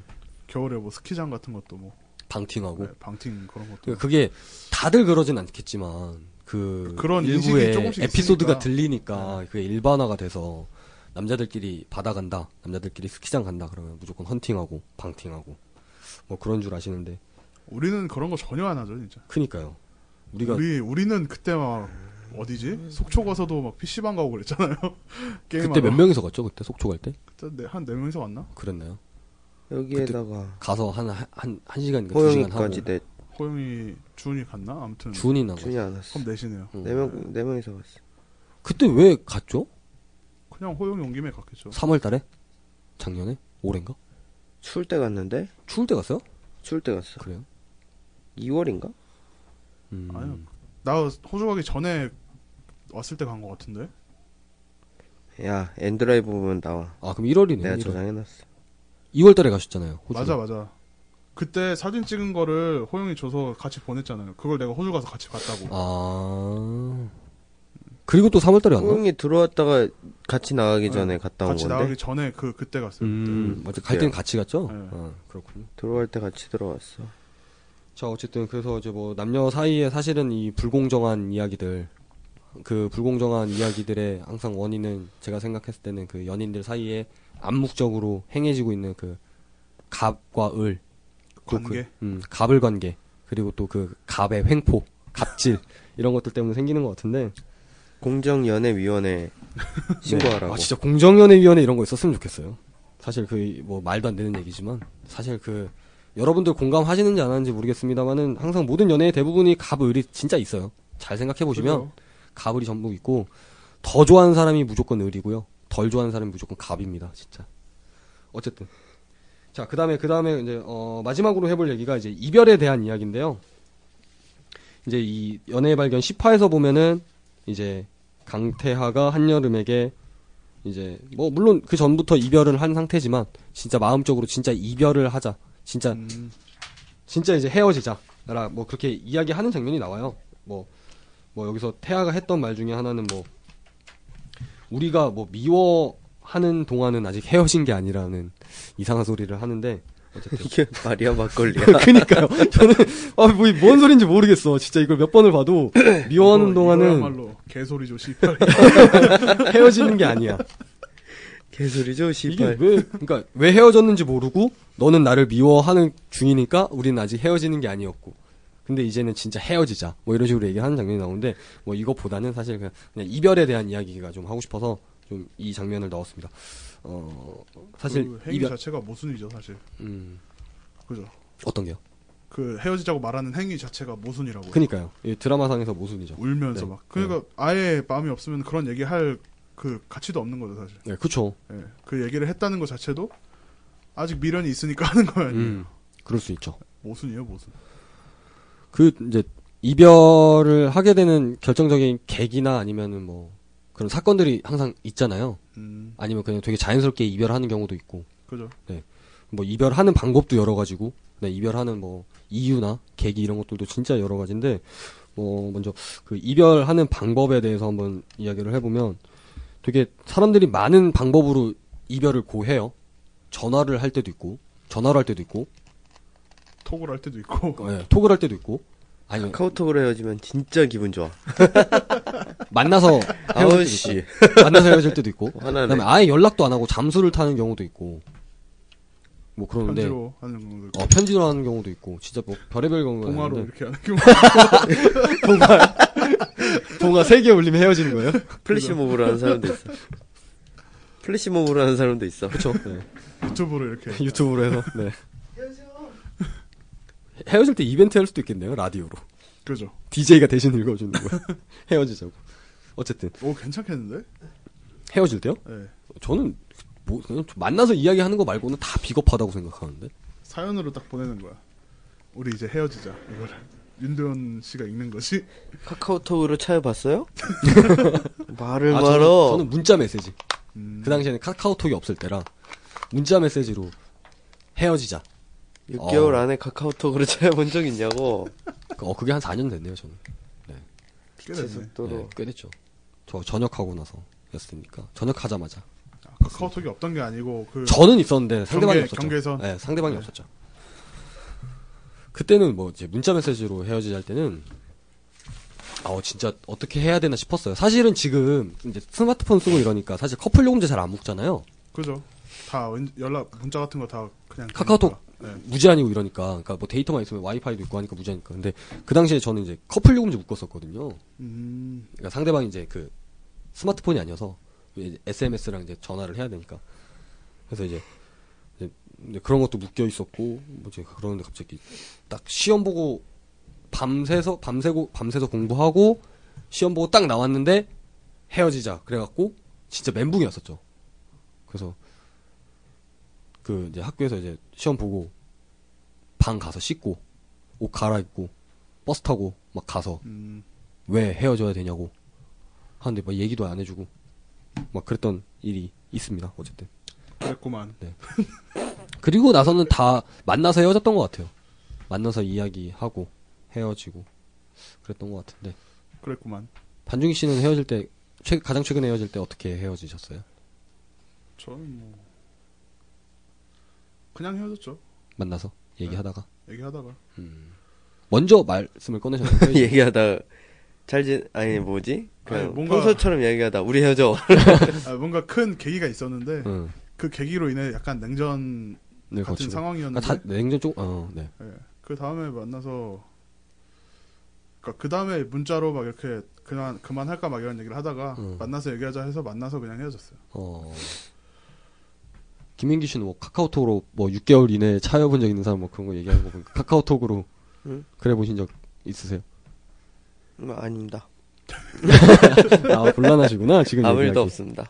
A: 겨울에 뭐 스키장 같은 것도 뭐
B: 방팅하고
A: 네, 방팅 그런 것도.
B: 그러니까 그게 다들 그러진 않겠지만 그
A: 그런 인식이
B: 일부의
A: 조금씩
B: 에피소드가
A: 있으니까. 네.
B: 들리니까 그게 일반화가 돼서 남자들끼리 바다 간다, 남자들끼리 스키장 간다 그러면 무조건 헌팅하고 방팅하고 뭐 그런 줄 아시는데
A: 우리는 그런 거 전혀 안 하죠 진짜.
B: 그니까요. 우리가
A: 우리 우리는 그때 막 어디지? 속초 가서도 막 PC방 가고 그랬잖아요. 게임
B: 그때 몇 명이서 갔죠? 그때 속초 갈 때?
A: 그때 한네 명이서 왔나?
B: 그랬나요?
C: 여기에다가
B: 가서 한 한 한 시간인가 그 두 시간 하고
C: 호영이까지 네. 내
A: 호영이 준이 갔나? 아무튼
B: 준이 나가.
C: 준이 안 왔어.
A: 그럼 내시네요.
B: 응.
C: 네 명, 네 명이서 갔어.
B: 그때 왜 갔죠?
A: 그냥 호영이 온 김에 갔겠죠.
B: 3월 달에? 작년에? 올해인가?
C: 추울 때 갔는데?
B: 추울 때 갔어요?
C: 추울 때 갔어.
B: 그래요?
C: 2월인가?
B: 음.
A: 아니요. 나 호주 가기 전에 왔을 때 간 것 같은데.
C: 야, 엔드라이브 보면 나와.
B: 아 그럼 1월이네.
C: 내가
B: 1월.
C: 저장해놨어.
B: 2월 달에 가셨잖아요. 호주.
A: 맞아 맞아. 그때 사진 찍은 거를 호영이 줘서 같이 보냈잖아요. 그걸 내가 호주 가서 같이 봤다고.
B: 아. 그리고 또 3월달에 왔나?
C: 호영이 들어왔다가 같이 나가기 전에 갔다 온
A: 같이
C: 건데?
A: 나가기 전에 그 그때 갔어요.
B: 음, 맞아. 갈 때는 같이 갔죠?
A: 네.
B: 아, 그렇군요.
C: 들어갈 때 같이 들어왔어.
B: 자, 어쨌든 그래서 이제 뭐 남녀 사이에 사실은 이 불공정한 이야기들 그 불공정한 이야기들의 항상 원인은 제가 생각했을 때는 그 연인들 사이에 암묵적으로 행해지고 있는 그 갑과 을 또
A: 관계.
B: 그, 음, 갑을 관계 그리고 또 그 갑의 횡포, 갑질 이런 것들 때문에 생기는 것 같은데
C: 공정연애위원회 신고하라고.
B: 아 진짜 공정연애위원회 이런 거 있었으면 좋겠어요. 사실 그 뭐 말도 안 되는 얘기지만 사실 그 여러분들 공감하시는지 안 하는지 모르겠습니다만은 항상 모든 연애의 대부분이 갑을이 진짜 있어요. 잘 생각해 보시면 갑을이 전부 있고 더 좋아하는 사람이 무조건 을이고요. 덜 좋아하는 사람이 무조건 갑입니다. 진짜. 어쨌든 자 그다음에 그다음에 이제 어, 마지막으로 해볼 얘기가 이제 이별에 대한 이야기인데요. 이제 이 연애의 발견 10화에서 보면은 이제 강태하가 한여름에게 이제 뭐 물론 그 전부터 이별을 한 상태지만 진짜 마음적으로 진짜 이별을 하자 진짜
A: 음,
B: 진짜 이제 헤어지자라 뭐 그렇게 이야기하는 장면이 나와요. 뭐 뭐 여기서 태아가 했던 말 중에 하나는 뭐 우리가 뭐 미워하는 동안은 아직 헤어진 게 아니라는 이상한 소리를 하는데 어쨌든
C: 이게 말이야 막걸리야.
B: 그니까요. 저는 아뭐뭔 소린지 모르겠어. 진짜 이걸 몇 번을 봐도 미워하는
A: 이거-
B: 동안은
A: 이거야말로 개소리죠 씨발.
B: 헤어지는 게 아니야.
C: 개소리죠,
B: 이게
C: 씨발.
B: 왜 그러니까 왜 헤어졌는지 모르고 너는 나를 미워하는 중이니까 우리는 아직 헤어지는 게 아니었고 근데 이제는 진짜 헤어지자 뭐 이런 식으로 얘기하는 장면이 나오는데 뭐 이거보다는 사실 그냥, 그냥 이별에 대한 이야기가 좀 하고 싶어서 좀 이 장면을 넣었습니다. 어 사실
A: 그 행위
B: 이별
A: 자체가 모순이죠 사실.
B: 음
A: 그죠.
B: 어떤 게요?
A: 그 헤어지자고 말하는 행위 자체가 모순이라고.
B: 그니까요. 이 드라마상에서 모순이죠.
A: 울면서
B: 네.
A: 막. 그러니까 아예 마음이 없으면 그런 얘기할 그 가치도 없는 거죠 사실.
B: 네, 그쵸.
A: 예. 그 얘기를 했다는 것 자체도 아직 미련이 있으니까 하는 거예요.
B: 음 그럴 수 있죠.
A: 모순이에요 모순.
B: 그 이제 이별을 하게 되는 결정적인 계기나 아니면은 뭐 그런 사건들이 항상 있잖아요.
A: 음,
B: 아니면 그냥 되게 자연스럽게 이별하는 경우도 있고
A: 그죠.
B: 뭐 이별하는 방법도 여러 가지고 네, 이별하는 뭐 이유나 계기 이런 것들도 진짜 여러 가지인데 뭐 먼저 그 이별하는 방법에 대해서 한번 이야기를 해보면 되게 사람들이 많은 방법으로 이별을 고해요 전화를 할 때도 있고 전화를 할 때도 있고
A: 톡을 할 때도 있고.
B: 예, 톡을 할 때도 있고 아니면
C: 카카오톡으로 헤어지면 진짜 기분 좋아.
B: 만나서 아, 헤어질 때도 있고.
C: 아우씨.
B: 만나서 헤어질 때도 있고
C: 화나네.
B: 그다음에 아예 연락도 안 하고 잠수를 타는 경우도 있고 뭐 그러는데
A: 편지로 하는 경우도 있고.
B: 어, 편지로 하는 경우도 있고 진짜 뭐 별의별 경우가
A: 동화로
B: 있는데
A: 이렇게 하는 경우.
B: 동화 세 개 올리면 헤어지는 거예요?
C: 플래시몹으로 하는 사람도 있어. 플래시몹으로 하는 사람도 있어.
B: 그렇죠. 네.
A: 유튜브로 이렇게.
B: 유튜브로 해서 네. 헤어질 때 이벤트 할 수도 있겠네요. 라디오로.
A: 그죠.
B: DJ가 대신 읽어 주는 거야. 헤어지자고. 어쨌든
A: 오 괜찮겠는데?
B: 헤어질 때요?
A: 예.
B: 저는 뭐 그냥 좀 만나서 이야기하는 거 말고는 다 비겁하다고 생각하는데. 아,
A: 사연으로 딱 보내는 거야. 우리 이제 헤어지자. 이거를 윤도현 씨가 읽는 것이
C: 카카오톡으로 차여봤어요? 말을
B: 아, 저는,
C: 말어.
B: 저는 문자 메시지.
A: 음,
B: 그 당시에는 카카오톡이 없을 때라 문자 메시지로 헤어지자.
C: 6개월
B: 어.
C: 안에 카카오톡으로 차여본 적 있냐고.
B: 어 그게 한 4년 됐네요, 저는.
A: 꽤 됐네.
C: 속도로.
B: 네, 꽤 됐죠. 저 전역하고 나서였으니까. 전역하자마자.
A: 아, 카카오톡이 없던 게 아니고 그
B: 음. 저는 있었는데 상대방이
A: 경계-
B: 없었죠.
A: 경계선?
B: 네, 상대방이
A: 네.
B: 없었죠. 그때는 뭐 이제 문자 메시지로 헤어지자 할 때는 아우 진짜 어떻게 해야 되나 싶었어요. 사실은 지금 이제 스마트폰 쓰고 이러니까 사실 커플 요금제 잘 안 묶잖아요.
A: 그죠. 다 은- 연락 문자 같은 거 다 그냥
B: 카카오톡.
A: 되니까. 네.
B: 무제한이고 이러니까 그러니까 뭐 데이터만 있으면 와이파이도 있고 하니까 무제한이니까. 근데 그 당시에 저는 이제 커플 요금제 묶었었거든요.
A: 음,
B: 그러니까 상대방이 이제 그 스마트폰이 아니어서 SMS랑 이제 전화를 해야 되니까 그래서 이제, 이제 이제 그런 것도 묶여 있었고 뭐 이제 그러는데 갑자기 딱 시험 보고 밤새서 밤새고 밤새서 공부하고 시험 보고 딱 나왔는데 헤어지자 그래갖고 진짜 멘붕이었었죠. 그래서 그 이제 학교에서 이제 시험 보고 방 가서 씻고 옷 갈아입고 버스 타고 막 가서
A: 음,
B: 왜 헤어져야 되냐고 하는데 막 얘기도 안 해주고 막 그랬던 일이 있습니다 어쨌든
A: 그랬구만.
B: 그리고 나서는 다 만나서 헤어졌던 것 같아요 만나서 이야기하고 헤어지고 그랬던 것 같은데
A: 그랬구만.
B: 반중기 씨는 헤어질 때 최- 가장 최근에 헤어질 때 어떻게 헤어지셨어요
A: 저는 뭐 그냥 헤어졌죠.
B: 만나서 얘기하다가
A: 얘기하다가
B: 먼저 말씀을 꺼내셨는데
C: 얘기하다 잘 지, 아니 뭐지? 그냥
A: 아니, 뭔가-
C: 평소처럼 얘기하다 우리 헤어져.
A: 아, 뭔가 큰 계기가 있었는데
B: 응,
A: 그 계기로 인해 약간 냉전
B: 늘
A: 같은
B: 거치고 그러니까
A: 상황이었는데
B: 다 냉전 쪽어네
A: 예. 그 다음에 만나서 그러니까 그 다음에 문자로 막 이렇게 그냥 그만할까 막 이런 얘기를 하다가
B: 음.
A: 만나서 얘기하자 해서 만나서 그냥 헤어졌어요.
B: 어. 김민기 씨는 뭐 카카오톡으로 뭐 6개월 이내에 차여본 적 있는 사람 뭐 그런 거 얘기하는 거 보니까 카카오톡으로
C: 응.
B: 그래 보신 적 있으세요?
C: 음, 아닙니다.
B: 아, 곤란하시구나, 지금.
C: 아무 일도
B: 얘기하기.
C: 없습니다.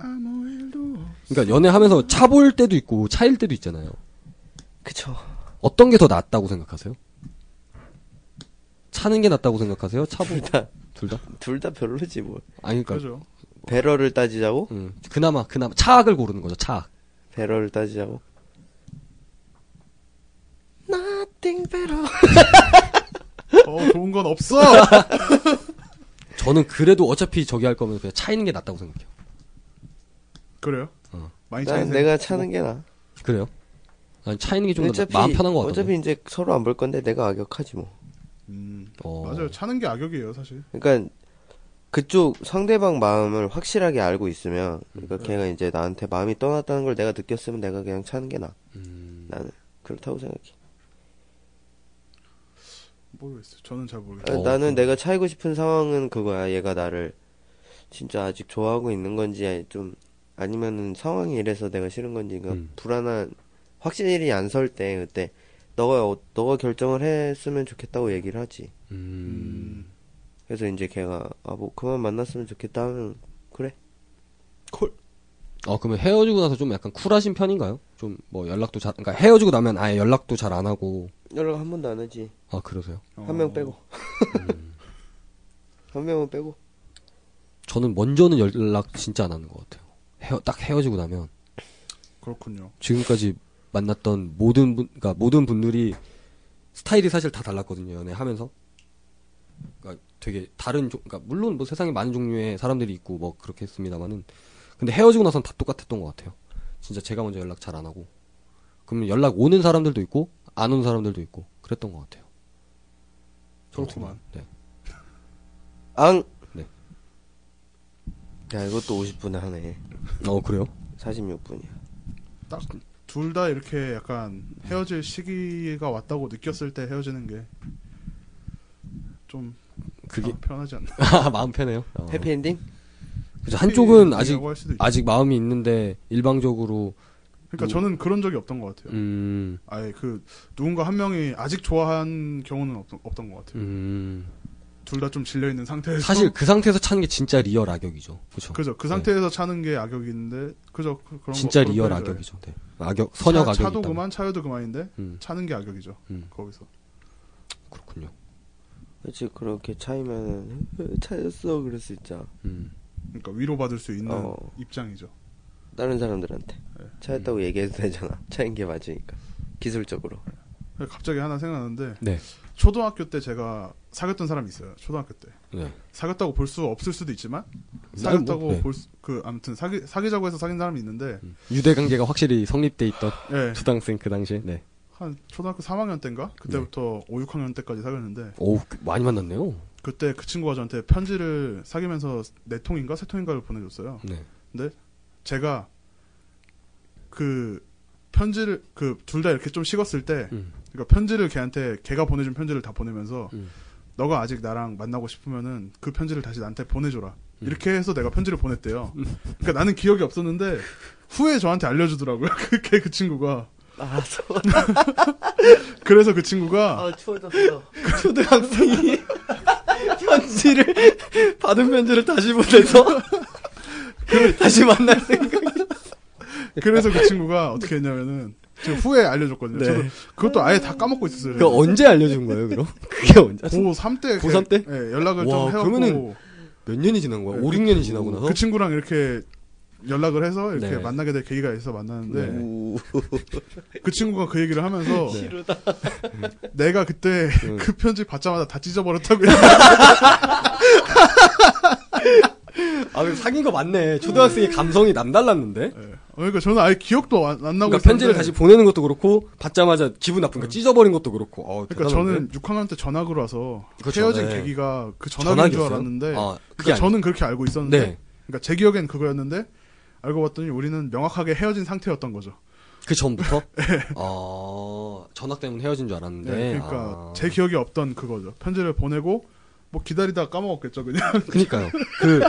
A: 아무 일도 없-
B: 그러니까 연애하면서 차볼 때도 있고, 차일 때도 있잖아요.
C: 그쵸.
B: 어떤 게 더 낫다고 생각하세요? 차는 게 낫다고 생각하세요? 차보
C: 일단
B: 둘 다?
C: 둘 다 별로지 뭘.
B: 아니 그러니까
A: 그죠.
C: 배럴을 따지자고?
B: 음, 그나마 그나마 차악을 고르는 거죠. 차악.
C: 배럴을 따지자고. Nothing better.
A: 어 좋은 건 없어.
B: 저는 그래도 어차피 저기 할 거면 그냥 차 있는 게 낫다고 생각해요.
A: 그래요?
B: 어.
A: 많이
C: 난
A: 차이
C: 내가 차는 게 나.
B: 그래요? 아니 차 있는 게 좀 더
C: 어차피
B: 마음 편한 것 같아요.
C: 어차피 이제 서로 안 볼 건데 내가 악역하지 뭐.
A: 음,
B: 어.
A: 맞아요. 차는 게 악역이에요, 사실.
C: 그러니까 그쪽 상대방 마음을 확실하게 알고 있으면 그러니까 걔가 이제 나한테 마음이 떠났다는 걸 내가 느꼈으면 내가 그냥 차는 게 나. 나는 그렇다고 생각해.
A: 모르겠어요. 저는 잘 모르겠어요.
C: 아,
B: 어,
C: 나는
B: 그럼.
C: 내가 차이고 싶은 상황은 그거야. 얘가 나를 진짜 아직 좋아하고 있는 건지 좀 아니면은 상황이 이래서 내가 싫은 건지 그러니까
B: 음.
C: 불안한 확실히 안 설 때 그때 너가 어- 너가 결정을 했으면 좋겠다고 얘기를 하지.
B: 음.
C: 그래서 이제 걔가 아 뭐 그만 만났으면 좋겠다 하면 그래.
B: 어 그러면 헤어지고 나서 좀 약간 쿨하신 편인가요? 좀 뭐 연락도 잘 그러니까 헤어지고 나면 아예 연락도 잘 안 하고
C: 연락 한 번도 안 하지.
B: 아 그러세요?
A: 어.
C: 한 명 빼고. 한 명은 빼고.
B: 저는 먼저는 연락 진짜 안 하는 것 같아요. 헤어 딱 헤어지고 나면
A: 그렇군요.
B: 지금까지 만났던 모든 분, 그러니까 모든 분들이 스타일이 사실 다 달랐거든요. 연애하면서. 그러니까 되게 다른 종, 그러니까 물론 뭐 세상에 많은 종류의 사람들이 있고 뭐 그렇게 했습니다만은 근데 헤어지고 나선 다 똑같았던 것 같아요. 진짜 제가 먼저 연락 잘 안 하고 그러면 연락 오는 사람들도 있고 안 오는 사람들도 있고 그랬던 것 같아요.
A: 그렇구만.
B: 네.
C: 앙.
B: 네.
C: 야 이것도 50분에 하네.
B: 어 그래요?
C: 46분이야.
A: 딱 둘 다 이렇게 약간 헤어질 시기가 왔다고 느꼈을 때 헤어지는 게 좀
B: 그게
A: 편하지 않나?
B: 아, 마음 편해요. 어.
C: 해피엔딩?
B: 그죠. 한쪽은 아직
A: 할 수도 있죠.
B: 아직 뭐 마음이 있는데 일방적으로
A: 그러니까
B: 누구-
A: 저는 그런 적이 없던 것 같아요.
B: 음,
A: 아예 그 누군가 한 명이 아직 좋아한 경우는 없, 없던 것 같아요.
B: 음
A: 둘 다 네, 좀 질려 있는 상태에서
B: 사실 그 상태에서 차는 게 진짜 리얼 악역이죠. 그렇죠.
A: 그죠 그 상태에서 차는 게 악역인데 그죠 그- 그런
B: 진짜
A: 거, 그런
B: 리얼
A: 편이죠.
B: 악역이죠. 네. 악역 선역
A: 차,
B: 악역이
A: 차도
B: 있다.
A: 그만 차여도 그만인데
B: 음,
A: 차는 게 악역이죠.
B: 음.
A: 거기서
B: 그렇군요.
C: 그렇지 그렇게 차이면은 차였어 그럴 수 있잖아.
B: 음.
A: 그러니까 위로 받을 수 있는
C: 어.
A: 입장이죠.
C: 다른 사람들한테
A: 네.
C: 차였다고 얘기해도 되잖아. 차인 게 맞으니까 기술적으로.
A: 갑자기 하나 생각났는데
B: 네.
A: 초등학교 때 제가 사귀었던 사람이 있어요. 초등학교 때
B: 네.
A: 사귀었다고 볼 수 없을 수도 있지만
B: 아니, 뭐,
A: 사귀었다고
B: 네.
A: 볼 그 아무튼 사귀 사귀자고 해서 사귄 사람이 있는데
B: 음. 유대 관계가 확실히 성립돼 있던
A: 예,
B: 초등학생 그 당시에. 네.
A: 한 초등학교 3학년 때인가 그때부터 5, 6학년 때까지 사귀었는데
B: 오, 많이 만났네요.
A: 그때 그 친구가 저한테 편지를 사귀면서 네 통인가 세 통인가를 보내줬어요.
B: 네.
A: 제가 그 편지를 그 둘 다 이렇게 좀 식었을 때
B: 음.
A: 그러니까 편지를 걔한테 걔가 보내준 편지를 다 보내면서
B: 음.
A: 너가 아직 나랑 만나고 싶으면은 그 편지를 다시 나한테 보내줘라
B: 음.
A: 이렇게 해서 내가 편지를 보냈대요. 그러니까 나는 기억이 없었는데 후에 저한테 알려주더라고요. 그게 그 친구가
C: 알았어.
A: 그래서 그 친구가
C: 아, 추워졌어.
B: 초등학생이 편지를 받은 편지를 다시 보내서 다시 만날 생각.
A: 그래서 그 친구가 어떻게 했냐면은 지금 후에 알려줬거든요.
B: 네.
A: 저도 그것도 아예 다 까먹고 있었어요.
B: 그 언제 알려준 거예요, 그럼? 그게 언제?
A: 고3 때. 그-
B: 고3 때?
A: 예, 연락을
B: 와,
A: 좀 해갖고.
B: 그러면은 몇 년이 지난 거야?
A: 네,
B: 5, 6년이 지나고 나서?
A: 그 친구랑 이렇게 연락을 해서 이렇게
B: 네.
A: 만나게 될 계기가 있어 만나는데
B: 네.
A: 그 친구가 그 얘기를 하면서 음.
B: 네.
A: 내가 그때
B: 음.
A: 그 편지 받자마자 다 찢어버렸다고
B: 아, 그럼 사귄 거 맞네. 초등학생의 감성이 남달랐는데?
A: 예. 그러니까 저는 아예 기억도 안, 안 나고
B: 그러니까
A: 있었는데
B: 편지를 다시 보내는 것도 그렇고, 받자마자 기분 나쁜 거 찢어버린 것도 그렇고, 어,
A: 그러니까
B: 대단한데?
A: 저는 6학년 때 전학을 와서
B: 그렇죠.
A: 헤어진
B: 네.
A: 계기가 그 전학인 줄
B: 전학이었어요?
A: 알았는데
B: 아, 그게
A: 그러니까
B: 아니-
A: 저는 그렇게 알고 있었는데
B: 네.
A: 그러니까 제 기억엔 그거였는데 알고 봤더니 우리는 명확하게 헤어진 상태였던 거죠.
B: 그 전부터? 어, 전학 때문에 헤어진 줄 알았는데.
A: 네, 그러니까
B: 아.
A: 제 기억이 없던 그거죠. 편지를 보내고 뭐 기다리다 까먹었겠죠 그냥
B: 그니까요. 그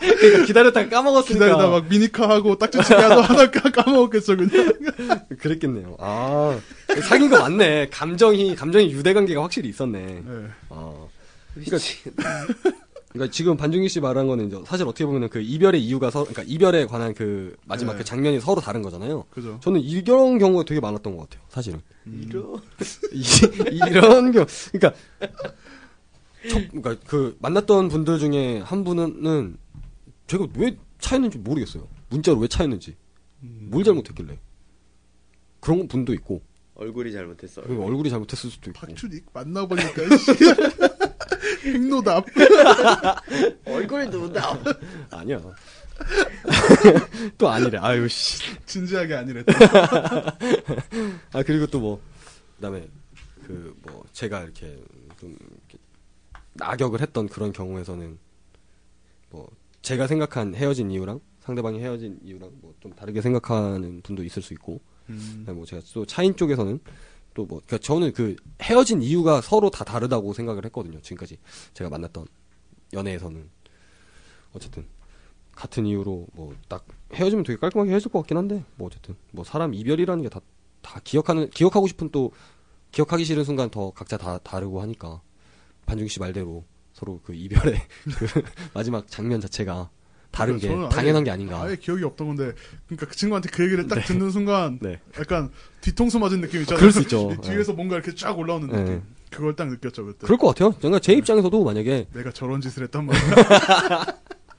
B: 그러니까 기다렸다가 까먹었으니까
A: 기다리다 막 미니카 하고 딱지치기 하다 하다가 까먹었겠죠 그냥
B: 그랬겠네요. 아 사귄 거 맞네. 감정이 감정이 유대 관계가 확실히 있었네.
A: 네.
B: 어. 그러니까, 그러니까 지금 반중기 씨 말한 거는 이제 사실 어떻게 보면은 그 이별의 이유가 서, 그러니까 이별에 관한 그 마지막
A: 네.
B: 그 장면이 서로 다른 거잖아요.
A: 그죠
B: 저는 이런 경우가 되게 많았던 것 같아요. 사실은
C: 이런.
B: 이, 이런 경우, 그러니까 첫, 그러니까 그 만났던 분들 중에 한 분은 제가 왜 차였는지 모르겠어요. 문자로 왜 차였는지 뭘 잘못했길래 그런 분도 있고
C: 얼굴이 잘못했어.
B: 그리고 얼굴이 잘못했을 수도 있고
A: 박준익 만나보니까 씨. 행노답
C: 얼굴이 누구다.
B: 아니야. 또 아니래. 아유 씨.
A: 진지하게 아니랬다
B: 아 그리고 또 뭐 그다음에 그 뭐 제가 이렇게 좀 이렇게 낙역을 했던 그런 경우에서는 뭐 제가 생각한 헤어진 이유랑 상대방이 헤어진 이유랑 뭐 좀 다르게 생각하는 분도 있을 수 있고
A: 음.
B: 그다음에 뭐 제가 또 차인 쪽에서는 또 뭐 그러니까 저는 그 헤어진 이유가 서로 다 다르다고 생각을 했거든요 지금까지 제가 만났던 연애에서는 어쨌든 같은 이유로 뭐 딱 헤어지면 되게 깔끔하게 헤어질 것 같긴 한데 뭐 어쨌든 뭐 사람 이별이라는 게 다 다 기억하는 기억하고 싶은 또 기억하기 싫은 순간 더 각자 다 다르고 하니까 반중 씨 말대로 서로 그 이별의 그 마지막 장면 자체가 다른 게
A: 그러니까 저는 아예-
B: 당연한 게 아닌가
A: 아예 기억이 없던 건데 그러니까 그 친구한테 그 얘기를 딱 듣는 순간
B: 네
A: 약간 뒤통수 맞은 느낌 있잖아요
B: 그럴 수 있죠.
A: 이 뒤에서 뭔가 이렇게 쫙 올라오는
B: 네.
A: 느낌 그걸 딱 느꼈죠 그때
B: 그럴 것 같아요
A: 네.
B: 그러니까 제 입장에서도 만약에
A: 내가 저런 짓을 했단 말이야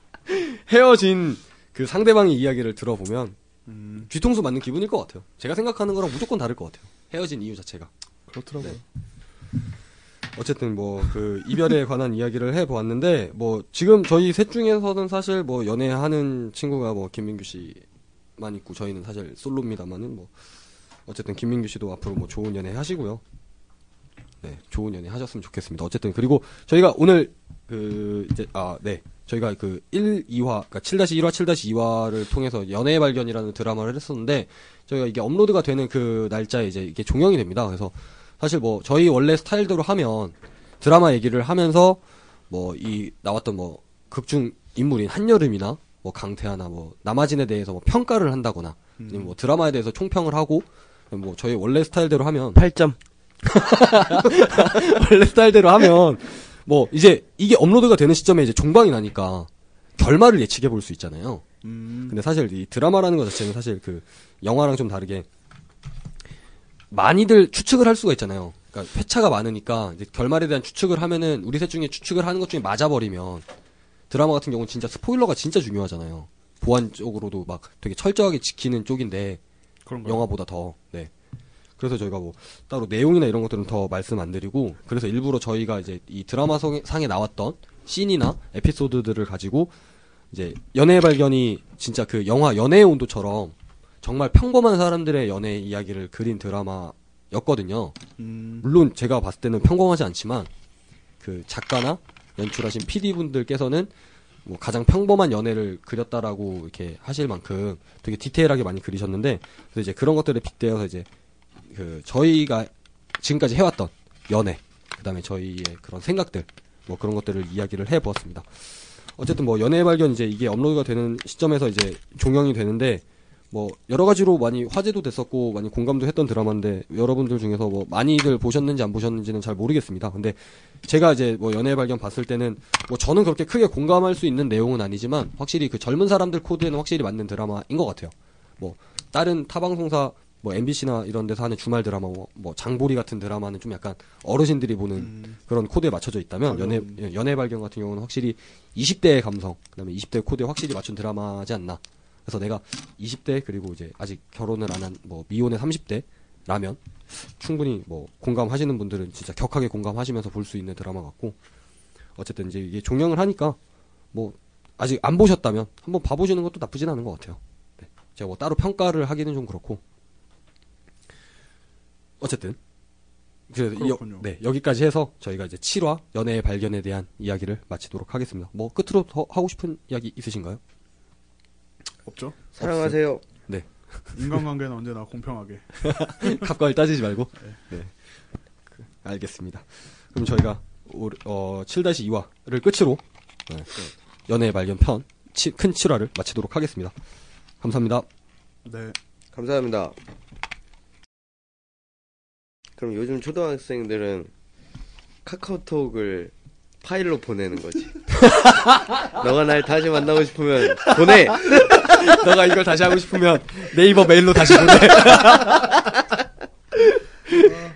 B: 헤어진 그 상대방의 이야기를 들어보면
A: 음,
B: 뒤통수 맞는 기분일 것 같아요. 제가 생각하는 거랑 무조건 다를 것 같아요. 헤어진 이유 자체가.
A: 그렇더라고요
B: 네. 어쨌든 뭐 그 이별에 관한 이야기를 해 보았는데 뭐 지금 저희 셋 중에서는 사실 뭐 연애하는 친구가 뭐 김민규 씨만 있고 저희는 사실 솔로입니다만은 뭐 어쨌든 김민규 씨도 앞으로 뭐 좋은 연애 하시고요. 네, 좋은 연애 하셨으면 좋겠습니다. 어쨌든 그리고 저희가 오늘 그 이제 아, 네. 저희가 그 1, 2화 그러니까 7-1화, 7-2화를 통해서 연애의 발견이라는 드라마를 했었는데 저희가 이게 업로드가 되는 그 날짜에 이제 이게 종영이 됩니다. 그래서 사실 뭐 저희 원래 스타일대로 하면 드라마 얘기를 하면서 뭐 이 나왔던 뭐 극중 인물인 한여름이나 뭐 강태하나 뭐 남아진에 대해서 뭐 평가를 한다거나 아니면 뭐 드라마에 대해서 총평을 하고 뭐 저희 원래 스타일대로 하면
C: 8점.
B: 원래 스타일대로 하면 뭐 이제 이게 업로드가 되는 시점에 이제 종방이 나니까 결말을 예측해 볼 수 있잖아요.
A: 음,
B: 근데 사실 이 드라마라는 것 자체는 사실 그 영화랑 좀 다르게 많이들 추측을 할 수가 있잖아요. 그러니까 회차가 많으니까 이제 결말에 대한 추측을 하면은 우리 셋 중에 추측을 하는 것 중에 맞아버리면 드라마 같은 경우는 진짜 스포일러가 진짜 중요하잖아요. 보안적으로도 막 되게 철저하게 지키는 쪽인데
A: 그런가요?
B: 영화보다 더. 네. 그래서 저희가 뭐 따로 내용이나 이런 것들은 더 말씀 안 드리고 그래서 일부러 저희가 이제 이 드라마 성- 상에 나왔던 씬이나 에피소드들을 가지고 이제 연애의 발견이 진짜 그 영화 연애의 온도처럼 정말 평범한 사람들의 연애 이야기를 그린 드라마였거든요.
A: 음,
B: 물론 제가 봤을 때는 평범하지 않지만 그 작가나 연출하신 PD 분들께서는 뭐 가장 평범한 연애를 그렸다라고 이렇게 하실 만큼 되게 디테일하게 많이 그리셨는데 그래서 이제 그런 것들에 빗대어서 이제 그 저희가 지금까지 해왔던 연애 그다음에 저희의 그런 생각들 뭐 그런 것들을 이야기를 해보았습니다. 어쨌든 뭐 연애 발견 이제 이게 업로드가 되는 시점에서 이제 종영이 되는데 뭐 여러 가지로 많이 화제도 됐었고 많이 공감도 했던 드라마인데 여러분들 중에서 뭐 많이들 보셨는지 안 보셨는지는 잘 모르겠습니다. 근데 제가 이제 뭐 연애 발견 봤을 때는 뭐 저는 그렇게 크게 공감할 수 있는 내용은 아니지만 확실히 그 젊은 사람들 코드에는 확실히 맞는 드라마인 것 같아요. 뭐 다른 타 방송사 뭐 MBC나 이런 데서 하는 주말 드라마 뭐, 뭐 장보리 같은 드라마는 좀 약간 어르신들이 보는 그런 코드에 맞춰져 있다면 연애
A: 가벼운.
B: 예, 연애 발견 같은 경우는 확실히 20대의 감성 그다음에 20대 코드에 확실히 맞춘 드라마지 않나. 그래서 내가 20대 그리고 이제 아직 결혼을 안 한 뭐 미혼의 30대라면 충분히 뭐 공감하시는 분들은 진짜 격하게 공감하시면서 볼 수 있는 드라마 같고 어쨌든 이제 이게 종영을 하니까 뭐 아직 안 보셨다면 한번 봐보시는 것도 나쁘진 않은 것 같아요. 네. 제가 뭐 따로 평가를 하기는 좀 그렇고 어쨌든 그래서 이 여-
A: 그렇군요.
B: 네, 여기까지 해서 저희가 이제 7화 연애의 발견에 대한 이야기를 마치도록 하겠습니다. 뭐 끝으로 더 하고 싶은 이야기 있으신가요?
A: 없죠?
C: 사랑하세요.
B: 네.
A: 인간관계는 언제나 공평하게
B: 갑과을 따지지 말고. 네. 그, 알겠습니다. 그럼 저희가 올- 어, 7-2화를 끝으로 네. 연애의 발견 편, 치- 큰 7화를 마치도록 하겠습니다. 감사합니다.
A: 네.
C: 감사합니다. 그럼 요즘 초등학생들은 카카오톡을 파일로 보내는 거지. 너가 날 다시 만나고 싶으면 보내.
B: 너가 이걸 다시 하고 싶으면 네이버 메일로 다시 보내.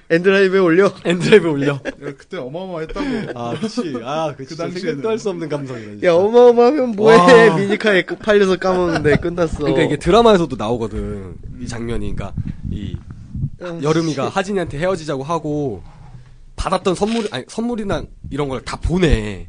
C: 엔드라이브에 올려.
B: 엔드랩에 올려.
A: 야, 예, 그때 어마어마했다고.
B: 아, 그치. 아, 그치.
A: 그
B: 진짜
A: 당시에는.
B: 생각도 할 수 없는 감성이네. 진짜.
C: 야 어마어마하면 뭐해?
B: 와.
C: 미니카에 끄- 팔려서 까먹는데 끝났어.
B: 그러니까 이게 드라마에서도 나오거든. 이 장면이. 그러니까 이
C: 아,
B: 여름이가 하진이한테 헤어지자고 하고 받았던 선물 아니 선물이나 이런 걸 다 보내.